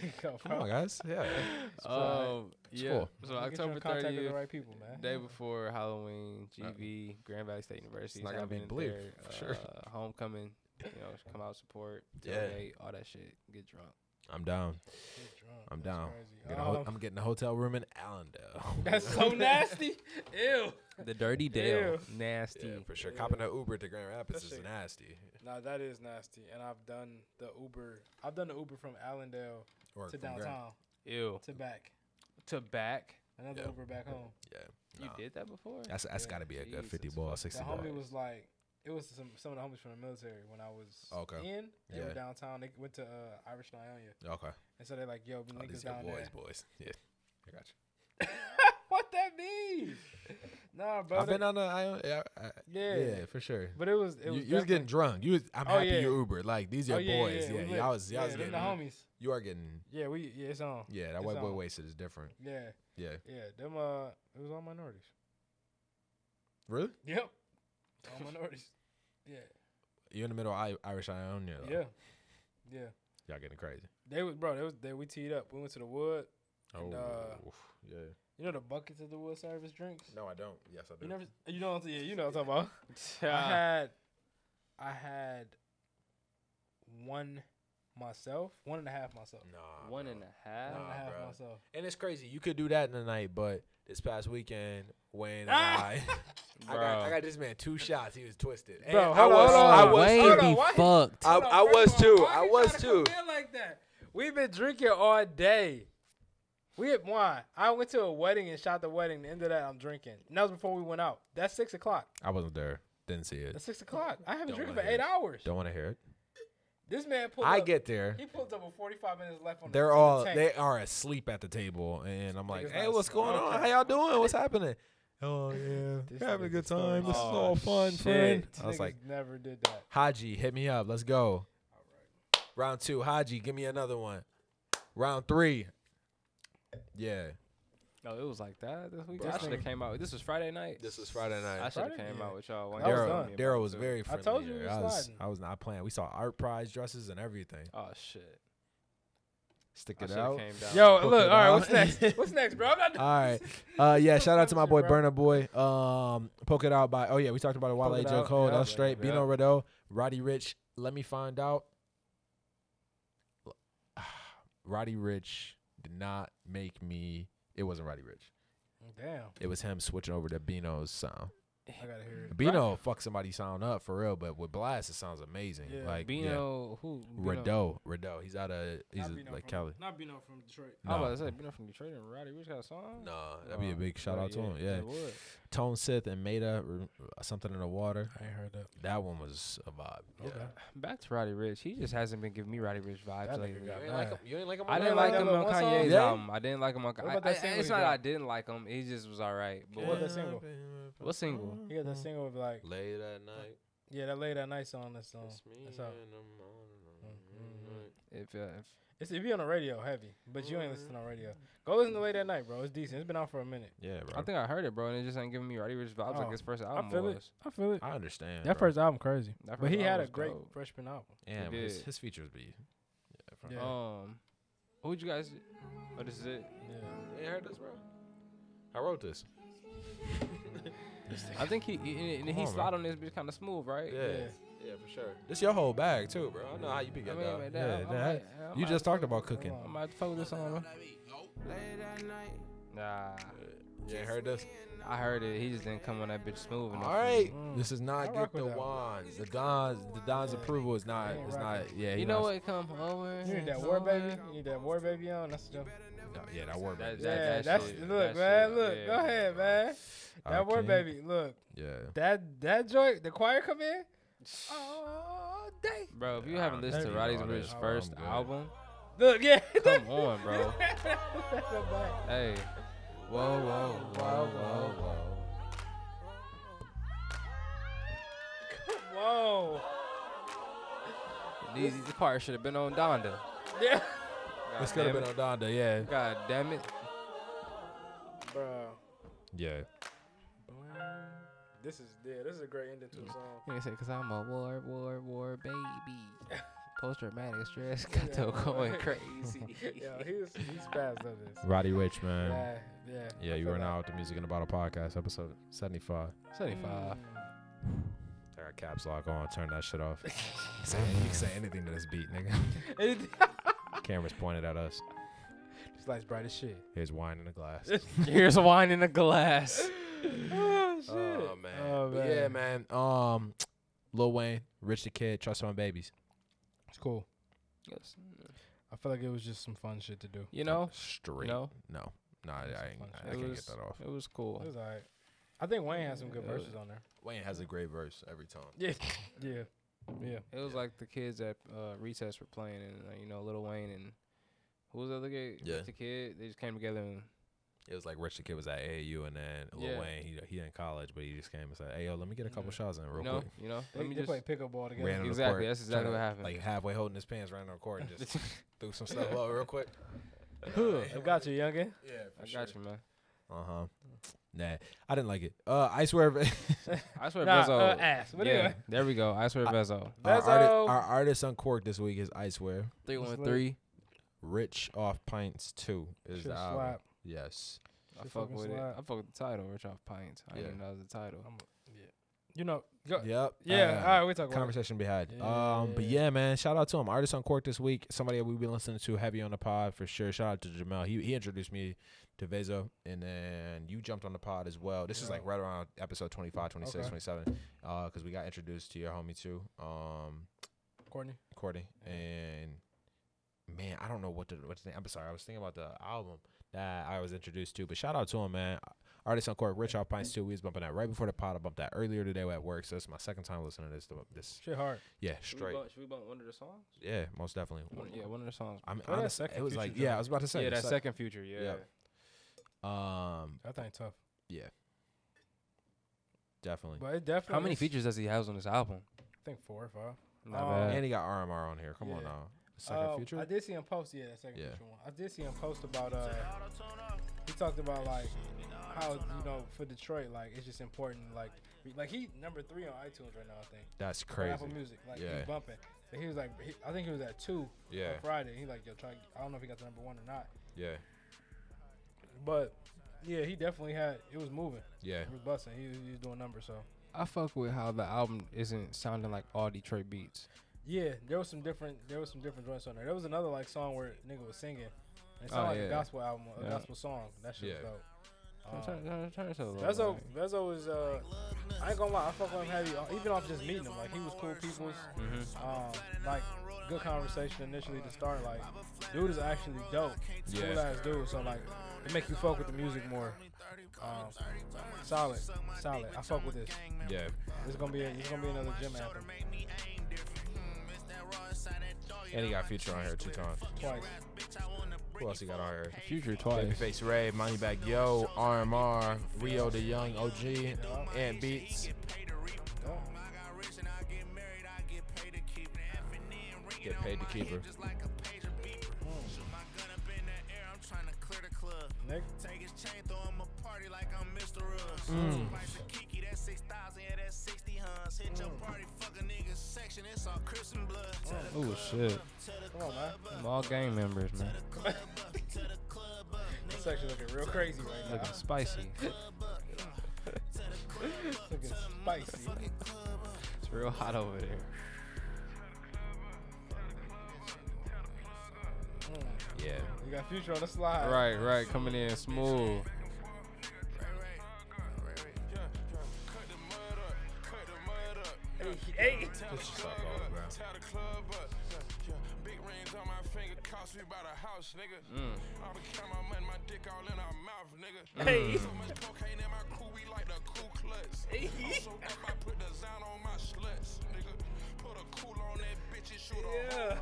[SPEAKER 3] we go,
[SPEAKER 1] Come on,
[SPEAKER 3] bro.
[SPEAKER 1] guys. Yeah.
[SPEAKER 3] alright.
[SPEAKER 2] Um,
[SPEAKER 1] It's
[SPEAKER 2] yeah.
[SPEAKER 1] cool.
[SPEAKER 2] So
[SPEAKER 3] You get you in
[SPEAKER 2] October
[SPEAKER 3] contact with the
[SPEAKER 2] thirtieth,
[SPEAKER 3] right people, man.
[SPEAKER 2] day before Halloween,
[SPEAKER 1] Uh,
[SPEAKER 2] GV, Grand Valley State University,
[SPEAKER 1] not
[SPEAKER 2] is
[SPEAKER 1] gonna be
[SPEAKER 2] having
[SPEAKER 1] bleeped,
[SPEAKER 2] their,
[SPEAKER 1] for sure.
[SPEAKER 2] uh, homecoming. You know, come out support,
[SPEAKER 1] Yeah.
[SPEAKER 2] tailgate, all that shit. Get drunk.
[SPEAKER 1] I'm down.
[SPEAKER 3] He's drunk.
[SPEAKER 1] I'm
[SPEAKER 3] That's
[SPEAKER 1] down.
[SPEAKER 3] crazy.
[SPEAKER 1] Get a ho-
[SPEAKER 3] Um,
[SPEAKER 1] I'm getting a hotel room in Allendale.
[SPEAKER 3] That's so nasty. Ew.
[SPEAKER 2] The Dirty Dale, nasty.
[SPEAKER 1] yeah, for sure. Copping an Uber to Grand Rapids
[SPEAKER 3] That
[SPEAKER 1] is
[SPEAKER 3] shit-
[SPEAKER 1] nasty.
[SPEAKER 3] Nah, that is nasty. And I've done the Uber. I've done the Uber from Allendale
[SPEAKER 1] Or
[SPEAKER 3] to
[SPEAKER 1] from Grand-
[SPEAKER 3] downtown
[SPEAKER 2] Ew.
[SPEAKER 3] to back.
[SPEAKER 2] To back.
[SPEAKER 3] Another
[SPEAKER 1] Yeah.
[SPEAKER 3] Uber back home.
[SPEAKER 1] Yeah.
[SPEAKER 2] You
[SPEAKER 1] nah.
[SPEAKER 2] did that before?
[SPEAKER 1] That's that's
[SPEAKER 3] Yeah.
[SPEAKER 1] got to be a good
[SPEAKER 2] Jesus
[SPEAKER 1] 50 ball, 60
[SPEAKER 3] The
[SPEAKER 1] ball.
[SPEAKER 3] homie was like, it was some some of the homies from the military when I was
[SPEAKER 1] Okay.
[SPEAKER 3] in. They were
[SPEAKER 1] Yeah.
[SPEAKER 3] downtown. They went to uh, Irish Nyonya.
[SPEAKER 1] Okay.
[SPEAKER 3] And so they're like, yo, we
[SPEAKER 1] Oh,
[SPEAKER 3] niggas
[SPEAKER 1] these are
[SPEAKER 3] down
[SPEAKER 1] boys,
[SPEAKER 3] there.
[SPEAKER 1] boys. Yeah. I got you.
[SPEAKER 3] what that mean? Nah, bro.
[SPEAKER 1] I've
[SPEAKER 3] they-
[SPEAKER 1] been on the I, yeah, I,
[SPEAKER 3] yeah.
[SPEAKER 1] yeah, for sure.
[SPEAKER 3] But it was it
[SPEAKER 1] You,
[SPEAKER 3] was
[SPEAKER 1] you was getting
[SPEAKER 3] definitely-
[SPEAKER 1] drunk. You was, I'm
[SPEAKER 3] Oh,
[SPEAKER 1] happy
[SPEAKER 3] yeah.
[SPEAKER 1] you Ubered. Like these your
[SPEAKER 3] Oh, yeah,
[SPEAKER 1] boys.
[SPEAKER 3] we
[SPEAKER 1] Yeah,
[SPEAKER 3] lit.
[SPEAKER 1] y'all was y'all was
[SPEAKER 3] them
[SPEAKER 1] getting
[SPEAKER 3] the homies.
[SPEAKER 1] you are getting
[SPEAKER 3] Yeah, we yeah, it's on.
[SPEAKER 1] yeah, that
[SPEAKER 3] It's
[SPEAKER 1] white boy
[SPEAKER 3] on.
[SPEAKER 1] wasted is different.
[SPEAKER 3] Yeah,
[SPEAKER 1] Yeah.
[SPEAKER 3] yeah. Them uh it was all minorities.
[SPEAKER 1] Really?
[SPEAKER 3] Yep. All minorities. Yeah.
[SPEAKER 1] You in the middle of I, Irish Ionia. though.
[SPEAKER 3] Yeah. Yeah.
[SPEAKER 1] Y'all getting crazy.
[SPEAKER 3] They was bro, they was they we teed up. We went to the wood.
[SPEAKER 1] Oh
[SPEAKER 3] And, uh,
[SPEAKER 1] oof, yeah.
[SPEAKER 3] You know the buckets of the wood service drinks?
[SPEAKER 1] No, I don't. Yes, I
[SPEAKER 3] You never you know what I'm yeah, you know what I'm talking about. I
[SPEAKER 2] Yeah.
[SPEAKER 3] had I had one myself, one and a half myself.
[SPEAKER 1] Nah,
[SPEAKER 2] One
[SPEAKER 1] bro.
[SPEAKER 2] and a half.
[SPEAKER 3] One and a
[SPEAKER 1] Nah,
[SPEAKER 3] half
[SPEAKER 1] bro.
[SPEAKER 3] myself.
[SPEAKER 1] And it's crazy. You could do that in the night, but this past weekend, Wayne and
[SPEAKER 3] Ah!
[SPEAKER 1] I, I, got, I
[SPEAKER 2] Bro.
[SPEAKER 1] got this man two shots. He was twisted. And
[SPEAKER 3] Bro,
[SPEAKER 1] I
[SPEAKER 3] hold on,
[SPEAKER 1] was-
[SPEAKER 3] hold
[SPEAKER 1] I
[SPEAKER 3] on.
[SPEAKER 1] was-
[SPEAKER 3] Wayne
[SPEAKER 1] hold on.
[SPEAKER 3] be
[SPEAKER 8] fucked.
[SPEAKER 1] I,
[SPEAKER 3] Hold
[SPEAKER 1] I
[SPEAKER 3] on,
[SPEAKER 1] was
[SPEAKER 3] first of all,
[SPEAKER 1] too.
[SPEAKER 3] why
[SPEAKER 1] I
[SPEAKER 3] you
[SPEAKER 1] was
[SPEAKER 3] tryna
[SPEAKER 1] too.
[SPEAKER 3] come in like that? We've been drinking all day. We had wine. I went to a wedding and shot the wedding. The end of that, I'm drinking. And that was before we went out. That's six o'clock.
[SPEAKER 1] I wasn't there. Didn't see it.
[SPEAKER 3] That's six o'clock. I haven't
[SPEAKER 1] Don't
[SPEAKER 3] drinking for
[SPEAKER 1] wanna hear
[SPEAKER 3] eight
[SPEAKER 1] it.
[SPEAKER 3] hours.
[SPEAKER 1] Don't want to hear it.
[SPEAKER 3] This man pulled.
[SPEAKER 1] I
[SPEAKER 3] up-
[SPEAKER 1] get there.
[SPEAKER 3] He pulled up with 45 minutes left on. the-
[SPEAKER 1] They're
[SPEAKER 3] on the
[SPEAKER 1] all
[SPEAKER 3] tank.
[SPEAKER 1] they are asleep at the table, and I'm like,
[SPEAKER 3] Niggas
[SPEAKER 1] "Hey,
[SPEAKER 3] not
[SPEAKER 1] what's
[SPEAKER 3] asleep.
[SPEAKER 1] going on? How y'all doing? What's happening?" Oh yeah,
[SPEAKER 3] This
[SPEAKER 1] having a
[SPEAKER 3] nigga's
[SPEAKER 1] good time. This is
[SPEAKER 6] story.
[SPEAKER 1] all
[SPEAKER 6] Oh,
[SPEAKER 1] fun,
[SPEAKER 6] shit.
[SPEAKER 1] friend. I
[SPEAKER 3] Niggas
[SPEAKER 1] was like,
[SPEAKER 3] never did that.
[SPEAKER 1] Haji, hit me up. Let's go. Round two, Haji, give me another one. Round three. Yeah,
[SPEAKER 2] No, it was like that this week.
[SPEAKER 1] Bro,
[SPEAKER 2] I
[SPEAKER 1] I
[SPEAKER 2] should have
[SPEAKER 1] think-
[SPEAKER 2] came out. This was Friday night.
[SPEAKER 1] this was Friday
[SPEAKER 2] I
[SPEAKER 1] night.
[SPEAKER 2] should have
[SPEAKER 3] Friday
[SPEAKER 2] came
[SPEAKER 3] night.
[SPEAKER 2] out with y'all. when
[SPEAKER 3] I was
[SPEAKER 2] y'all
[SPEAKER 3] done.
[SPEAKER 2] told me
[SPEAKER 1] Daryl
[SPEAKER 2] about
[SPEAKER 1] was
[SPEAKER 2] it.
[SPEAKER 1] very friendly.
[SPEAKER 3] told you we
[SPEAKER 1] there.
[SPEAKER 3] was
[SPEAKER 1] I was
[SPEAKER 3] sliding.
[SPEAKER 1] I was not playing. We saw art prize dresses and everything.
[SPEAKER 2] Oh shit.
[SPEAKER 1] Stick
[SPEAKER 2] I
[SPEAKER 1] it
[SPEAKER 2] shoulda
[SPEAKER 1] out.
[SPEAKER 2] came down.
[SPEAKER 3] Yo,
[SPEAKER 1] Book
[SPEAKER 3] look.
[SPEAKER 1] it
[SPEAKER 3] All right,
[SPEAKER 1] out.
[SPEAKER 3] what's next? What's next, bro? I'm not
[SPEAKER 1] All right. Uh, yeah, shout out to my boy
[SPEAKER 3] Bro.
[SPEAKER 1] Burner Boy. Um, Poke It Out by, oh, yeah, we talked about it. Wale,
[SPEAKER 3] Poke It
[SPEAKER 1] J.
[SPEAKER 3] Out,
[SPEAKER 1] Cole,
[SPEAKER 3] yeah.
[SPEAKER 1] that's straight.
[SPEAKER 2] Yeah.
[SPEAKER 1] Bino Rideau, Roddy Rich, Let Me Find Out. Roddy Rich did not make me, it wasn't Roddy Rich.
[SPEAKER 3] Damn.
[SPEAKER 1] It was him switching over to Bino's sound.
[SPEAKER 3] I gotta hear it.
[SPEAKER 1] Bino fucked somebody's sound up for real, but with Blast, it sounds amazing.
[SPEAKER 3] Yeah,
[SPEAKER 1] like, yeah.
[SPEAKER 2] Bino who? Bino.
[SPEAKER 1] Rideau, Rideau. He's out of, he's
[SPEAKER 3] Not Bino
[SPEAKER 1] like
[SPEAKER 3] from-
[SPEAKER 1] Cali.
[SPEAKER 3] Not Bino from Detroit.
[SPEAKER 2] I
[SPEAKER 1] No.
[SPEAKER 2] was about to say Bino from Detroit and Roddy Rich got a song.
[SPEAKER 1] No, that'd be a
[SPEAKER 2] Oh,
[SPEAKER 1] big shout
[SPEAKER 2] yeah,
[SPEAKER 1] out to him.
[SPEAKER 2] yeah,
[SPEAKER 1] Yeah.
[SPEAKER 2] it would.
[SPEAKER 1] Tone Sith and Meta, r- uh, something in the water.
[SPEAKER 3] I ain't heard that.
[SPEAKER 1] That one was a vibe. Yeah.
[SPEAKER 3] Okay.
[SPEAKER 2] Back to Roddy Rich. He just hasn't been giving me Roddy Rich vibes
[SPEAKER 3] That nigga
[SPEAKER 2] lately.
[SPEAKER 1] You
[SPEAKER 3] got
[SPEAKER 1] ain't like
[SPEAKER 3] Nah.
[SPEAKER 1] him. You ain't like him.
[SPEAKER 2] I
[SPEAKER 1] on
[SPEAKER 2] didn't
[SPEAKER 1] that
[SPEAKER 2] like
[SPEAKER 1] one?
[SPEAKER 2] him
[SPEAKER 3] that
[SPEAKER 2] on
[SPEAKER 3] one song?
[SPEAKER 2] Kanye's
[SPEAKER 1] Yeah.
[SPEAKER 2] album. I didn't like him on.
[SPEAKER 3] What
[SPEAKER 2] Kanye.
[SPEAKER 3] about
[SPEAKER 2] I, I,
[SPEAKER 3] that single
[SPEAKER 2] it's
[SPEAKER 3] he
[SPEAKER 2] not that I
[SPEAKER 3] dropped?
[SPEAKER 2] didn't like him. He just was all right. But
[SPEAKER 3] What was that
[SPEAKER 2] what,
[SPEAKER 3] single?
[SPEAKER 2] what single?
[SPEAKER 3] He got that single with like,
[SPEAKER 1] uh, Late at night.
[SPEAKER 3] yeah, that late at night song. That
[SPEAKER 2] Oh,
[SPEAKER 3] song.
[SPEAKER 1] it's me
[SPEAKER 3] That's all.
[SPEAKER 1] and I'm on and
[SPEAKER 2] If, uh, if
[SPEAKER 3] It's it be on the radio heavy, but you ain't listening on radio. Go listen to late at night, bro. It's decent. It's been out for a minute.
[SPEAKER 1] on. Yeah,
[SPEAKER 2] I
[SPEAKER 1] bro.
[SPEAKER 2] think I heard it, bro, and it just ain't giving me Roddy Rich vibes
[SPEAKER 3] Oh,
[SPEAKER 2] like his first album
[SPEAKER 3] I feel
[SPEAKER 2] was.
[SPEAKER 3] it. I feel it.
[SPEAKER 1] I understand.
[SPEAKER 3] That
[SPEAKER 1] bro.
[SPEAKER 3] first album crazy,
[SPEAKER 2] That
[SPEAKER 3] but
[SPEAKER 2] first
[SPEAKER 3] he had
[SPEAKER 2] album
[SPEAKER 3] a
[SPEAKER 2] was
[SPEAKER 3] great
[SPEAKER 2] dope.
[SPEAKER 3] freshman album.
[SPEAKER 1] Yeah,
[SPEAKER 2] he
[SPEAKER 1] but his,
[SPEAKER 2] did.
[SPEAKER 1] his features be. Yeah.
[SPEAKER 3] Yeah.
[SPEAKER 2] Um, who'd you guys? Oh, this is it. Um,
[SPEAKER 3] Yeah.
[SPEAKER 1] You ain't heard this, bro? I wrote this.
[SPEAKER 2] I think he he, and
[SPEAKER 1] Come
[SPEAKER 2] he
[SPEAKER 1] on,
[SPEAKER 2] slide
[SPEAKER 1] man.
[SPEAKER 2] on this bitch kind of smooth, right?
[SPEAKER 1] Yeah. Yeah, for sure. This your whole bag too, bro. I know how you pick
[SPEAKER 2] I
[SPEAKER 1] that
[SPEAKER 2] mean,
[SPEAKER 1] up.
[SPEAKER 2] man, that-
[SPEAKER 1] Yeah,
[SPEAKER 2] I'm
[SPEAKER 1] that-
[SPEAKER 2] like, yeah, I'm
[SPEAKER 1] You
[SPEAKER 2] like-
[SPEAKER 1] just talked about cooking.
[SPEAKER 2] I'm about to fuck with this on. bro. Nah,
[SPEAKER 1] You ain't heard this?
[SPEAKER 2] I heard it. He just didn't come on that bitch smooth enough.
[SPEAKER 1] All right,
[SPEAKER 3] Mm.
[SPEAKER 1] this is not
[SPEAKER 3] I
[SPEAKER 1] get
[SPEAKER 3] rock
[SPEAKER 1] the
[SPEAKER 3] with that.
[SPEAKER 1] wand. The Don's the Don's approval is not.
[SPEAKER 3] ain't
[SPEAKER 1] It's not.
[SPEAKER 3] rocking.
[SPEAKER 1] Yeah, he
[SPEAKER 2] You know
[SPEAKER 1] not-
[SPEAKER 2] what? Come over.
[SPEAKER 3] You need that war baby. You need that war baby on. That's the.
[SPEAKER 1] no, Yeah, that word.
[SPEAKER 2] That-
[SPEAKER 1] baby.
[SPEAKER 3] Yeah,
[SPEAKER 2] that
[SPEAKER 3] that's
[SPEAKER 2] shit- that
[SPEAKER 3] look, man.
[SPEAKER 2] shit,
[SPEAKER 3] Look,
[SPEAKER 2] yeah.
[SPEAKER 3] go ahead, man. That war
[SPEAKER 1] Okay.
[SPEAKER 3] baby. Look,
[SPEAKER 1] Yeah.
[SPEAKER 3] that that joint. The choir come in. Oh, day.
[SPEAKER 2] Bro, if you
[SPEAKER 1] Yeah, I
[SPEAKER 2] haven't
[SPEAKER 1] don't
[SPEAKER 2] listened to
[SPEAKER 1] think
[SPEAKER 2] Roddy
[SPEAKER 1] about
[SPEAKER 2] Rich's
[SPEAKER 1] it.
[SPEAKER 2] first
[SPEAKER 1] I'm good.
[SPEAKER 2] album,
[SPEAKER 3] Look, yeah.
[SPEAKER 2] come on, bro.
[SPEAKER 3] bro.
[SPEAKER 2] Hey. Whoa, whoa, whoa, whoa, whoa.
[SPEAKER 3] Whoa.
[SPEAKER 2] These, these parts should have been on Donda.
[SPEAKER 3] Yeah.
[SPEAKER 2] God
[SPEAKER 1] This could have
[SPEAKER 2] damn
[SPEAKER 1] been
[SPEAKER 2] it.
[SPEAKER 1] on Donda. Yeah.
[SPEAKER 2] God damn it.
[SPEAKER 3] Bro.
[SPEAKER 1] Yeah.
[SPEAKER 3] This is yeah, this is a great ending to the song.
[SPEAKER 2] He said, because I'm a war, war, war baby. Post traumatic stress
[SPEAKER 3] Yeah,
[SPEAKER 2] got to
[SPEAKER 3] bro.
[SPEAKER 2] going crazy.
[SPEAKER 3] Yo, he's he's fast on this.
[SPEAKER 1] Roddy Rich, man.
[SPEAKER 3] Yeah, yeah.
[SPEAKER 1] Yeah,
[SPEAKER 3] I
[SPEAKER 1] you
[SPEAKER 3] feel
[SPEAKER 1] are
[SPEAKER 3] that.
[SPEAKER 1] now with the Music in the Bottle podcast, episode 75.
[SPEAKER 3] Mm.
[SPEAKER 2] 75.
[SPEAKER 1] I got caps lock on. Turn that shit off. say, you can say anything to this beat, nigga. Camera's pointed at us.
[SPEAKER 3] This light's bright as shit.
[SPEAKER 1] Here's wine in a glass.
[SPEAKER 2] Here's wine in a glass.
[SPEAKER 3] Oh Ah, shit.
[SPEAKER 1] Oh, man.
[SPEAKER 3] Oh,
[SPEAKER 1] But Yeah, man. Um, Lil Wayne, Rich the Kid, Trust Fund Babies.
[SPEAKER 3] It's cool.
[SPEAKER 2] Yes.
[SPEAKER 3] I feel like it was just some fun shit to do.
[SPEAKER 2] You know,
[SPEAKER 1] Straight.
[SPEAKER 2] no.
[SPEAKER 1] No. No, I, I, ain't- I, I
[SPEAKER 2] it
[SPEAKER 1] can't
[SPEAKER 2] was,
[SPEAKER 1] get that off.
[SPEAKER 2] It was cool.
[SPEAKER 3] It was alright. I think Wayne has some good
[SPEAKER 2] Yeah.
[SPEAKER 3] verses on there.
[SPEAKER 1] Wayne has a great verse every time.
[SPEAKER 3] Yeah. Yeah. Yeah.
[SPEAKER 2] It was like the kids at uh, recess were playing, and uh, you know, Little Wayne and who was the other kid?
[SPEAKER 1] Yeah.
[SPEAKER 2] the kid. They just came together and
[SPEAKER 1] It was like Rich the Kid was at AAU, and then Lil
[SPEAKER 2] Yeah.
[SPEAKER 1] Wayne, he, he in college, but he just came and said, "Hey, yo, let me get a couple shots in real
[SPEAKER 2] you know,
[SPEAKER 1] quick."
[SPEAKER 2] you know.
[SPEAKER 3] They,
[SPEAKER 2] Let me
[SPEAKER 3] they
[SPEAKER 2] just
[SPEAKER 3] play pickup ball together.
[SPEAKER 1] Ran on the
[SPEAKER 2] Exactly,
[SPEAKER 1] court,
[SPEAKER 2] that's exactly
[SPEAKER 1] tryna-
[SPEAKER 2] what happened.
[SPEAKER 1] Like halfway holding his pants, ran on the court, and just threw some stuff up real quick.
[SPEAKER 3] I got you, youngin.
[SPEAKER 1] Yeah,
[SPEAKER 2] I got you, man.
[SPEAKER 1] Uh huh. Nah, I didn't like it. Uh, I swear, our,
[SPEAKER 2] I swear,
[SPEAKER 3] Nah,
[SPEAKER 2] Bezo.
[SPEAKER 3] uh, ass. But
[SPEAKER 2] yeah,
[SPEAKER 3] anyway.
[SPEAKER 2] there we go. I swear, Bezo.
[SPEAKER 1] artist,
[SPEAKER 3] Bezzo.
[SPEAKER 1] our artist uncorked this week is Icewear.
[SPEAKER 2] Three
[SPEAKER 3] lit.
[SPEAKER 2] one three.
[SPEAKER 1] Rich off pints two is
[SPEAKER 3] Shit
[SPEAKER 1] the album.
[SPEAKER 3] slap.
[SPEAKER 1] Yes.
[SPEAKER 2] I
[SPEAKER 3] Shit
[SPEAKER 2] fuck
[SPEAKER 3] fucking
[SPEAKER 2] with it.
[SPEAKER 3] slap.
[SPEAKER 2] I fuck with the title, Rich off Pint.
[SPEAKER 1] Yeah.
[SPEAKER 2] I didn't even know that was the title.
[SPEAKER 3] I'm-
[SPEAKER 2] You know, go,
[SPEAKER 1] Yep.
[SPEAKER 2] yeah.
[SPEAKER 1] Uh,
[SPEAKER 2] all right, we talk about it.
[SPEAKER 1] conversation behind.
[SPEAKER 3] Yeah.
[SPEAKER 1] Um, but yeah, man, shout out to him. Artist on Cork this week. Somebody that we've been listening to heavy on the pod for sure. Shout out to Jamel. He he introduced me to Vezo, and then you jumped on the pod as well. This is like right around episode 25, 26,
[SPEAKER 3] Okay.
[SPEAKER 1] 27, because uh, we got introduced to your homie too, um,
[SPEAKER 3] Courtney.
[SPEAKER 1] Courtney. And man, I don't know what the what's the name. I'm sorry, I was thinking about the album that I was introduced to, but shout out to him, man. Artist on Cork, Rich Off Pines too. We was bumping that right before the pod. I bumped that earlier today at work, so that's my second time listening to this. This
[SPEAKER 3] Shit hard.
[SPEAKER 1] yeah,
[SPEAKER 2] Should we,
[SPEAKER 1] straight.
[SPEAKER 2] bump, should we bump one of the songs?
[SPEAKER 1] Yeah, most definitely.
[SPEAKER 2] One, yeah, one of the songs.
[SPEAKER 1] I'm
[SPEAKER 3] that
[SPEAKER 1] honest.
[SPEAKER 3] second
[SPEAKER 1] It was
[SPEAKER 3] feature
[SPEAKER 1] like,
[SPEAKER 3] joint.
[SPEAKER 1] yeah, I was about to say
[SPEAKER 2] yeah,
[SPEAKER 1] the
[SPEAKER 2] that
[SPEAKER 1] sec-
[SPEAKER 2] second future. Yeah.
[SPEAKER 1] Yep. Um,
[SPEAKER 3] That thing tough.
[SPEAKER 1] definitely.
[SPEAKER 3] But it definitely.
[SPEAKER 2] How many
[SPEAKER 3] is-
[SPEAKER 2] features does he has on this album?
[SPEAKER 3] I think four or five.
[SPEAKER 2] Not
[SPEAKER 3] Um,
[SPEAKER 2] bad.
[SPEAKER 1] and he got RMR on here. Come on
[SPEAKER 3] Yeah.
[SPEAKER 1] now. Second
[SPEAKER 3] Uh,
[SPEAKER 1] future.
[SPEAKER 3] I did see him post. Yeah, that second
[SPEAKER 1] Yeah.
[SPEAKER 3] future one. I did see him post about. uh He talked about like how you know for Detroit, like it's just important. Like re- like he number three on iTunes right now. I think.
[SPEAKER 1] That's
[SPEAKER 3] on
[SPEAKER 1] crazy.
[SPEAKER 3] Apple Music. Like
[SPEAKER 1] Yeah.
[SPEAKER 3] he's bumping. So he was like, he, I think he was at two
[SPEAKER 1] Yeah,
[SPEAKER 3] on Friday. He like yo try. I don't know if he got the number one or not,
[SPEAKER 1] yeah,
[SPEAKER 3] but yeah, he definitely had. It was moving.
[SPEAKER 1] yeah.
[SPEAKER 3] It was busting. He was, he was doing numbers. So
[SPEAKER 2] I fuck with how the album isn't sounding like all Detroit beats.
[SPEAKER 3] yeah, there was some different. There was some different joints on there. There was another like song where nigga was singing. And it sounded
[SPEAKER 2] Oh,
[SPEAKER 3] like
[SPEAKER 2] yeah.
[SPEAKER 3] a gospel album, a
[SPEAKER 2] Yeah.
[SPEAKER 3] gospel song. That shit
[SPEAKER 1] Yeah.
[SPEAKER 3] was dope. Um,
[SPEAKER 2] Turn- turn- turn this over,
[SPEAKER 3] Vezo,
[SPEAKER 2] like-
[SPEAKER 3] Vezo is uh, I ain't gonna lie, I fuck with him heavy. uh, Even off just meeting him, like he was cool people's,
[SPEAKER 2] Mm-hmm.
[SPEAKER 3] um, like good conversation initially to start. Like, dude is actually dope,
[SPEAKER 1] Yeah.
[SPEAKER 3] cool ass dude. So like, it make you fuck with the music more. Um, solid, solid. I fuck with this.
[SPEAKER 1] Yeah.
[SPEAKER 3] It's gonna be, a, it's gonna be another gym anthem
[SPEAKER 1] And he got Future on here two times.
[SPEAKER 3] twice.
[SPEAKER 1] Who else he got on here?
[SPEAKER 2] Future twice.
[SPEAKER 1] Babyface Ray, Money Back Yo, RMR, Rio the Young, OG, and Beats.
[SPEAKER 3] Yeah.
[SPEAKER 1] Get paid to keep her.
[SPEAKER 3] Nick,
[SPEAKER 2] Oh shit!
[SPEAKER 3] come on, man.
[SPEAKER 2] Them All gang members, man,
[SPEAKER 3] This section looking real crazy right now.
[SPEAKER 2] looking spicy.
[SPEAKER 3] Looking spicy.
[SPEAKER 2] It's real hot over there.
[SPEAKER 1] Yeah.
[SPEAKER 3] You got future on the slide.
[SPEAKER 2] Right, right, coming in smooth.
[SPEAKER 1] Get yourself off, bro.
[SPEAKER 3] Mm. Hey. Yeah.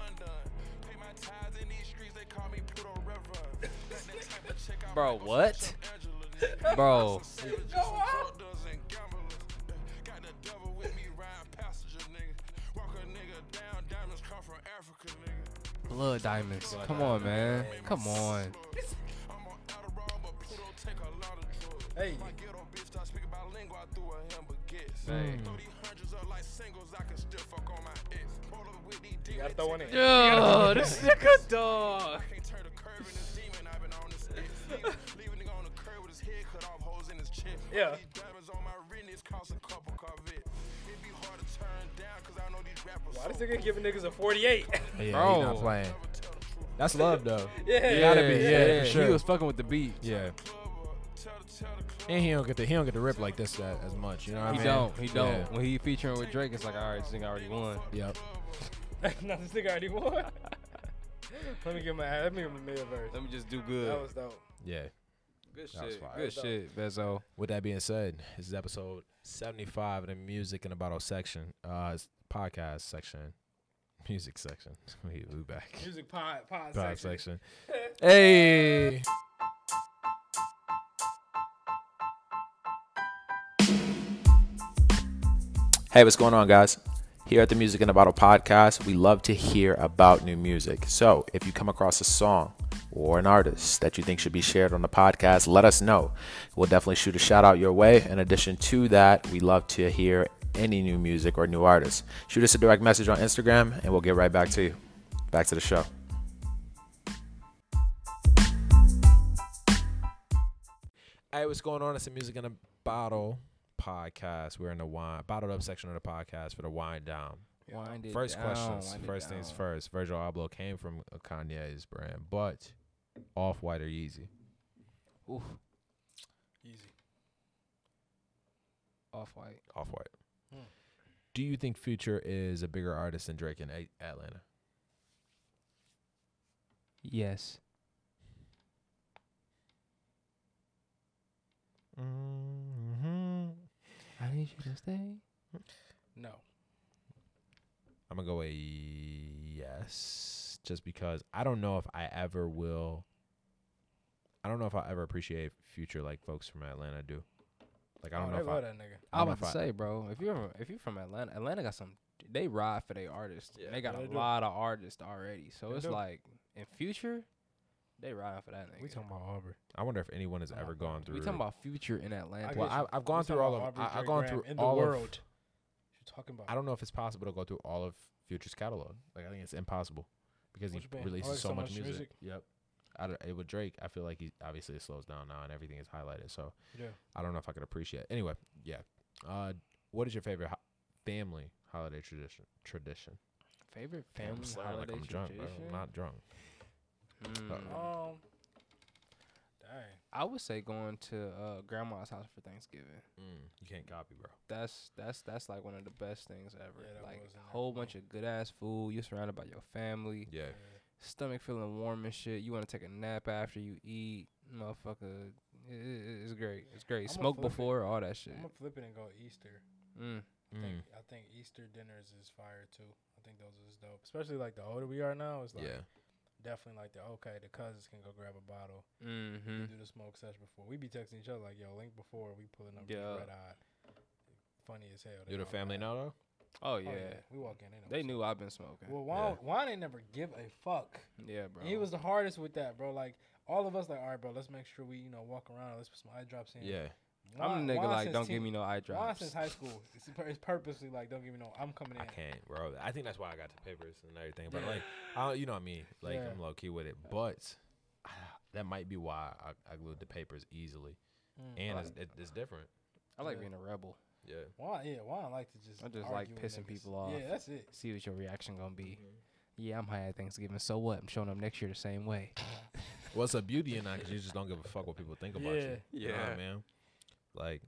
[SPEAKER 2] Bro, what? Bro, Lil Diamonds. Come on, man. Come on.
[SPEAKER 3] Hey.
[SPEAKER 2] Hey.
[SPEAKER 3] You gotta throw one in.
[SPEAKER 2] Yo, this is a good dog.
[SPEAKER 3] Yeah. Why this nigga giving niggas a 48?
[SPEAKER 1] Yeah, he
[SPEAKER 2] Bro.
[SPEAKER 1] not playing. That's love, though.
[SPEAKER 3] yeah.
[SPEAKER 1] gotta be, yeah, for sure.
[SPEAKER 2] He was fucking with the beat.
[SPEAKER 1] Yeah. And he don't get the he don't get the rip like this uh, as much. You know what I
[SPEAKER 2] He
[SPEAKER 1] mean?
[SPEAKER 2] don't. He don't.
[SPEAKER 1] Yeah.
[SPEAKER 2] When he featuring with Drake, it's like, all right, this thing already won.
[SPEAKER 1] Yep.
[SPEAKER 3] no, this nigga already won. let me give him a, let me give him a mid verse.
[SPEAKER 2] Let me just do
[SPEAKER 3] That
[SPEAKER 2] good.
[SPEAKER 3] was dope.
[SPEAKER 1] Yeah.
[SPEAKER 6] Good
[SPEAKER 1] That was
[SPEAKER 6] shit.
[SPEAKER 1] fire.
[SPEAKER 2] Good shit, Bezo.
[SPEAKER 1] With that being said, this is episode 75 of the Music in a Bottle section, uh, it's podcast section, music section. We we back.
[SPEAKER 3] Music pod, pod,
[SPEAKER 1] Pod
[SPEAKER 3] section.
[SPEAKER 1] section. hey. Hey, what's going on, guys? Here at the Music in a Bottle podcast, we love to hear about new music. So if you come across a song or an artist that you think should be shared on the podcast, let us know. We'll definitely shoot a shout out your way. In addition to that, we love to hear any new music or new artists. Shoot us a direct message on Instagram and we'll get right back to you. Back to the show. Hey, what's going on? It's the Music in a Bottle podcast. We're in the wine bottled up section of the podcast for the wind down.
[SPEAKER 2] Wind it
[SPEAKER 1] First
[SPEAKER 2] down,
[SPEAKER 1] questions.
[SPEAKER 2] wind it
[SPEAKER 1] First things
[SPEAKER 2] down.
[SPEAKER 1] first. Virgil Abloh came from uh, Kanye's brand, but off white or Yeezy.
[SPEAKER 2] Oof,
[SPEAKER 3] Easy.
[SPEAKER 2] off white.
[SPEAKER 1] Off white.
[SPEAKER 3] Hmm.
[SPEAKER 1] Do you think Future is a bigger artist than Drake in A- Atlanta?
[SPEAKER 2] Yes.
[SPEAKER 1] Mm-hmm.
[SPEAKER 2] I need you to stay.
[SPEAKER 3] No.
[SPEAKER 1] I'm gonna go a yes, just because I don't know if I ever will. I don't know if I will ever appreciate Future like folks from Atlanta do. Like I don't
[SPEAKER 3] oh,
[SPEAKER 1] know
[SPEAKER 3] they
[SPEAKER 1] if
[SPEAKER 3] love
[SPEAKER 1] I,
[SPEAKER 3] that nigga.
[SPEAKER 1] I
[SPEAKER 2] I
[SPEAKER 1] don't know
[SPEAKER 2] was
[SPEAKER 1] if
[SPEAKER 2] about
[SPEAKER 1] I-
[SPEAKER 2] to say, bro, if you're from, if you're from Atlanta, Atlanta got some. They ride for their artists.
[SPEAKER 1] Yeah,
[SPEAKER 2] they got
[SPEAKER 3] they
[SPEAKER 2] a
[SPEAKER 3] do.
[SPEAKER 2] lot of artists already. So
[SPEAKER 3] They
[SPEAKER 2] it's
[SPEAKER 3] do.
[SPEAKER 2] like in future, they riding for that nigga.
[SPEAKER 3] We talking about Aubrey.
[SPEAKER 1] I wonder if anyone has
[SPEAKER 3] Oh,
[SPEAKER 1] ever gone through.
[SPEAKER 2] We talking about future in Atlanta.
[SPEAKER 3] I
[SPEAKER 1] Well,
[SPEAKER 3] get you.
[SPEAKER 1] I, I've
[SPEAKER 3] We
[SPEAKER 1] gone
[SPEAKER 3] talking
[SPEAKER 1] through all
[SPEAKER 3] about
[SPEAKER 1] of.
[SPEAKER 3] Aubrey,
[SPEAKER 1] I, I've
[SPEAKER 3] Drake
[SPEAKER 1] gone
[SPEAKER 3] Graham
[SPEAKER 1] through
[SPEAKER 3] in the
[SPEAKER 1] all
[SPEAKER 3] world.
[SPEAKER 1] of.
[SPEAKER 3] What you talking about?
[SPEAKER 1] I don't know if it's possible to go through all of Future's catalog. Like I think it's impossible because
[SPEAKER 3] What you
[SPEAKER 1] he
[SPEAKER 3] mean?
[SPEAKER 1] releases
[SPEAKER 3] Oh, like
[SPEAKER 1] so,
[SPEAKER 3] so
[SPEAKER 1] much,
[SPEAKER 3] much
[SPEAKER 1] music.
[SPEAKER 3] music?
[SPEAKER 1] Yep. I don't, eh, with Drake, I feel like he obviously it slows down now and everything is highlighted. So
[SPEAKER 3] Yeah.
[SPEAKER 1] I don't know if I could appreciate. It. Anyway, yeah. Uh, what is your favorite ho- family holiday tradition? Tradition.
[SPEAKER 2] favorite
[SPEAKER 1] Damn, I'm
[SPEAKER 2] family
[SPEAKER 1] slurring
[SPEAKER 2] holiday
[SPEAKER 1] like I'm drunk. bro.
[SPEAKER 2] tradition.
[SPEAKER 1] I'm not drunk.
[SPEAKER 2] Mm,
[SPEAKER 3] Um. Dang.
[SPEAKER 2] I would say going to uh, grandma's house for Thanksgiving.
[SPEAKER 1] Mm. You can't copy, bro.
[SPEAKER 2] That's that's that's like one of the best things ever.
[SPEAKER 3] Yeah, that
[SPEAKER 2] like
[SPEAKER 3] was in there
[SPEAKER 2] a whole
[SPEAKER 3] for me.
[SPEAKER 2] bunch of good ass food. You're surrounded by your family.
[SPEAKER 1] Yeah.
[SPEAKER 2] stomach feeling warm and shit. You want to take a nap after you eat, motherfucker. i- i- i- it's great. It's great.
[SPEAKER 3] I'ma
[SPEAKER 2] Smoke
[SPEAKER 3] flip it.
[SPEAKER 2] before all that shit.
[SPEAKER 3] I'm gonna flip it and go Easter.
[SPEAKER 2] Mm.
[SPEAKER 3] I think, I think Easter dinners is fire too. I think those is dope, especially like the older we are now. It's like
[SPEAKER 1] yeah.
[SPEAKER 3] definitely like the okay, the cousins can go grab a bottle,
[SPEAKER 2] Mm-hmm.
[SPEAKER 3] do the smoke session before. We be texting each other like, "Yo, link before we pulling up
[SPEAKER 2] Yeah.
[SPEAKER 3] red eye." Funny as hell. they
[SPEAKER 1] You the
[SPEAKER 3] all
[SPEAKER 1] family
[SPEAKER 3] laugh.
[SPEAKER 1] now though?
[SPEAKER 2] Oh
[SPEAKER 3] Oh,
[SPEAKER 2] yeah.
[SPEAKER 3] we walk in. know
[SPEAKER 2] They
[SPEAKER 3] what's
[SPEAKER 2] knew I've been smoking.
[SPEAKER 3] up. Well, Juan, Juan ain't never give a fuck.
[SPEAKER 2] yeah, bro.
[SPEAKER 3] And He was the hardest with that, bro. Like all of us, like, all right, bro, let's make sure we, you know, walk around. Let's put some eye drops in.
[SPEAKER 1] Yeah.
[SPEAKER 2] I'm
[SPEAKER 3] Juan-
[SPEAKER 2] the nigga
[SPEAKER 3] Juan
[SPEAKER 2] like
[SPEAKER 3] since
[SPEAKER 2] don't give
[SPEAKER 3] teen-
[SPEAKER 2] me no eye
[SPEAKER 3] Juan
[SPEAKER 2] drops.
[SPEAKER 3] since high school, it's, pur- it's purposely like, don't give me no. I'm coming in.
[SPEAKER 1] I can't, bro. I think that's why I got the papers and everything. But like, I don't, you know what I mean? Like,
[SPEAKER 3] Yeah.
[SPEAKER 1] I'm low key with it. But that might be why I, I glued the papers easily.
[SPEAKER 3] Mm.
[SPEAKER 1] And it's, it, it's different.
[SPEAKER 2] I like
[SPEAKER 3] Yeah.
[SPEAKER 2] being a rebel.
[SPEAKER 1] Yeah.
[SPEAKER 3] Juan, yeah, Juan like to just.
[SPEAKER 2] I just like
[SPEAKER 3] argue with
[SPEAKER 2] pissing
[SPEAKER 3] niggas.
[SPEAKER 2] people off.
[SPEAKER 3] Yeah, that's it.
[SPEAKER 2] See what your reaction gonna be. Yeah, I'm high at Thanksgiving. So what? I'm showing up next year the same way.
[SPEAKER 1] Well, it's a beauty in that because you just don't give a fuck what people think about you. You know what I
[SPEAKER 2] Yeah.
[SPEAKER 1] mean? Like,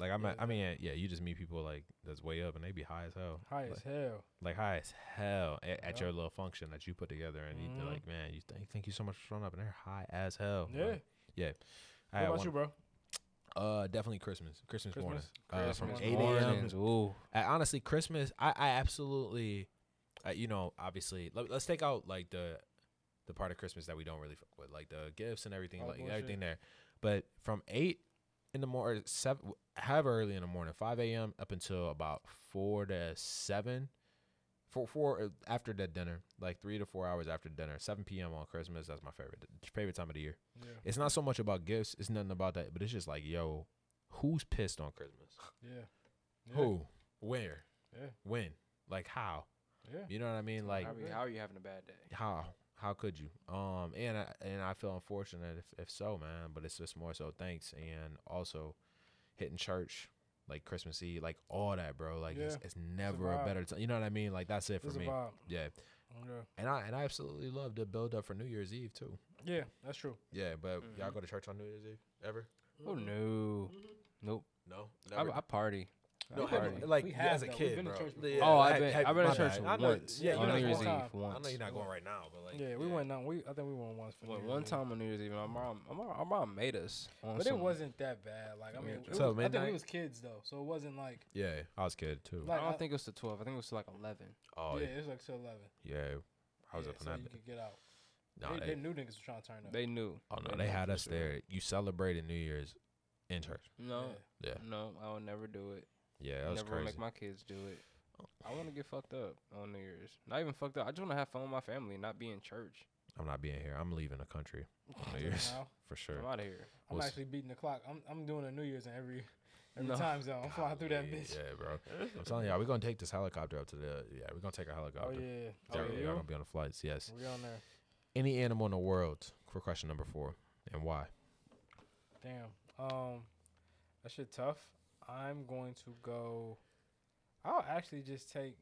[SPEAKER 1] like I'm.
[SPEAKER 3] Yeah,
[SPEAKER 1] I mean, yeah. You just meet people like that's way up, and they be high as hell.
[SPEAKER 3] High
[SPEAKER 1] like,
[SPEAKER 3] as hell.
[SPEAKER 1] like high as hell at, at
[SPEAKER 3] Yeah.
[SPEAKER 1] your little function that you put together, and you-
[SPEAKER 3] Mhm.
[SPEAKER 1] they're like, man, you thank thank you so much for showing up, and they're high as hell.
[SPEAKER 3] Yeah.
[SPEAKER 1] Like, yeah. Oh, I
[SPEAKER 3] What
[SPEAKER 1] had
[SPEAKER 3] about
[SPEAKER 1] one-
[SPEAKER 3] you, bro?
[SPEAKER 1] Uh, definitely Christmas. Christmas, morning. Uh, from
[SPEAKER 3] Christmas
[SPEAKER 1] 8 a.m.
[SPEAKER 2] Mornings, Ooh.
[SPEAKER 1] Uh, honestly, Christmas. I, I absolutely, uh, you know, obviously. Let, let's take out like the, the part of Christmas that we don't really fuck with, like the gifts and everything,
[SPEAKER 3] All the
[SPEAKER 1] like
[SPEAKER 3] bullshit.
[SPEAKER 1] everything there. But from eight in the morning, seven, however early in the morning, five a.m. up until about four to seven, four four uh, after that dinner, like three to four hours after dinner, seven p.m. on Christmas. That's my favorite favorite time of the year.
[SPEAKER 3] Yeah.
[SPEAKER 1] It's not so much about gifts. It's nothing about that. But it's just like, yo, who's pissed on Christmas?
[SPEAKER 3] Yeah. Yeah.
[SPEAKER 1] Who? Where?
[SPEAKER 3] Yeah.
[SPEAKER 1] When? Like how?
[SPEAKER 3] Yeah.
[SPEAKER 1] You know what I mean? Like
[SPEAKER 2] how, are you, how are you having a bad day?
[SPEAKER 1] how? How could you? Um, and I, and I feel unfortunate if, if so, man. But it's just more so thanks, and also hitting church, like Christmas Eve, like all that, bro. Like it's,
[SPEAKER 3] Yeah.
[SPEAKER 1] it's never a,
[SPEAKER 3] vibe.
[SPEAKER 1] better time. You know what I mean? Like that's it for
[SPEAKER 3] It's a
[SPEAKER 1] me.
[SPEAKER 3] vibe.
[SPEAKER 1] Yeah,
[SPEAKER 3] Yeah.
[SPEAKER 1] and I and I absolutely love the build up for New Year's Eve too.
[SPEAKER 3] Yeah, that's true.
[SPEAKER 1] Yeah, but
[SPEAKER 3] Mm-hmm.
[SPEAKER 1] y'all go to church on New Year's Eve ever?
[SPEAKER 2] Oh no. Nope.
[SPEAKER 1] No,
[SPEAKER 2] I, I party. I
[SPEAKER 1] No,
[SPEAKER 2] party.
[SPEAKER 1] have, you- like
[SPEAKER 3] We
[SPEAKER 1] you
[SPEAKER 3] have,
[SPEAKER 1] as a
[SPEAKER 3] though. We've
[SPEAKER 1] kid,
[SPEAKER 3] been to
[SPEAKER 1] bro.
[SPEAKER 3] church before.
[SPEAKER 2] Oh, I've
[SPEAKER 1] have-
[SPEAKER 2] been-
[SPEAKER 1] have-
[SPEAKER 2] I've been to
[SPEAKER 1] my
[SPEAKER 2] church
[SPEAKER 1] bad. I know-
[SPEAKER 2] once
[SPEAKER 1] Yeah,
[SPEAKER 3] on
[SPEAKER 1] you're not
[SPEAKER 3] New Year's
[SPEAKER 1] going-
[SPEAKER 3] Eve
[SPEAKER 1] I know
[SPEAKER 2] once.
[SPEAKER 1] you're not going right now, but like,
[SPEAKER 3] Yeah, we went on. We I think we went once. For
[SPEAKER 2] Well,
[SPEAKER 3] New Year's
[SPEAKER 2] one
[SPEAKER 3] Eve.
[SPEAKER 2] time on New Year's Eve, my mom, my mom, my mom made us. On
[SPEAKER 3] But it
[SPEAKER 2] some-
[SPEAKER 3] wasn't that bad. Like I mean, it
[SPEAKER 1] So
[SPEAKER 3] was, I think we
[SPEAKER 1] midnight?
[SPEAKER 3] was kids though, so it wasn't like
[SPEAKER 1] Yeah, I was kid too.
[SPEAKER 2] I
[SPEAKER 3] like
[SPEAKER 2] don't
[SPEAKER 3] I-
[SPEAKER 2] think it was to twelve. I think it was to like eleven.
[SPEAKER 1] oh
[SPEAKER 3] yeah,
[SPEAKER 1] yeah,
[SPEAKER 3] it was like till eleven.
[SPEAKER 1] I was
[SPEAKER 3] yeah,
[SPEAKER 1] up in
[SPEAKER 3] so
[SPEAKER 1] that.
[SPEAKER 3] you could get out.
[SPEAKER 1] Nah,
[SPEAKER 3] they,
[SPEAKER 1] they,
[SPEAKER 3] they knew niggas was trying to turn up.
[SPEAKER 2] They knew.
[SPEAKER 1] oh no,
[SPEAKER 2] they
[SPEAKER 1] they
[SPEAKER 2] knew
[SPEAKER 1] had
[SPEAKER 2] for
[SPEAKER 1] us
[SPEAKER 2] sure.
[SPEAKER 1] there. You celebrated New Year's in church.
[SPEAKER 2] No,
[SPEAKER 3] Yeah.
[SPEAKER 1] Yeah,
[SPEAKER 2] no, I would never do it.
[SPEAKER 1] yeah, that was
[SPEAKER 2] Never would
[SPEAKER 1] crazy.
[SPEAKER 2] make my kids do it. I want to get fucked up on New Year's. Not even fucked up. I just want to have fun with my family, and not be in church.
[SPEAKER 1] I'm not being here. I'm leaving the country on New
[SPEAKER 3] Till
[SPEAKER 1] Year's
[SPEAKER 3] now.
[SPEAKER 1] for sure.
[SPEAKER 2] I'm out of here.
[SPEAKER 3] I'm
[SPEAKER 1] What's-
[SPEAKER 3] actually beating the clock. I'm I'm doing a New Year's in every every
[SPEAKER 2] No.
[SPEAKER 3] time zone. I'm flying through that
[SPEAKER 1] Golly,
[SPEAKER 3] bitch.
[SPEAKER 1] Yeah, bro. I'm telling y'all, we're gonna take this helicopter up to the. Yeah, we're gonna take a
[SPEAKER 3] Oh
[SPEAKER 1] helicopter.
[SPEAKER 3] yeah.
[SPEAKER 1] Yeah,
[SPEAKER 3] Oh
[SPEAKER 1] we're
[SPEAKER 3] yeah.
[SPEAKER 1] gonna be on the flights. Yes.
[SPEAKER 3] We on there.
[SPEAKER 1] Any animal in the world for question number four and why?
[SPEAKER 3] Damn. Um, That shit tough. I'm going to go. I'll actually just take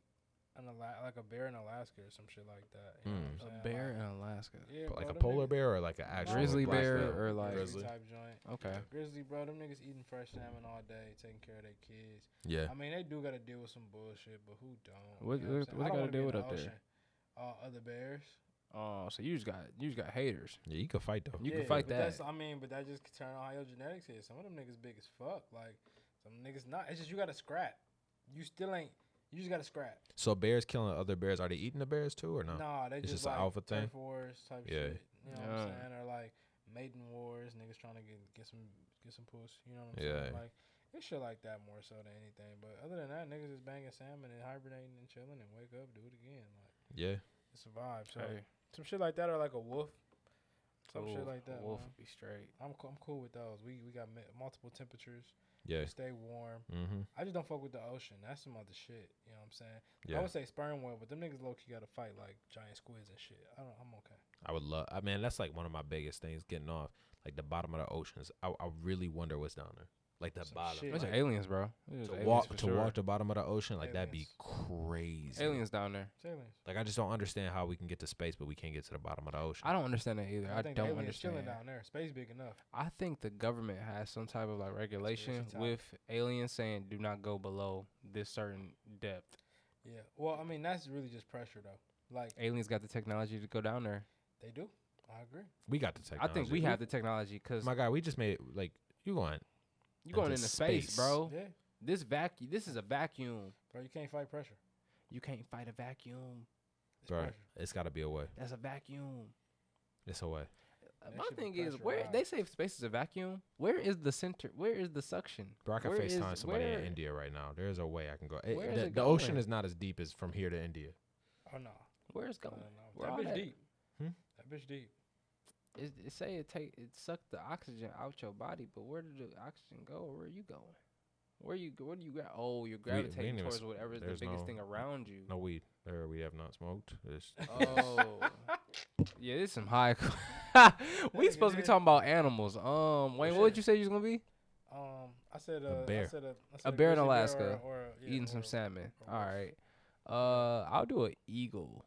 [SPEAKER 3] an Ala- like a bear in Alaska or some shit like that. You know
[SPEAKER 1] Mm.
[SPEAKER 3] what I'm saying?
[SPEAKER 2] A bear in Alaska.
[SPEAKER 3] Like, yeah,
[SPEAKER 1] But like
[SPEAKER 3] bro,
[SPEAKER 1] a
[SPEAKER 3] them
[SPEAKER 1] polar
[SPEAKER 3] niggas-
[SPEAKER 1] bear or like an actual
[SPEAKER 2] Grizzly
[SPEAKER 1] black
[SPEAKER 2] bear
[SPEAKER 1] bear?
[SPEAKER 2] or like-
[SPEAKER 1] grizzly.
[SPEAKER 3] grizzly type joint.
[SPEAKER 2] Okay.
[SPEAKER 3] Grizzly, bro, them niggas eating fresh salmon all day, taking care of their kids.
[SPEAKER 1] Yeah.
[SPEAKER 3] I mean, they do got to deal with some bullshit, but who don't?
[SPEAKER 2] What-
[SPEAKER 3] You know
[SPEAKER 2] what-
[SPEAKER 3] I'm saying?
[SPEAKER 2] what
[SPEAKER 3] I
[SPEAKER 2] they
[SPEAKER 3] don't
[SPEAKER 2] gotta
[SPEAKER 3] wanna be
[SPEAKER 2] deal
[SPEAKER 3] in
[SPEAKER 2] with
[SPEAKER 3] the
[SPEAKER 2] up there?
[SPEAKER 3] ocean. Uh, other bears.
[SPEAKER 2] Oh, so you just got you just got haters.
[SPEAKER 1] Yeah, you could fight though.
[SPEAKER 2] You can fight
[SPEAKER 3] but
[SPEAKER 2] that.
[SPEAKER 3] That's, I mean, but that just could turn on how your genetics is. Some of them niggas big as fuck. Like some niggas not. It's just you got to scrap. You still ain't. You just got to scrap.
[SPEAKER 1] So bears killing other bears. Are they eating the bears too or no?
[SPEAKER 3] Nah, they
[SPEAKER 1] It's
[SPEAKER 3] just
[SPEAKER 1] just an
[SPEAKER 3] like
[SPEAKER 1] alpha thing?
[SPEAKER 3] Wars type
[SPEAKER 1] Yeah.
[SPEAKER 3] shit. You know what I'm
[SPEAKER 2] Yeah.
[SPEAKER 3] saying? Or like maiden wars, niggas trying to get get some get some puss. You know what I'm
[SPEAKER 1] Yeah.
[SPEAKER 3] saying? Like it's shit like that more so than anything. But other than that, niggas is banging salmon and hibernating and chilling and wake up, do it again, like
[SPEAKER 1] Yeah.
[SPEAKER 3] and survive. So
[SPEAKER 2] Hey,
[SPEAKER 3] some shit like that or like a wolf, some shit
[SPEAKER 2] ooh,
[SPEAKER 3] like that.
[SPEAKER 2] Wolf
[SPEAKER 3] man.
[SPEAKER 2] would be straight.
[SPEAKER 3] I'm cool, I'm cool with those. We we got mi- multiple temperatures.
[SPEAKER 1] Yeah.
[SPEAKER 3] We stay warm.
[SPEAKER 1] Mm-hmm.
[SPEAKER 3] I just don't fuck with the ocean. That's some other shit. You know what I'm saying? I
[SPEAKER 1] Yeah.
[SPEAKER 3] would say sperm whale, but them niggas low key got to fight like giant squids and shit. I don't. I'm okay.
[SPEAKER 1] I would love. I mean, that's like one of my biggest things. Getting off like the bottom of the oceans. I, I really wonder what's down there. Like the
[SPEAKER 3] Some
[SPEAKER 1] bottom.
[SPEAKER 3] shit.
[SPEAKER 1] like,
[SPEAKER 2] Those are aliens, bro. Those
[SPEAKER 1] to
[SPEAKER 2] are aliens
[SPEAKER 1] walk
[SPEAKER 2] for
[SPEAKER 1] to
[SPEAKER 2] sure.
[SPEAKER 1] walk the bottom of the ocean. Like that'd be
[SPEAKER 3] Aliens.
[SPEAKER 1] crazy.
[SPEAKER 2] aliens down there.
[SPEAKER 3] It's aliens.
[SPEAKER 1] Like I just don't understand how we can get to space, but we can't get to the bottom of the ocean.
[SPEAKER 2] I don't understand that either. I,
[SPEAKER 3] think the
[SPEAKER 2] don't
[SPEAKER 3] aliens
[SPEAKER 2] understand.
[SPEAKER 3] Chilling down there, space big enough.
[SPEAKER 2] I think the government has some type of like regulation
[SPEAKER 3] topic.
[SPEAKER 2] with aliens saying do not go below this certain depth.
[SPEAKER 3] Yeah. Well, I mean, that's really just pressure though. Like
[SPEAKER 2] Aliens got the technology to go down there.
[SPEAKER 3] they do. I agree.
[SPEAKER 1] we got the technology.
[SPEAKER 2] I think we have the technology because
[SPEAKER 1] My God, we just made it. Like you going?
[SPEAKER 2] you're going
[SPEAKER 1] into
[SPEAKER 2] into space,
[SPEAKER 1] space.
[SPEAKER 2] bro.
[SPEAKER 3] Yeah.
[SPEAKER 2] This vacuum, this is a vacuum.
[SPEAKER 3] Bro, you can't fight pressure.
[SPEAKER 2] You can't fight a vacuum.
[SPEAKER 3] It's
[SPEAKER 1] Bro,
[SPEAKER 3] pressure.
[SPEAKER 1] it's got to be a way.
[SPEAKER 2] That's a vacuum.
[SPEAKER 1] It's a way.
[SPEAKER 2] Uh,
[SPEAKER 3] That
[SPEAKER 2] My
[SPEAKER 3] should be
[SPEAKER 2] thing is,
[SPEAKER 3] pressure
[SPEAKER 2] where
[SPEAKER 3] high.
[SPEAKER 2] they say space is a vacuum, where is the center? Where is the suction?
[SPEAKER 1] Bro, I can
[SPEAKER 2] Where is-
[SPEAKER 1] FaceTime somebody
[SPEAKER 2] where-
[SPEAKER 1] in India right now. There's a way I can go. It-
[SPEAKER 2] Where is
[SPEAKER 1] the
[SPEAKER 2] it
[SPEAKER 1] the ocean
[SPEAKER 2] going?
[SPEAKER 1] is not as deep as from here to India.
[SPEAKER 3] Oh no.
[SPEAKER 2] Where is going?
[SPEAKER 3] No, no,
[SPEAKER 2] Where all
[SPEAKER 3] That bitch
[SPEAKER 2] that-
[SPEAKER 3] deep.
[SPEAKER 1] Hmm?
[SPEAKER 3] That bitch deep.
[SPEAKER 2] It, it say it take it sucked the oxygen out your body, but where did the oxygen go? Where are you going? Where you where do you got? Oh, you're
[SPEAKER 1] ain't
[SPEAKER 2] gravitating
[SPEAKER 1] even
[SPEAKER 2] towards
[SPEAKER 1] sp-
[SPEAKER 2] whatever's the
[SPEAKER 1] there's
[SPEAKER 2] biggest
[SPEAKER 1] no-
[SPEAKER 2] thing around you.
[SPEAKER 1] No weed. There we have not smoked. It's-
[SPEAKER 2] Oh, yeah, this some high. we
[SPEAKER 3] Nigga,
[SPEAKER 2] supposed to be
[SPEAKER 3] yeah.
[SPEAKER 2] talking about animals. Um, Wayne, what would you say you was gonna be
[SPEAKER 3] Um, I said
[SPEAKER 1] A
[SPEAKER 3] uh, I
[SPEAKER 1] bear.
[SPEAKER 3] said, uh, I said
[SPEAKER 2] A bear in
[SPEAKER 3] grizzly
[SPEAKER 2] Alaska,
[SPEAKER 3] or, or, yeah,
[SPEAKER 2] eating some
[SPEAKER 3] or-
[SPEAKER 2] salmon?
[SPEAKER 3] or
[SPEAKER 2] All
[SPEAKER 3] wolf.
[SPEAKER 2] right. Uh, I'll do an eagle,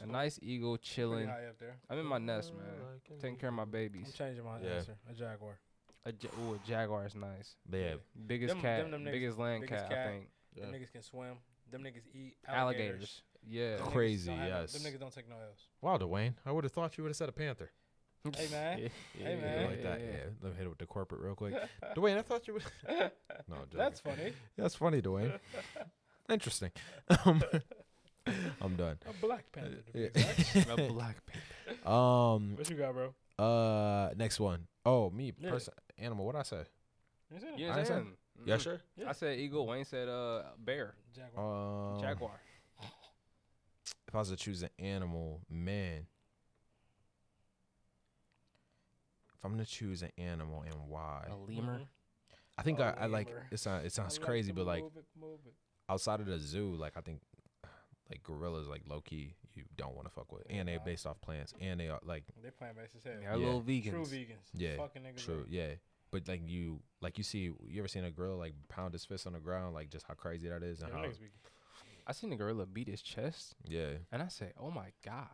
[SPEAKER 2] a nice eagle
[SPEAKER 3] Pretty
[SPEAKER 2] chilling.
[SPEAKER 3] high up there.
[SPEAKER 2] I'm in my nest, Mm. man. Taking care of my
[SPEAKER 3] I'm
[SPEAKER 2] babies.
[SPEAKER 3] changing my
[SPEAKER 1] Yeah.
[SPEAKER 3] answer. A jaguar.
[SPEAKER 2] A ja- ooh, a jaguar is nice.
[SPEAKER 1] Yeah.
[SPEAKER 2] Biggest
[SPEAKER 3] Them-
[SPEAKER 2] cat,
[SPEAKER 3] them- them niggas-
[SPEAKER 2] biggest land
[SPEAKER 3] biggest
[SPEAKER 2] cat,
[SPEAKER 3] cat.
[SPEAKER 2] I think.
[SPEAKER 1] Yeah.
[SPEAKER 3] Them niggas can swim. Them niggas eat
[SPEAKER 2] Alligators.
[SPEAKER 3] alligators.
[SPEAKER 2] Yeah.
[SPEAKER 3] Them niggas don't
[SPEAKER 1] Crazy,
[SPEAKER 3] have-
[SPEAKER 1] yes.
[SPEAKER 3] Them niggas don't take no L's.
[SPEAKER 1] Wow, Dwayne. I would have thought you would have said a panther.
[SPEAKER 3] Hey, man.
[SPEAKER 2] Yeah,
[SPEAKER 3] Hey,
[SPEAKER 2] yeah,
[SPEAKER 1] Yeah,
[SPEAKER 3] man.
[SPEAKER 1] like
[SPEAKER 2] yeah,
[SPEAKER 1] that.
[SPEAKER 2] yeah.
[SPEAKER 1] Yeah. Let me hit it with the corporate real quick. Dwayne, I thought you would. no, I'm joking.
[SPEAKER 3] That's funny.
[SPEAKER 1] That's funny, Dwayne. Interesting. Um, I'm done.
[SPEAKER 3] A black panther. to be
[SPEAKER 1] Uh, Yeah.
[SPEAKER 3] exact.
[SPEAKER 2] A black panther.
[SPEAKER 1] Um.
[SPEAKER 3] what you got, bro?
[SPEAKER 1] Uh. Next one. Oh, me.
[SPEAKER 3] Yeah. Mm-hmm.
[SPEAKER 1] Person. Animal. What would I say?
[SPEAKER 3] You said it.
[SPEAKER 2] Yeah,
[SPEAKER 1] I said-
[SPEAKER 2] man.
[SPEAKER 1] Yeah.
[SPEAKER 2] Mhm.
[SPEAKER 1] Sure.
[SPEAKER 2] I said eagle. Wayne said uh bear,
[SPEAKER 3] Jaguar.
[SPEAKER 1] Um,
[SPEAKER 2] jaguar.
[SPEAKER 1] If I was to choose an animal, man. If I'm gonna choose an animal and why,
[SPEAKER 2] Mm-hmm.
[SPEAKER 3] lemur.
[SPEAKER 1] I think I,
[SPEAKER 3] a
[SPEAKER 1] I like
[SPEAKER 3] lemur.
[SPEAKER 1] it. Sounds, it
[SPEAKER 3] Oh, I
[SPEAKER 1] sounds
[SPEAKER 3] like
[SPEAKER 1] crazy,
[SPEAKER 3] to
[SPEAKER 1] but like
[SPEAKER 3] move it, move it.
[SPEAKER 1] outside of the zoo, like I think, like gorillas, like low key, you don't want to fuck with, and they're
[SPEAKER 3] nah.
[SPEAKER 1] based off plants, and they are like
[SPEAKER 3] They plant based as hell.
[SPEAKER 2] Yeah, little vegans.
[SPEAKER 3] True vegans.
[SPEAKER 1] Yeah,
[SPEAKER 3] Fucking niggas.
[SPEAKER 1] true,
[SPEAKER 3] up.
[SPEAKER 1] yeah. But like you, like you see, you ever seen a gorilla like pound his fist on the ground, like just how crazy that is,
[SPEAKER 3] Yeah,
[SPEAKER 1] and
[SPEAKER 3] them
[SPEAKER 1] how
[SPEAKER 3] niggas vegan.
[SPEAKER 2] I seen a gorilla beat his chest,
[SPEAKER 1] yeah,
[SPEAKER 2] and I said, "Oh my god,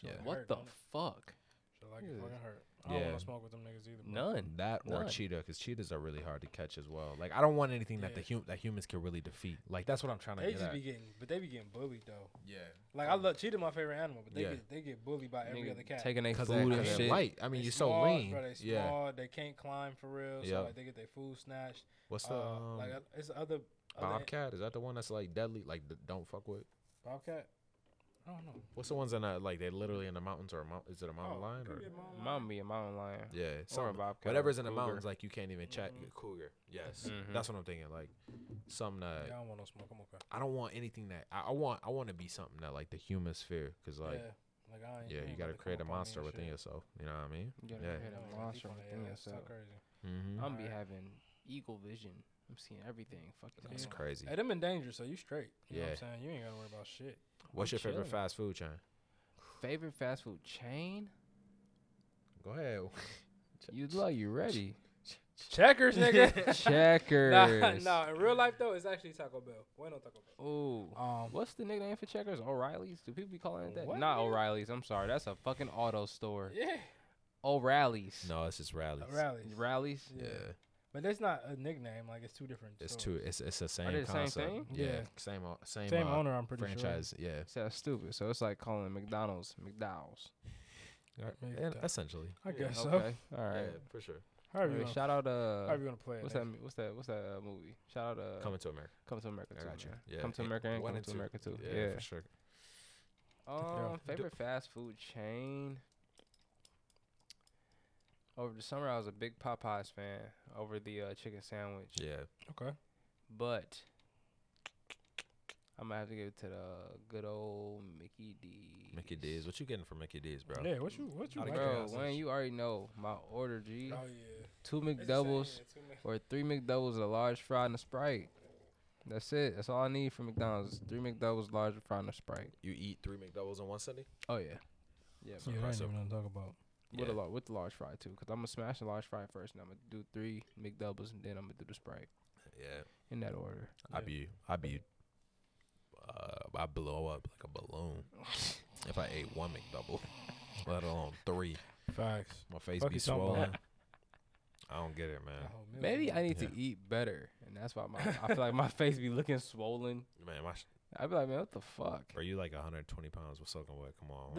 [SPEAKER 3] Shit like
[SPEAKER 1] Yeah.
[SPEAKER 2] what
[SPEAKER 3] hurt,
[SPEAKER 2] the
[SPEAKER 3] don't it?
[SPEAKER 2] fuck?
[SPEAKER 3] Shit like it
[SPEAKER 2] Jesus.
[SPEAKER 3] fucking hurt. I don't
[SPEAKER 1] Yeah.
[SPEAKER 3] want to smoke with them niggas either. Bro.
[SPEAKER 2] None."
[SPEAKER 1] that or
[SPEAKER 2] None.
[SPEAKER 1] cheetah, because cheetahs are really hard to catch as well. Like I don't want anything that the
[SPEAKER 3] Yeah.
[SPEAKER 1] hum- that humans can really defeat. Like that's what I'm trying to
[SPEAKER 3] They
[SPEAKER 1] get
[SPEAKER 3] just
[SPEAKER 1] at.
[SPEAKER 3] be getting, but they be getting bullied though.
[SPEAKER 1] yeah,
[SPEAKER 3] Like I love cheetah, my favorite animal, but they
[SPEAKER 1] Yeah.
[SPEAKER 3] get they get bullied by every
[SPEAKER 2] Nigga
[SPEAKER 3] other cat.
[SPEAKER 2] Taking their
[SPEAKER 1] because
[SPEAKER 2] food and
[SPEAKER 1] they're
[SPEAKER 2] shit.
[SPEAKER 1] light. I mean,
[SPEAKER 3] They
[SPEAKER 1] you're
[SPEAKER 3] small,
[SPEAKER 1] so lean.
[SPEAKER 3] Bro, they
[SPEAKER 1] yeah.
[SPEAKER 3] small. They can't climb for real. So
[SPEAKER 1] Yep.
[SPEAKER 3] like they get their food snatched.
[SPEAKER 1] What's the
[SPEAKER 3] Uh,
[SPEAKER 1] um,
[SPEAKER 3] like uh, it's other, other
[SPEAKER 1] bobcat? Is that the one that's like deadly? Like th- don't fuck with.
[SPEAKER 3] Bobcat. I don't know.
[SPEAKER 1] What's the ones that are, like they literally in the mountains or a mount? Is it a mountain
[SPEAKER 3] Oh,
[SPEAKER 1] lion
[SPEAKER 3] could
[SPEAKER 1] or
[SPEAKER 3] be a mountain lion.
[SPEAKER 2] Mom be a mountain lion.
[SPEAKER 1] yeah?
[SPEAKER 2] Or a
[SPEAKER 1] something.
[SPEAKER 2] bobcat. or
[SPEAKER 1] Whatever's in the
[SPEAKER 2] cougar.
[SPEAKER 1] mountains, like you can't even chat.
[SPEAKER 3] Mm-hmm.
[SPEAKER 1] Cougar, yes,
[SPEAKER 2] Mhm.
[SPEAKER 1] that's what I'm thinking. Like something that
[SPEAKER 3] Yeah, I don't want no smoke. I'm okay.
[SPEAKER 1] I don't want anything that I, I want. I want to be something that like the humans fear, because like
[SPEAKER 3] yeah. Like I ain't,
[SPEAKER 1] yeah,
[SPEAKER 3] ain't
[SPEAKER 1] you
[SPEAKER 3] about
[SPEAKER 1] got to
[SPEAKER 3] come
[SPEAKER 1] create a
[SPEAKER 3] up on me and
[SPEAKER 1] monster within
[SPEAKER 3] shit.
[SPEAKER 1] yourself. You know what I mean?
[SPEAKER 2] You gotta
[SPEAKER 1] Yeah.
[SPEAKER 2] create
[SPEAKER 3] I
[SPEAKER 2] a
[SPEAKER 3] don't wanna
[SPEAKER 2] monster
[SPEAKER 3] deep on
[SPEAKER 2] within
[SPEAKER 3] that. That's so
[SPEAKER 2] yourself.
[SPEAKER 3] crazy.
[SPEAKER 1] Mm-hmm.
[SPEAKER 2] I'm be
[SPEAKER 3] Alright.
[SPEAKER 2] having eagle vision. I'm seeing everything. Fucking.
[SPEAKER 1] That's
[SPEAKER 3] Yeah.
[SPEAKER 1] crazy.
[SPEAKER 3] Hey, them in danger, so you straight. You know
[SPEAKER 1] Yeah.
[SPEAKER 3] what I'm saying? You ain't gotta worry about shit.
[SPEAKER 1] What's
[SPEAKER 2] I'm
[SPEAKER 1] your favorite
[SPEAKER 2] chilling.
[SPEAKER 1] fast food chain?
[SPEAKER 2] Favorite fast food chain?
[SPEAKER 1] Go ahead.
[SPEAKER 2] You love you ready.
[SPEAKER 3] Checkers, nigga. nah,
[SPEAKER 2] Checkers.
[SPEAKER 3] nah, in real life though, it's actually Taco Bell. Bueno Taco Bell.
[SPEAKER 2] Ooh.
[SPEAKER 3] Um,
[SPEAKER 2] What's the nickname for checkers? O'Reilly's? Do people be calling it that?
[SPEAKER 3] What,
[SPEAKER 2] Not
[SPEAKER 3] nigga?
[SPEAKER 2] O'Reilly's. I'm sorry. That's a fucking auto store.
[SPEAKER 3] yeah,
[SPEAKER 2] O'Reilly's.
[SPEAKER 1] No, it's just rallies.
[SPEAKER 3] rallies.
[SPEAKER 2] Rallies.
[SPEAKER 1] Yeah,
[SPEAKER 3] But that's not a nickname. Like it's two different.
[SPEAKER 1] it's
[SPEAKER 3] stores.
[SPEAKER 1] two. It's it's the same
[SPEAKER 2] they the same
[SPEAKER 1] concept.
[SPEAKER 2] thing?
[SPEAKER 1] Yeah.
[SPEAKER 3] Yeah.
[SPEAKER 1] same o- same,
[SPEAKER 3] Same
[SPEAKER 1] uh,
[SPEAKER 3] owner, I'm pretty
[SPEAKER 1] franchise. Yeah,
[SPEAKER 2] That's stupid. So it's like calling McDonald's McDowell's.
[SPEAKER 3] Make
[SPEAKER 1] Yeah,
[SPEAKER 3] that-
[SPEAKER 1] essentially.
[SPEAKER 3] sure. I guess so.
[SPEAKER 2] Okay. All right.
[SPEAKER 1] Yeah, for sure.
[SPEAKER 3] However you
[SPEAKER 2] Hey,
[SPEAKER 3] gonna-
[SPEAKER 2] shout out uh
[SPEAKER 3] however you gonna play it.
[SPEAKER 2] what's
[SPEAKER 3] nigga.
[SPEAKER 2] that mu- what's that what's that uh, movie? Shout out uh Come,
[SPEAKER 1] Coming to America.
[SPEAKER 2] to America
[SPEAKER 1] I
[SPEAKER 2] too.
[SPEAKER 1] got you.
[SPEAKER 2] man.
[SPEAKER 1] Yeah,
[SPEAKER 2] Come to
[SPEAKER 1] hey,
[SPEAKER 2] America and
[SPEAKER 1] one
[SPEAKER 2] Come
[SPEAKER 1] and
[SPEAKER 2] to
[SPEAKER 1] two.
[SPEAKER 2] America too.
[SPEAKER 1] Yeah,
[SPEAKER 2] Yeah.
[SPEAKER 1] for sure.
[SPEAKER 3] Yeah.
[SPEAKER 2] Um favorite fast food chain. Over the summer I was a big Popeyes fan over the uh, chicken sandwich.
[SPEAKER 1] Yeah,
[SPEAKER 3] Okay.
[SPEAKER 2] But I'm gonna have to give it to the good old Mickey D.
[SPEAKER 1] Mickey D's. What you getting from Mickey D's, bro?
[SPEAKER 3] Yeah. What you? What you?
[SPEAKER 1] Outta
[SPEAKER 3] Like?
[SPEAKER 1] gas.
[SPEAKER 2] Bro,
[SPEAKER 1] that
[SPEAKER 2] Wayne,
[SPEAKER 1] shit.
[SPEAKER 2] you already know my order G.
[SPEAKER 3] Oh yeah.
[SPEAKER 2] Two
[SPEAKER 3] It's the same,
[SPEAKER 2] McDoubles
[SPEAKER 3] yeah, too many.
[SPEAKER 2] or three McDoubles, a large fry, and a Sprite. That's it. That's all I need from McDonald's. is Three McDoubles, large fry, and a Sprite.
[SPEAKER 1] You eat three McDoubles on one Sunday?
[SPEAKER 2] Oh yeah, yeah.
[SPEAKER 3] Yeah,
[SPEAKER 2] Bro.
[SPEAKER 3] that ain't
[SPEAKER 1] impressive.
[SPEAKER 3] even nothing to talk about.
[SPEAKER 2] With a
[SPEAKER 1] Yeah.
[SPEAKER 2] lot with the large fry too, cause I'm gonna smash the large fry first, and I'm gonna do three McDoubles, and then I'm gonna do the Sprite
[SPEAKER 1] Yeah.
[SPEAKER 2] in that order.
[SPEAKER 1] I be I be uh, I blow up like a balloon if I ate one McDouble, let alone three.
[SPEAKER 3] Facts.
[SPEAKER 1] My face
[SPEAKER 3] Fuck
[SPEAKER 1] be
[SPEAKER 3] you talking about?
[SPEAKER 1] swollen. I don't get it,
[SPEAKER 3] That
[SPEAKER 1] man.
[SPEAKER 3] whole meal
[SPEAKER 2] Maybe
[SPEAKER 3] was
[SPEAKER 2] I need
[SPEAKER 1] Yeah.
[SPEAKER 2] to eat better, and that's why my I feel like my face be looking swollen.
[SPEAKER 1] Man, my, sh-
[SPEAKER 2] I be like, man, what the fuck,
[SPEAKER 1] bro, you like 120 pounds. What's soaking wet? Come on,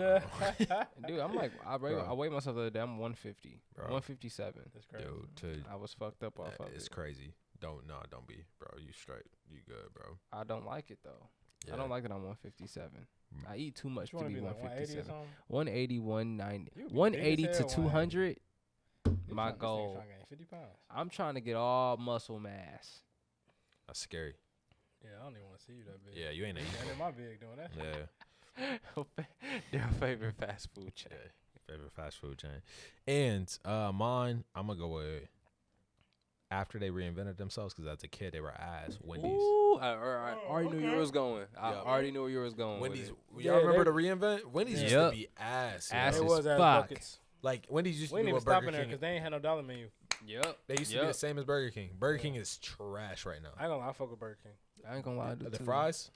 [SPEAKER 3] good.
[SPEAKER 2] dude? I'm like, I weigh,
[SPEAKER 1] Bro.
[SPEAKER 2] I weighed myself the other day. I'm 150,
[SPEAKER 1] Bro.
[SPEAKER 2] 157.
[SPEAKER 3] That's crazy.
[SPEAKER 1] dude. To,
[SPEAKER 2] I was fucked up off
[SPEAKER 1] uh,
[SPEAKER 2] of
[SPEAKER 1] it's
[SPEAKER 2] it.
[SPEAKER 1] crazy. Don't no, don't be, bro. You straight. You good, bro.
[SPEAKER 2] I don't like it though. I
[SPEAKER 1] Yeah.
[SPEAKER 2] don't like that I'm 157.
[SPEAKER 1] Mm.
[SPEAKER 2] I eat too
[SPEAKER 3] What
[SPEAKER 2] much
[SPEAKER 3] you
[SPEAKER 2] to
[SPEAKER 3] want to
[SPEAKER 2] be
[SPEAKER 3] be like 180 or
[SPEAKER 2] 157.
[SPEAKER 3] something?
[SPEAKER 2] 180, 190.
[SPEAKER 3] You would be big as
[SPEAKER 2] 180
[SPEAKER 3] hell
[SPEAKER 2] to
[SPEAKER 3] at
[SPEAKER 2] 200.
[SPEAKER 3] This
[SPEAKER 2] My
[SPEAKER 3] nigga- this nigga
[SPEAKER 2] goal.
[SPEAKER 3] tryna gain 50 pounds.
[SPEAKER 2] I'm trying to get all muscle mass.
[SPEAKER 1] That's scary.
[SPEAKER 3] Yeah, I don't even want to see you that big.
[SPEAKER 1] Yeah, you ain't a.
[SPEAKER 3] And in my big doing that.
[SPEAKER 1] yeah,
[SPEAKER 2] Their favorite fast food
[SPEAKER 1] yeah. Favorite fast food chain, and uh, mine. I'm gonna go with. After they reinvented themselves, because as a kid they were ass Wendy's.
[SPEAKER 6] Ooh, I, I- I already
[SPEAKER 2] Oh,
[SPEAKER 6] knew where you was going. I
[SPEAKER 1] Yeah.
[SPEAKER 6] already knew where you was going. with
[SPEAKER 1] Wendy's,
[SPEAKER 6] it.
[SPEAKER 3] Yeah,
[SPEAKER 1] y'all remember
[SPEAKER 3] they-
[SPEAKER 1] the reinvent? Wendy's used
[SPEAKER 2] Yup.
[SPEAKER 1] to be ass.
[SPEAKER 2] Ass
[SPEAKER 1] yo.
[SPEAKER 3] it
[SPEAKER 2] as
[SPEAKER 3] was ass
[SPEAKER 2] fuck.
[SPEAKER 3] buckets.
[SPEAKER 1] Like Wendy's used
[SPEAKER 3] We
[SPEAKER 1] to
[SPEAKER 3] ain't
[SPEAKER 1] be
[SPEAKER 3] even
[SPEAKER 1] what
[SPEAKER 3] stopping
[SPEAKER 1] Burger
[SPEAKER 3] there
[SPEAKER 1] King.
[SPEAKER 3] because they ain't had no dollar menu.
[SPEAKER 6] Yep.
[SPEAKER 1] They used to be the
[SPEAKER 6] Yup.
[SPEAKER 1] same as Burger King. Burger King is trash right now.
[SPEAKER 3] I ain't gonna lie, I fuck with Burger King.
[SPEAKER 2] I ain't gonna lie. I do
[SPEAKER 1] The
[SPEAKER 2] too.
[SPEAKER 1] fries,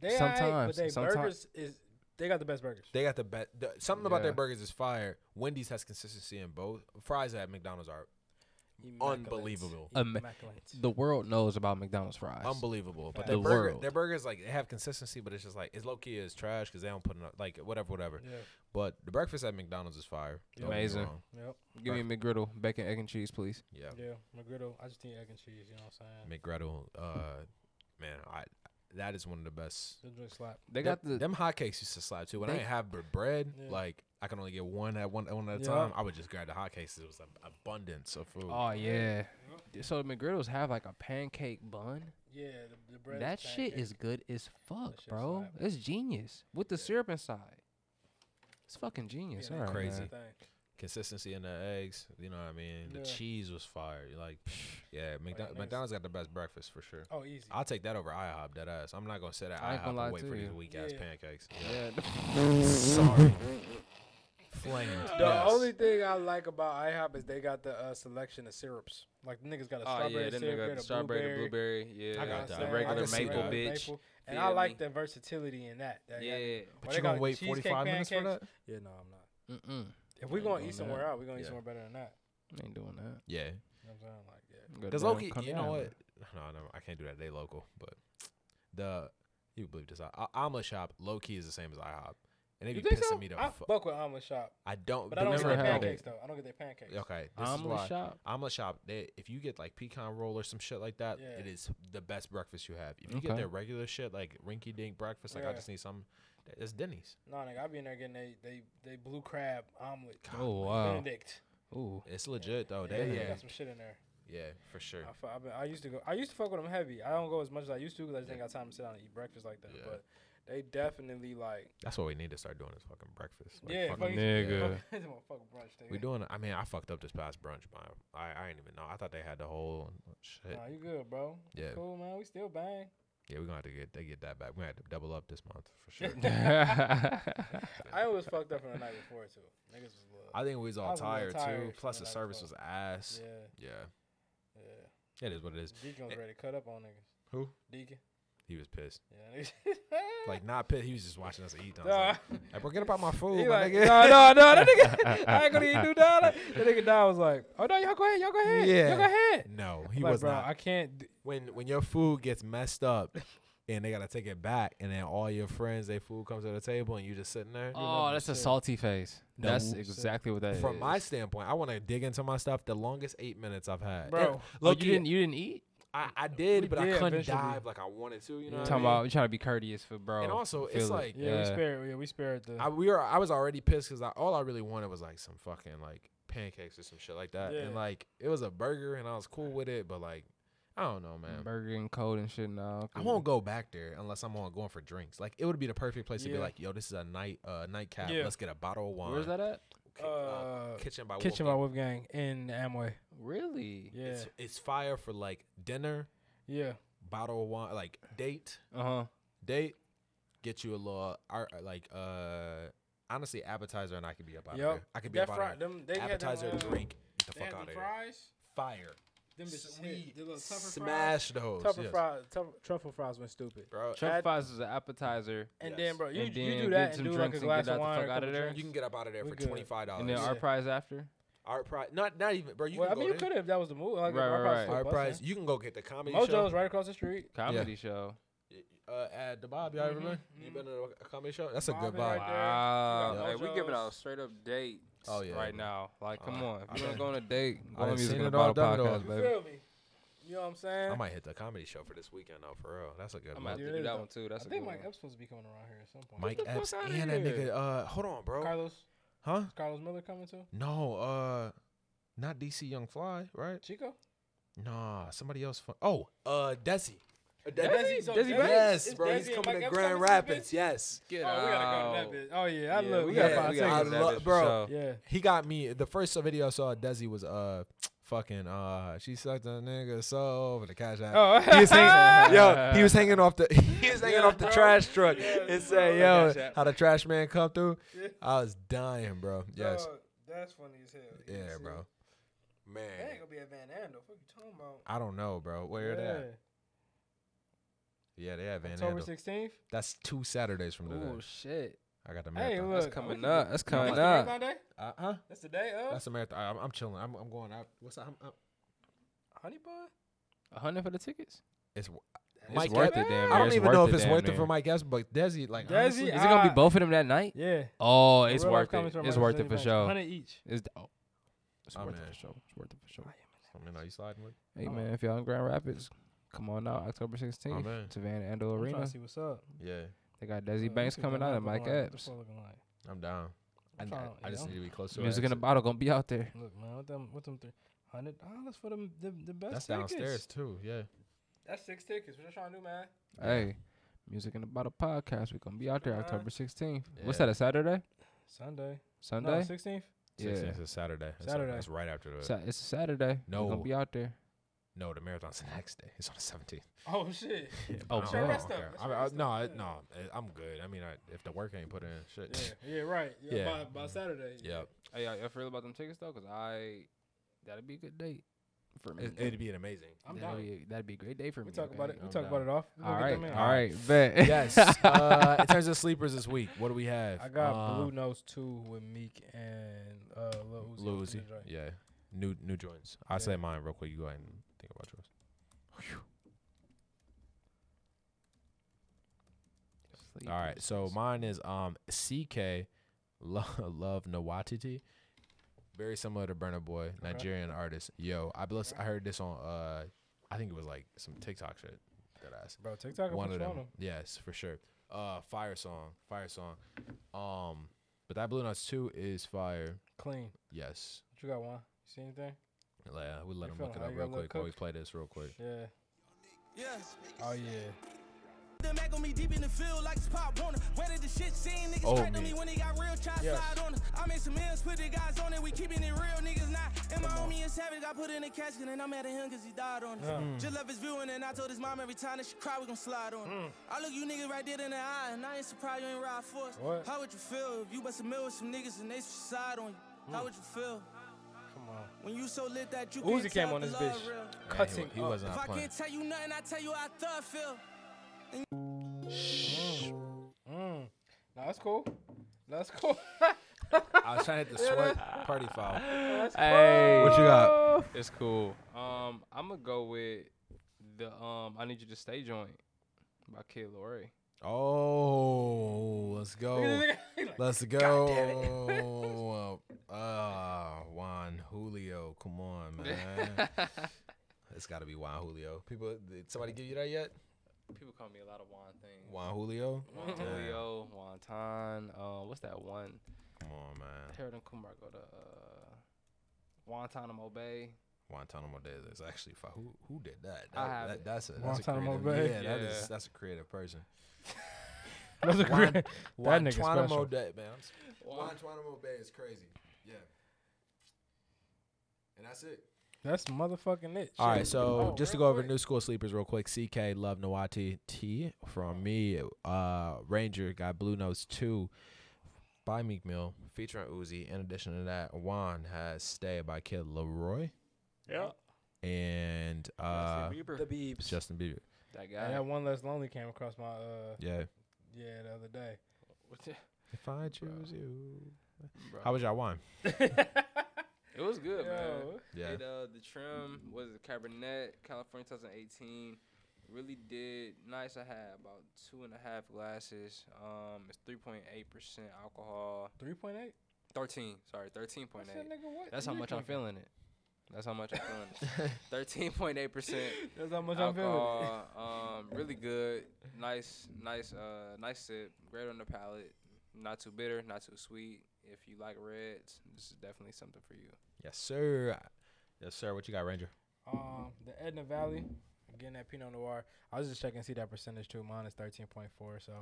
[SPEAKER 3] They alright, but
[SPEAKER 2] Sometimes,
[SPEAKER 3] they
[SPEAKER 2] sometime-
[SPEAKER 3] burgers is they got the best burgers.
[SPEAKER 1] they got the best. The, something about their
[SPEAKER 2] Yeah.
[SPEAKER 1] burgers is fire. Wendy's has consistency in both. Fries at McDonald's are Unbelievable.
[SPEAKER 2] Ama-
[SPEAKER 3] Immaculate.
[SPEAKER 2] The world knows about McDonald's fries.
[SPEAKER 1] unbelievable. But
[SPEAKER 3] Facts.
[SPEAKER 1] their
[SPEAKER 2] The
[SPEAKER 1] burger,
[SPEAKER 2] world.
[SPEAKER 1] their burgers like they have consistency, but it's just like it's low key is trash because they don't put enough like whatever, whatever.
[SPEAKER 3] Yeah.
[SPEAKER 1] But the breakfast at McDonald's is fire. Don't get me
[SPEAKER 2] Amazing.
[SPEAKER 1] wrong.
[SPEAKER 3] Yep.
[SPEAKER 2] Give me a McGriddle, bacon, egg, and cheese, please.
[SPEAKER 1] Yeah.
[SPEAKER 3] Yeah. McGriddle. I just need egg and cheese. You know what I'm saying?
[SPEAKER 1] McGriddle, uh, man, I that is one of the best.
[SPEAKER 3] Them joints slap.
[SPEAKER 2] They
[SPEAKER 1] Them-
[SPEAKER 2] got the
[SPEAKER 1] them hotcakes used to slap too. When I
[SPEAKER 2] They-
[SPEAKER 1] didn't have br- bread,
[SPEAKER 3] Yeah.
[SPEAKER 1] like I can only get one at one one at a
[SPEAKER 3] Yeah.
[SPEAKER 1] time. I would just grab the hotcakes. It was an abundance of food.
[SPEAKER 2] oh yeah. So the McGriddles have like a pancake bun.
[SPEAKER 3] Yeah. The, the bread.
[SPEAKER 2] that shit is good as fuck,
[SPEAKER 3] shit
[SPEAKER 2] bro.
[SPEAKER 3] slap.
[SPEAKER 2] It's genius with the syrup inside. It's fucking genius. All right,
[SPEAKER 1] crazy.
[SPEAKER 2] man.
[SPEAKER 1] Consistency in the eggs. You know what I mean. The
[SPEAKER 3] Yeah.
[SPEAKER 1] cheese was fire. Like, yeah, McDo-
[SPEAKER 3] amazing.
[SPEAKER 1] McDonald's got the best breakfast for sure.
[SPEAKER 3] Oh, easy.
[SPEAKER 1] I'll take that over IHOP. That ass. I'm not gonna sit at
[SPEAKER 2] I ain't
[SPEAKER 1] IHOP
[SPEAKER 2] gonna lie
[SPEAKER 1] and wait
[SPEAKER 2] to
[SPEAKER 1] for these
[SPEAKER 2] you.
[SPEAKER 1] weak ass
[SPEAKER 3] Yeah.
[SPEAKER 1] pancakes.
[SPEAKER 2] Yeah.
[SPEAKER 1] Sorry. Flamed.
[SPEAKER 3] The
[SPEAKER 1] yes.
[SPEAKER 3] only thing I like about IHOP is they got the uh, selection of syrups. Like the niggas got a
[SPEAKER 6] Oh
[SPEAKER 3] strawberry
[SPEAKER 6] yeah, then
[SPEAKER 3] syrup,
[SPEAKER 6] they got
[SPEAKER 3] got
[SPEAKER 6] the
[SPEAKER 3] a
[SPEAKER 6] strawberry, the
[SPEAKER 3] blueberry.
[SPEAKER 6] blueberry. Yeah,
[SPEAKER 1] I
[SPEAKER 3] You know
[SPEAKER 1] got
[SPEAKER 3] what I'm
[SPEAKER 1] that.
[SPEAKER 6] the
[SPEAKER 3] saying?
[SPEAKER 1] I
[SPEAKER 6] regular
[SPEAKER 1] can see
[SPEAKER 6] maple,
[SPEAKER 1] that.
[SPEAKER 6] bitch.
[SPEAKER 3] Maple. And I
[SPEAKER 6] Feel
[SPEAKER 3] like
[SPEAKER 6] me?
[SPEAKER 3] the versatility in that. That-
[SPEAKER 6] Yeah,
[SPEAKER 1] But you gonna wait 45 minutes for that?
[SPEAKER 3] Yeah, no, I'm not.
[SPEAKER 2] Mm-mm.
[SPEAKER 3] If we're gonna eat
[SPEAKER 2] doing
[SPEAKER 3] somewhere
[SPEAKER 2] that.
[SPEAKER 3] out, we're gonna eat
[SPEAKER 1] Yeah.
[SPEAKER 3] somewhere better than that.
[SPEAKER 2] Ain't doing that.
[SPEAKER 1] Yeah.
[SPEAKER 3] You know what I'm saying? Like, yeah.
[SPEAKER 2] Go to
[SPEAKER 1] Because
[SPEAKER 2] damn
[SPEAKER 1] Loki,
[SPEAKER 2] Coney
[SPEAKER 1] you know
[SPEAKER 2] Island.
[SPEAKER 1] what? No, no, I can't do that. They local, but the you believe this? I, I, omelet shop low key is the same as IHOP, and they
[SPEAKER 3] You
[SPEAKER 1] be
[SPEAKER 3] think
[SPEAKER 1] pissing
[SPEAKER 3] so?
[SPEAKER 1] me the
[SPEAKER 3] I
[SPEAKER 1] fuck.
[SPEAKER 3] fuck with omelet shop,
[SPEAKER 1] I don't.
[SPEAKER 3] but I don't get
[SPEAKER 1] never
[SPEAKER 3] their
[SPEAKER 2] had
[SPEAKER 1] had
[SPEAKER 3] pancakes though. I don't get their pancakes.
[SPEAKER 1] it. Okay, this is
[SPEAKER 2] Omelet
[SPEAKER 1] why.
[SPEAKER 2] shop.
[SPEAKER 1] Omelet shop. They, if you get like pecan roll or some shit like that,
[SPEAKER 3] Yeah.
[SPEAKER 1] it is the best breakfast you have. If you get
[SPEAKER 2] Okay.
[SPEAKER 1] their regular shit like rinky dink breakfast, like
[SPEAKER 3] Yeah.
[SPEAKER 1] I just need some. It's Denny's.
[SPEAKER 3] No, nigga, I be in there getting they they they blue crab omelet.
[SPEAKER 2] Oh wow.
[SPEAKER 3] Benedict.
[SPEAKER 2] Ooh.
[SPEAKER 1] It's legit though.
[SPEAKER 3] Yeah,
[SPEAKER 1] They,
[SPEAKER 3] they
[SPEAKER 1] yeah,
[SPEAKER 3] got some shit in there.
[SPEAKER 1] yeah, for sure.
[SPEAKER 3] I, fu- I, been, I used to go. I used to fuck with them heavy. I don't go as much as I used to because I just ain't got time to sit down and eat breakfast like that.
[SPEAKER 1] Yeah.
[SPEAKER 3] But they definitely like
[SPEAKER 1] That's what we need to start doing is fucking breakfast. Like,
[SPEAKER 3] yeah,
[SPEAKER 1] fuck
[SPEAKER 3] fuck
[SPEAKER 1] it.
[SPEAKER 3] you-
[SPEAKER 2] Nigga.
[SPEAKER 3] fuck- come on, fuck brunch. Nigga.
[SPEAKER 1] We doing. I mean, I fucked up this past brunch, but I I didn't even know. I thought they had the whole shit.
[SPEAKER 3] Nah, you good, bro?
[SPEAKER 1] Yeah.
[SPEAKER 3] Cool, man. We still bang.
[SPEAKER 1] Yeah, we're gonna have to get they get that back. We're gonna have to double up this month for sure.
[SPEAKER 3] I was fucked up from the night before too. Niggas was little.
[SPEAKER 1] I think we was all
[SPEAKER 3] I was a little
[SPEAKER 1] tired, too.
[SPEAKER 3] tired
[SPEAKER 1] Plus
[SPEAKER 3] from
[SPEAKER 1] the
[SPEAKER 3] the night
[SPEAKER 1] service was
[SPEAKER 3] before.
[SPEAKER 1] ass. Yeah.
[SPEAKER 3] yeah, yeah.
[SPEAKER 1] It is what it is.
[SPEAKER 3] Deacon was
[SPEAKER 1] Eh.
[SPEAKER 3] ready to cut up on niggas.
[SPEAKER 1] Who?
[SPEAKER 3] Deacon.
[SPEAKER 1] He was pissed.
[SPEAKER 3] Yeah. Niggas.
[SPEAKER 1] Like not pissed. He was just watching us eat. and I was
[SPEAKER 3] Nah.
[SPEAKER 1] like, hey, bro, get up out my food,
[SPEAKER 3] He
[SPEAKER 1] my
[SPEAKER 3] like,
[SPEAKER 1] nigga.
[SPEAKER 3] no, no, no, that nigga, I ain't gonna eat new dog. That nigga dog was like, oh no, y'all go ahead, y'all go ahead,
[SPEAKER 1] Yeah.
[SPEAKER 3] y'all go ahead.
[SPEAKER 1] No, he
[SPEAKER 3] like,
[SPEAKER 1] was
[SPEAKER 3] bro,
[SPEAKER 1] not.
[SPEAKER 3] I can't. d-
[SPEAKER 1] when when your food gets messed up and they gotta take it back, and then all your friends, their food comes to the table, and you just sitting there.
[SPEAKER 2] oh, that's a salty face. That's
[SPEAKER 1] No.
[SPEAKER 2] exactly what that is. Oh,
[SPEAKER 1] From my standpoint, I want to dig into my stuff. The longest eight minutes I've had,
[SPEAKER 3] Bro.
[SPEAKER 1] And
[SPEAKER 2] oh, you
[SPEAKER 1] low-key,
[SPEAKER 2] didn't you didn't eat?
[SPEAKER 1] I, I did,
[SPEAKER 3] We
[SPEAKER 1] but
[SPEAKER 3] did
[SPEAKER 1] I couldn't
[SPEAKER 3] eventually.
[SPEAKER 1] dive like I wanted to. You know, what I
[SPEAKER 2] talking
[SPEAKER 1] mean?
[SPEAKER 2] about you trying to be courteous for bro.
[SPEAKER 1] And also,
[SPEAKER 2] Feel
[SPEAKER 1] it's
[SPEAKER 2] it.
[SPEAKER 1] like
[SPEAKER 3] Yeah, we
[SPEAKER 2] Yeah.
[SPEAKER 3] spared. Yeah, we spared the.
[SPEAKER 1] I, we were. I was already pissed because all I really wanted was like some fucking like pancakes or some shit like that,
[SPEAKER 3] Yeah.
[SPEAKER 1] and like it was a burger, and I was cool with it, but like I don't know, man.
[SPEAKER 2] burger and cold and shit now.
[SPEAKER 1] I
[SPEAKER 3] Mm-hmm.
[SPEAKER 1] won't go back there unless I'm on going for drinks. Like it would be the perfect place to be
[SPEAKER 3] Yeah.
[SPEAKER 1] like, yo, this is a night uh nightcap.
[SPEAKER 3] Yeah.
[SPEAKER 1] Let's get a bottle of wine.
[SPEAKER 2] Where's that at?
[SPEAKER 1] Ki- uh,
[SPEAKER 3] uh,
[SPEAKER 1] kitchen by
[SPEAKER 3] kitchen by
[SPEAKER 1] Wolfgang.
[SPEAKER 3] Wolfgang in Amway.
[SPEAKER 2] Really?
[SPEAKER 3] Yeah,
[SPEAKER 1] It's, it's fire for like dinner,
[SPEAKER 3] yeah.
[SPEAKER 1] bottle of wine, like date,
[SPEAKER 2] Uh huh.
[SPEAKER 1] date. Get you a little ar- like uh honestly appetizer, and I could be up out of
[SPEAKER 3] Yep.
[SPEAKER 1] there. I could be
[SPEAKER 3] That
[SPEAKER 1] up out
[SPEAKER 3] fry,
[SPEAKER 1] of there.
[SPEAKER 3] them, they
[SPEAKER 1] Appetizer,
[SPEAKER 3] had them, uh,
[SPEAKER 1] drink, get the
[SPEAKER 3] They
[SPEAKER 1] fuck
[SPEAKER 3] had
[SPEAKER 1] out
[SPEAKER 3] the
[SPEAKER 1] of here.
[SPEAKER 3] fries.
[SPEAKER 1] Fire,
[SPEAKER 3] Them bitches- yeah,
[SPEAKER 1] Sweet.
[SPEAKER 3] the little tougher fries.
[SPEAKER 1] smash those,
[SPEAKER 3] Truffle
[SPEAKER 1] yes.
[SPEAKER 3] fries, truffle, truffle fries went stupid.
[SPEAKER 1] bro.
[SPEAKER 2] Truffle
[SPEAKER 3] Add-
[SPEAKER 2] fries is an appetizer,
[SPEAKER 3] And
[SPEAKER 1] Yes.
[SPEAKER 3] then, bro, you,
[SPEAKER 2] And
[SPEAKER 3] you
[SPEAKER 2] then
[SPEAKER 3] do
[SPEAKER 2] get
[SPEAKER 3] that
[SPEAKER 2] some
[SPEAKER 3] and do like
[SPEAKER 2] drinks
[SPEAKER 3] a
[SPEAKER 2] and
[SPEAKER 3] glass
[SPEAKER 2] get
[SPEAKER 3] of
[SPEAKER 2] the
[SPEAKER 3] wine.
[SPEAKER 2] fuck
[SPEAKER 3] or a
[SPEAKER 2] outta
[SPEAKER 3] couple
[SPEAKER 2] there.
[SPEAKER 3] drinks.
[SPEAKER 1] You can get up out of there
[SPEAKER 3] We
[SPEAKER 1] for
[SPEAKER 3] good.
[SPEAKER 1] twenty five dollars.
[SPEAKER 2] and then
[SPEAKER 3] yeah.
[SPEAKER 2] our prize after.
[SPEAKER 1] Our price, not not even, bro. You
[SPEAKER 3] well, I
[SPEAKER 1] can
[SPEAKER 3] mean,
[SPEAKER 1] go
[SPEAKER 3] you
[SPEAKER 1] there.
[SPEAKER 3] could have. That was the move. Like,
[SPEAKER 2] Right, right,
[SPEAKER 3] our
[SPEAKER 2] right.
[SPEAKER 3] price was
[SPEAKER 1] Our
[SPEAKER 3] busting.
[SPEAKER 1] prize, you can go get the comedy
[SPEAKER 3] Mojo's
[SPEAKER 1] show.
[SPEAKER 3] right across the street.
[SPEAKER 2] Comedy show.
[SPEAKER 1] uh, at the Bob. Y'all ever been? You been to a- a comedy show? That's a good
[SPEAKER 3] Mm-hmm, Bob and
[SPEAKER 1] vibe.
[SPEAKER 3] Right
[SPEAKER 2] Wow.
[SPEAKER 6] Hey, we giving
[SPEAKER 3] Mojo's.
[SPEAKER 6] out straight up dates
[SPEAKER 1] Oh, yeah,
[SPEAKER 6] right
[SPEAKER 1] bro.
[SPEAKER 6] now. Like, come
[SPEAKER 1] Uh,
[SPEAKER 6] on.
[SPEAKER 1] I
[SPEAKER 6] If you want
[SPEAKER 1] done-
[SPEAKER 6] to go on a date,
[SPEAKER 1] I
[SPEAKER 6] go
[SPEAKER 1] done
[SPEAKER 6] on music and
[SPEAKER 1] seen
[SPEAKER 6] a
[SPEAKER 1] it all,
[SPEAKER 6] bottle
[SPEAKER 1] done it all.
[SPEAKER 6] podcast,
[SPEAKER 3] You
[SPEAKER 6] baby.
[SPEAKER 3] feel me? You know what I'm saying?
[SPEAKER 1] I might hit the comedy show for this weekend though, for real. That's a good
[SPEAKER 6] I'm
[SPEAKER 1] one.
[SPEAKER 6] gonna have
[SPEAKER 3] Yeah,
[SPEAKER 6] to do
[SPEAKER 3] though.
[SPEAKER 6] that one too. That's
[SPEAKER 3] I
[SPEAKER 6] a
[SPEAKER 3] think
[SPEAKER 6] good
[SPEAKER 3] Mike
[SPEAKER 6] one.
[SPEAKER 3] Epps supposed to be coming around here at some point.
[SPEAKER 1] Mike
[SPEAKER 2] the fuck
[SPEAKER 1] Epps
[SPEAKER 2] outta
[SPEAKER 1] and that nigga.
[SPEAKER 2] here.
[SPEAKER 1] Uh, hold on, bro.
[SPEAKER 3] Carlos,
[SPEAKER 1] huh?
[SPEAKER 3] is Carlos Miller coming too?
[SPEAKER 1] No, uh, not DC Young Fly, right?
[SPEAKER 3] Chico?
[SPEAKER 1] Nah, somebody else. Fu- oh, uh, Desi. Uh, De-
[SPEAKER 3] Desi? So Desi Banks?
[SPEAKER 1] yes,
[SPEAKER 3] It's
[SPEAKER 1] bro.
[SPEAKER 3] Desi
[SPEAKER 1] he's
[SPEAKER 3] and
[SPEAKER 1] coming
[SPEAKER 3] Mike
[SPEAKER 1] to
[SPEAKER 3] Epps
[SPEAKER 1] Grand
[SPEAKER 3] coming to this
[SPEAKER 1] Rapids. Yes.
[SPEAKER 6] Get
[SPEAKER 3] oh, we gotta
[SPEAKER 6] out.
[SPEAKER 3] go to that bitch. Oh yeah, I
[SPEAKER 6] Yeah,
[SPEAKER 3] look. We,
[SPEAKER 6] we
[SPEAKER 3] gotta
[SPEAKER 1] gotta-
[SPEAKER 3] find
[SPEAKER 1] we gotta-
[SPEAKER 3] tickets.
[SPEAKER 1] I
[SPEAKER 6] tickets to that
[SPEAKER 1] lo-
[SPEAKER 6] bitch for
[SPEAKER 1] bro.
[SPEAKER 6] sure.
[SPEAKER 3] Yeah.
[SPEAKER 1] He got me. The first video I saw of Desi was uh, fucking uh, she sucked a nigga so over the cash app.
[SPEAKER 3] Oh,
[SPEAKER 1] He was hanging, yo, he was hanging off the, he was hanging
[SPEAKER 3] Yeah,
[SPEAKER 1] off the
[SPEAKER 3] bro.
[SPEAKER 1] trash truck
[SPEAKER 3] Yeah,
[SPEAKER 1] and
[SPEAKER 3] bro.
[SPEAKER 1] say, "Yo,
[SPEAKER 6] Cash App.
[SPEAKER 1] how the trash man come through?"
[SPEAKER 3] Yeah.
[SPEAKER 1] I was dying, bro. Yes,
[SPEAKER 3] Dog, that's funny as hell. You
[SPEAKER 1] yeah,
[SPEAKER 3] see?
[SPEAKER 1] bro. Man,
[SPEAKER 3] That ain't gonna be at Van Andel. What you talking about?
[SPEAKER 1] I don't know, bro. Where they at? Yeah, they at
[SPEAKER 3] Yeah.
[SPEAKER 1] Van
[SPEAKER 3] October
[SPEAKER 1] Andel.
[SPEAKER 3] sixteenth.
[SPEAKER 1] That's two Saturdays from today.
[SPEAKER 2] Oh shit.
[SPEAKER 1] I got the
[SPEAKER 3] Hey,
[SPEAKER 1] marathon.
[SPEAKER 3] look,
[SPEAKER 2] That's coming up.
[SPEAKER 3] we-
[SPEAKER 2] That's
[SPEAKER 3] That's
[SPEAKER 2] coming
[SPEAKER 3] the
[SPEAKER 2] up.
[SPEAKER 3] marathon day.
[SPEAKER 1] Uh huh.
[SPEAKER 3] That's the day of
[SPEAKER 1] That's a marathon. I, I'm, I'm chilling. I'm, I'm going out. What's up? I'm, I'm,
[SPEAKER 3] Honey Bun.
[SPEAKER 2] A hundred for the tickets.
[SPEAKER 1] it's
[SPEAKER 2] It's
[SPEAKER 1] Mike
[SPEAKER 2] worth
[SPEAKER 1] Epps-
[SPEAKER 2] it, damn.
[SPEAKER 1] I
[SPEAKER 2] near.
[SPEAKER 1] don't
[SPEAKER 2] It's
[SPEAKER 1] even know
[SPEAKER 2] worth
[SPEAKER 1] if it's
[SPEAKER 2] damn
[SPEAKER 1] worth it
[SPEAKER 2] near.
[SPEAKER 1] for Mike Epps, but Desi, like,
[SPEAKER 3] Desi,
[SPEAKER 1] honestly,
[SPEAKER 2] Is it gonna
[SPEAKER 3] Ah.
[SPEAKER 2] be both of them that night?
[SPEAKER 3] Yeah.
[SPEAKER 2] Oh, it's
[SPEAKER 3] Real life
[SPEAKER 2] worth
[SPEAKER 3] comments
[SPEAKER 2] it.
[SPEAKER 3] from
[SPEAKER 2] It's
[SPEAKER 3] Michael
[SPEAKER 2] worth it for
[SPEAKER 3] City Banks.
[SPEAKER 2] sure.
[SPEAKER 3] Hundred each.
[SPEAKER 2] It's oh, it's
[SPEAKER 1] Oh,
[SPEAKER 2] worth
[SPEAKER 1] man.
[SPEAKER 2] it for sure. It's worth it for sure.
[SPEAKER 1] I mean, are you sliding with?
[SPEAKER 2] Hey
[SPEAKER 3] Oh.
[SPEAKER 2] man, if y'all in Grand Rapids, come on out October
[SPEAKER 1] Oh,
[SPEAKER 2] sixteenth
[SPEAKER 1] man.
[SPEAKER 2] to Van Andel
[SPEAKER 3] I'm trying
[SPEAKER 2] Arena.
[SPEAKER 3] to see what's up.
[SPEAKER 1] Yeah,
[SPEAKER 2] They got
[SPEAKER 3] Uh,
[SPEAKER 2] Desi Banks
[SPEAKER 3] look at
[SPEAKER 2] coming
[SPEAKER 3] the
[SPEAKER 2] out and
[SPEAKER 3] map
[SPEAKER 2] Mike
[SPEAKER 3] looking like-
[SPEAKER 2] Epps.
[SPEAKER 3] What's the floor looking like?
[SPEAKER 1] I'm down. i
[SPEAKER 3] I'm trying-
[SPEAKER 1] I, I just
[SPEAKER 3] yeah.
[SPEAKER 1] need to be close to
[SPEAKER 2] Music in
[SPEAKER 1] it.
[SPEAKER 2] a bottle gonna be out there.
[SPEAKER 3] Look, man, what them, what them three hundred dollars for them, the, the best
[SPEAKER 1] That's
[SPEAKER 3] tickets.
[SPEAKER 1] downstairs too. Yeah.
[SPEAKER 3] That's six tickets. What you trying to do, man?
[SPEAKER 2] Hey, Music in a Bottle podcast. We're gonna be out there
[SPEAKER 3] Uh-huh.
[SPEAKER 2] October sixteenth. What's
[SPEAKER 1] Yeah.
[SPEAKER 2] that? A Saturday?
[SPEAKER 3] Sunday.
[SPEAKER 2] Sunday?
[SPEAKER 3] sixteenth.
[SPEAKER 2] Yeah.
[SPEAKER 1] 16th is Saturday. That's
[SPEAKER 3] Saturday.
[SPEAKER 1] That's right after the.
[SPEAKER 2] Sa- it's a Saturday. we're
[SPEAKER 1] No.
[SPEAKER 2] gonna be out there.
[SPEAKER 1] no, the marathon's the next day. It's on the 17th.
[SPEAKER 3] Oh shit.
[SPEAKER 2] Oh,
[SPEAKER 1] I
[SPEAKER 2] man.
[SPEAKER 1] don't
[SPEAKER 3] Rest up.
[SPEAKER 1] care.
[SPEAKER 3] Let's
[SPEAKER 1] I, I,
[SPEAKER 3] rest up.
[SPEAKER 1] no, I,
[SPEAKER 3] Yeah.
[SPEAKER 1] no, I- I'm good. I mean, I, if the work ain't put in,
[SPEAKER 3] yeah,
[SPEAKER 1] shit.
[SPEAKER 3] yeah, right. Yeah,
[SPEAKER 1] Yeah.
[SPEAKER 3] By, by Saturday.
[SPEAKER 1] Yeah.
[SPEAKER 2] Hey, y'all, y'all feel about them tickets though? Cause I, that'd be a good date for me.
[SPEAKER 1] It, it'd be an amazing.
[SPEAKER 3] I'm
[SPEAKER 2] that'd,
[SPEAKER 3] down.
[SPEAKER 2] be, that'd be a great day for
[SPEAKER 3] We
[SPEAKER 2] me.
[SPEAKER 3] talk about it.
[SPEAKER 2] okay?
[SPEAKER 3] We
[SPEAKER 1] Oh, I'm
[SPEAKER 3] talk about
[SPEAKER 1] down.
[SPEAKER 3] it off. We
[SPEAKER 2] All
[SPEAKER 3] gonna
[SPEAKER 2] right,
[SPEAKER 3] get them in.
[SPEAKER 2] all right, bet.
[SPEAKER 1] yes. Uh, in terms of sleepers this week, what do we have?
[SPEAKER 3] I got
[SPEAKER 1] Uh,
[SPEAKER 3] Blue Nose Two with Meek and uh, Lil Uzi.
[SPEAKER 1] Lil
[SPEAKER 3] open the
[SPEAKER 1] Uzi.
[SPEAKER 3] joint.
[SPEAKER 1] Yeah. New new joints. I
[SPEAKER 3] Yeah.
[SPEAKER 1] will say mine real quick. You go ahead and think about yours.
[SPEAKER 2] Sleep
[SPEAKER 1] All
[SPEAKER 2] in
[SPEAKER 1] right, so
[SPEAKER 2] peace.
[SPEAKER 1] mine is um CK Lo- Love Nawatiti. Very similar to Burner Boy, Nigerian artist. Yo, I bliss, I heard this on uh I think it was like some TikTok shit that ass.
[SPEAKER 3] Bro, TikTok.
[SPEAKER 1] One of them.
[SPEAKER 3] them.
[SPEAKER 1] Yes, for sure. Uh Fire Song, Fire Song. Um but that Blue Nuts 2 is fire.
[SPEAKER 3] Clean.
[SPEAKER 1] Yes.
[SPEAKER 3] What you got, one? You see anything?
[SPEAKER 1] Yeah, we let
[SPEAKER 3] You
[SPEAKER 1] him look
[SPEAKER 3] feeling
[SPEAKER 1] it
[SPEAKER 3] how
[SPEAKER 1] up
[SPEAKER 3] you
[SPEAKER 1] real
[SPEAKER 3] got, Lil
[SPEAKER 1] quick. while we
[SPEAKER 3] Cook?
[SPEAKER 1] play this real quick.
[SPEAKER 3] Yeah.
[SPEAKER 9] Yeah.
[SPEAKER 3] Oh yeah.
[SPEAKER 9] The Mac on me deep in the field like it's pop Warner. Where did the shit seem? Niggas
[SPEAKER 1] Oh,
[SPEAKER 9] cracked on
[SPEAKER 1] man.
[SPEAKER 9] me when they got real try
[SPEAKER 3] Yes.
[SPEAKER 9] slide on us. I'm made some meals, put the guys on it. We keeping it real, niggas not. And my homie is savage, got put in a casket, and I'm mad at him cause he died on it. Just left his viewing, and I told his mom every time that she cry, we gon' slide on
[SPEAKER 3] Mm.
[SPEAKER 9] it. I look you niggas right there in the eye, and I ain't surprised you ain't ride for us.
[SPEAKER 3] What?
[SPEAKER 9] How would you feel if you bust a mill with some niggas and they suicide on you? How would you feel?
[SPEAKER 3] Mm. Come on.
[SPEAKER 9] When you so lit that you
[SPEAKER 3] Uzi
[SPEAKER 9] can't
[SPEAKER 3] came
[SPEAKER 9] tell
[SPEAKER 3] on
[SPEAKER 9] if
[SPEAKER 3] this
[SPEAKER 9] the love
[SPEAKER 3] bitch.
[SPEAKER 9] real.
[SPEAKER 1] he,
[SPEAKER 3] Cutting Oh,
[SPEAKER 1] wa- he
[SPEAKER 3] up.
[SPEAKER 1] wasn't
[SPEAKER 9] If I
[SPEAKER 1] playing.
[SPEAKER 9] can't tell you nothing, I tell you how thug feel.
[SPEAKER 3] Mm. No, that's cool. That's cool.
[SPEAKER 1] I was trying to hit the swerve party foul.
[SPEAKER 3] that's
[SPEAKER 2] Hey.
[SPEAKER 1] What you got?
[SPEAKER 3] cool.
[SPEAKER 2] It's cool. Um, I'm gonna go with the um. I need you to stay joint by Kid Laroi.
[SPEAKER 1] Oh, let's go. Let's go. Ah, Juan Julio. Come on, man. it's got to be Juan Julio. People, did somebody give you that yet?
[SPEAKER 2] People call me a lot of Juan things.
[SPEAKER 1] Juan Julio?
[SPEAKER 2] Juan
[SPEAKER 1] Damn,
[SPEAKER 2] Julio, Juan Tan. Uh, what's that one?
[SPEAKER 1] Come on, man.
[SPEAKER 2] Harold and Kumar go to uh, Guantanamo Bay.
[SPEAKER 1] Guantanamo Day is actually fi- who who did that?
[SPEAKER 2] I
[SPEAKER 1] That-
[SPEAKER 2] have
[SPEAKER 1] that-
[SPEAKER 2] it.
[SPEAKER 1] that's a that's
[SPEAKER 3] Guantanamo
[SPEAKER 1] a creative,
[SPEAKER 3] Bay.
[SPEAKER 1] Yeah, that
[SPEAKER 2] Yeah.
[SPEAKER 1] is that's a creative person.
[SPEAKER 3] That's a
[SPEAKER 1] Juan-
[SPEAKER 3] great. That nigga special.
[SPEAKER 1] Guantanamo Day, man. I'm s-
[SPEAKER 2] Juan-
[SPEAKER 1] Guantanamo Bay is crazy. Yeah. And that's it.
[SPEAKER 3] That's motherfucking it.
[SPEAKER 1] All
[SPEAKER 3] Shit.
[SPEAKER 1] right, so
[SPEAKER 3] Oh,
[SPEAKER 1] just to
[SPEAKER 3] real
[SPEAKER 1] go over
[SPEAKER 3] quick.
[SPEAKER 1] new school sleepers real quick. CK Love Nawati T from me. Uh, Ranger got Blue Notes two by Meek Mill featuring Uzi. In addition to that, Juan has Stay by Kid Leroy.
[SPEAKER 6] Yeah.
[SPEAKER 1] And uh,
[SPEAKER 3] The Biebs.
[SPEAKER 1] Justin Bieber.
[SPEAKER 2] that
[SPEAKER 3] And
[SPEAKER 2] guy.
[SPEAKER 3] that one less lonely came across my uh
[SPEAKER 1] Yeah.
[SPEAKER 3] yeah the other day.
[SPEAKER 1] If I choose you. How was y'all wine?
[SPEAKER 2] It was good, man.
[SPEAKER 3] Yo.
[SPEAKER 1] Yeah.
[SPEAKER 2] It, uh, the trim was the Cabernet California 2018. Really did nice. I had about two and a half glasses. Um, it's 3.8 percent alcohol.
[SPEAKER 3] Three point eight.
[SPEAKER 2] 13, sorry, 13.8.
[SPEAKER 3] I said, nigga, what?
[SPEAKER 2] That's
[SPEAKER 3] you
[SPEAKER 2] how much I'm
[SPEAKER 3] drinking?
[SPEAKER 2] feeling it. That's how much I'm feeling it. 13.8 percent.
[SPEAKER 3] That's how much I'm feeling.
[SPEAKER 2] alcohol. Um, really good. Nice, nice, uh, nice sip. Great on the palate. Not too bitter, not too sweet. If you like reds, this is definitely something for you.
[SPEAKER 1] Yes, sir. Yes, sir. What you got, Ranger?
[SPEAKER 3] Um, the Edna Valley, getting that Pinot Noir. I was just checking to see that percentage too. Mine is thirteen point four, so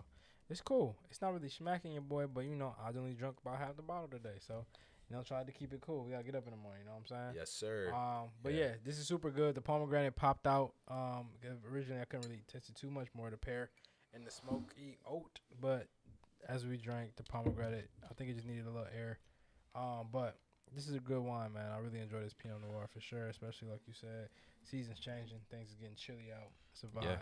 [SPEAKER 3] it's cool. It's not really smacking your boy, but you know I was only drunk about half the bottle today, so you know tried to keep it cool. We gotta get up in the morning. You know what I'm saying?
[SPEAKER 1] Yes, sir.
[SPEAKER 3] Um, but
[SPEAKER 1] Yeah.
[SPEAKER 3] yeah. this is super good. The pomegranate popped out. Um, 'cause originally I couldn't really taste it too much more the pear and the smoky oat, but as we drank the pomegranate, I think it just needed a little air. Um, but this is a good wine, man. I really enjoy this Pinot Noir for sure, especially like you said, seasons changing, things is getting chilly out. It's a vibe.
[SPEAKER 1] Yeah.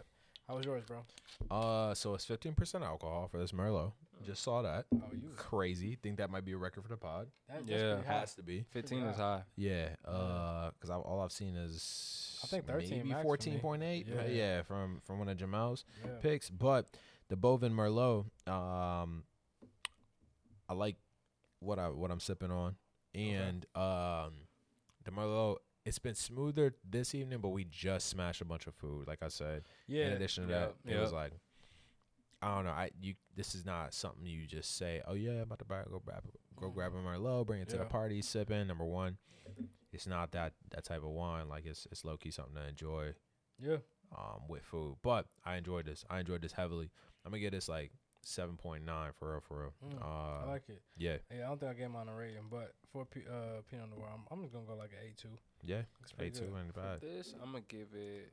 [SPEAKER 3] How was yours, bro?
[SPEAKER 1] Uh, so it's fifteen percent alcohol for this Merlot. Just saw that.
[SPEAKER 3] Oh, you was-
[SPEAKER 1] Crazy. Think that might be a record for the pod.
[SPEAKER 3] that, that's
[SPEAKER 2] Yeah.
[SPEAKER 3] pretty high.
[SPEAKER 1] Has to be.
[SPEAKER 2] 15
[SPEAKER 3] Wow.
[SPEAKER 2] is high.
[SPEAKER 1] Yeah. Uh, because I've, all I've seen is
[SPEAKER 3] I think 13
[SPEAKER 1] maybe
[SPEAKER 3] max for me.
[SPEAKER 1] fourteen point eight. Yeah.
[SPEAKER 3] Yeah.
[SPEAKER 1] from from one of Jamel's
[SPEAKER 3] Yeah.
[SPEAKER 1] picks. But the Bovin Merlot, um, I like what I what I'm sipping on, and um, the Merlot. It's been smoother this evening, but we just smashed a bunch of food. Like I said,
[SPEAKER 3] Yeah.
[SPEAKER 1] in addition to
[SPEAKER 2] Yep.
[SPEAKER 1] that, it was
[SPEAKER 2] Yep.
[SPEAKER 1] like I don't know. I you this is not something you just say. Oh yeah, I'm about to buy go grab go grab a Merlot, bring it to the
[SPEAKER 3] Mm-hmm. Yeah.
[SPEAKER 1] party, sip in. Number one, it's not that that type of wine. Like it's it's low key something to enjoy
[SPEAKER 3] Yeah.
[SPEAKER 1] um with food. But I enjoyed this. I enjoyed this heavily. I'm gonna get this like seven point nine for real for real.
[SPEAKER 3] Mm, I
[SPEAKER 1] uh,
[SPEAKER 3] like it.
[SPEAKER 1] yeah,
[SPEAKER 3] Yeah, I don't think I gave mine a rating, but for P- uh, Pinot Noir, I'm, I'm just gonna go like an eight two.
[SPEAKER 1] yeah.
[SPEAKER 3] It's pretty
[SPEAKER 1] Eight two
[SPEAKER 3] good.
[SPEAKER 1] and
[SPEAKER 2] For
[SPEAKER 1] bad.
[SPEAKER 2] this, I'm going to give it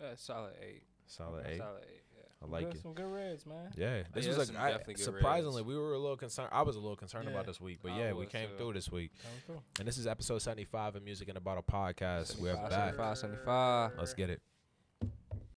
[SPEAKER 2] a solid 8.
[SPEAKER 1] Solid
[SPEAKER 2] A
[SPEAKER 1] eight.
[SPEAKER 2] Solid 8, yeah.
[SPEAKER 1] I like
[SPEAKER 3] good,
[SPEAKER 1] it.
[SPEAKER 3] Some good reds, man.
[SPEAKER 1] Yeah, this
[SPEAKER 2] yeah,
[SPEAKER 1] was
[SPEAKER 2] some
[SPEAKER 1] like I,
[SPEAKER 2] definitely good
[SPEAKER 1] surprisingly
[SPEAKER 2] ratings.
[SPEAKER 1] we were a little concerned. I was a little concerned
[SPEAKER 3] Yeah. uh,
[SPEAKER 1] about this week, but
[SPEAKER 2] I
[SPEAKER 1] yeah, we
[SPEAKER 2] was,
[SPEAKER 1] came
[SPEAKER 2] too.
[SPEAKER 1] through this week.
[SPEAKER 3] Coming through.
[SPEAKER 1] And this is episode 75 of Music in a Bottle podcast. We're
[SPEAKER 2] 75,
[SPEAKER 1] back.
[SPEAKER 2] 75, 75.
[SPEAKER 1] Let's get it.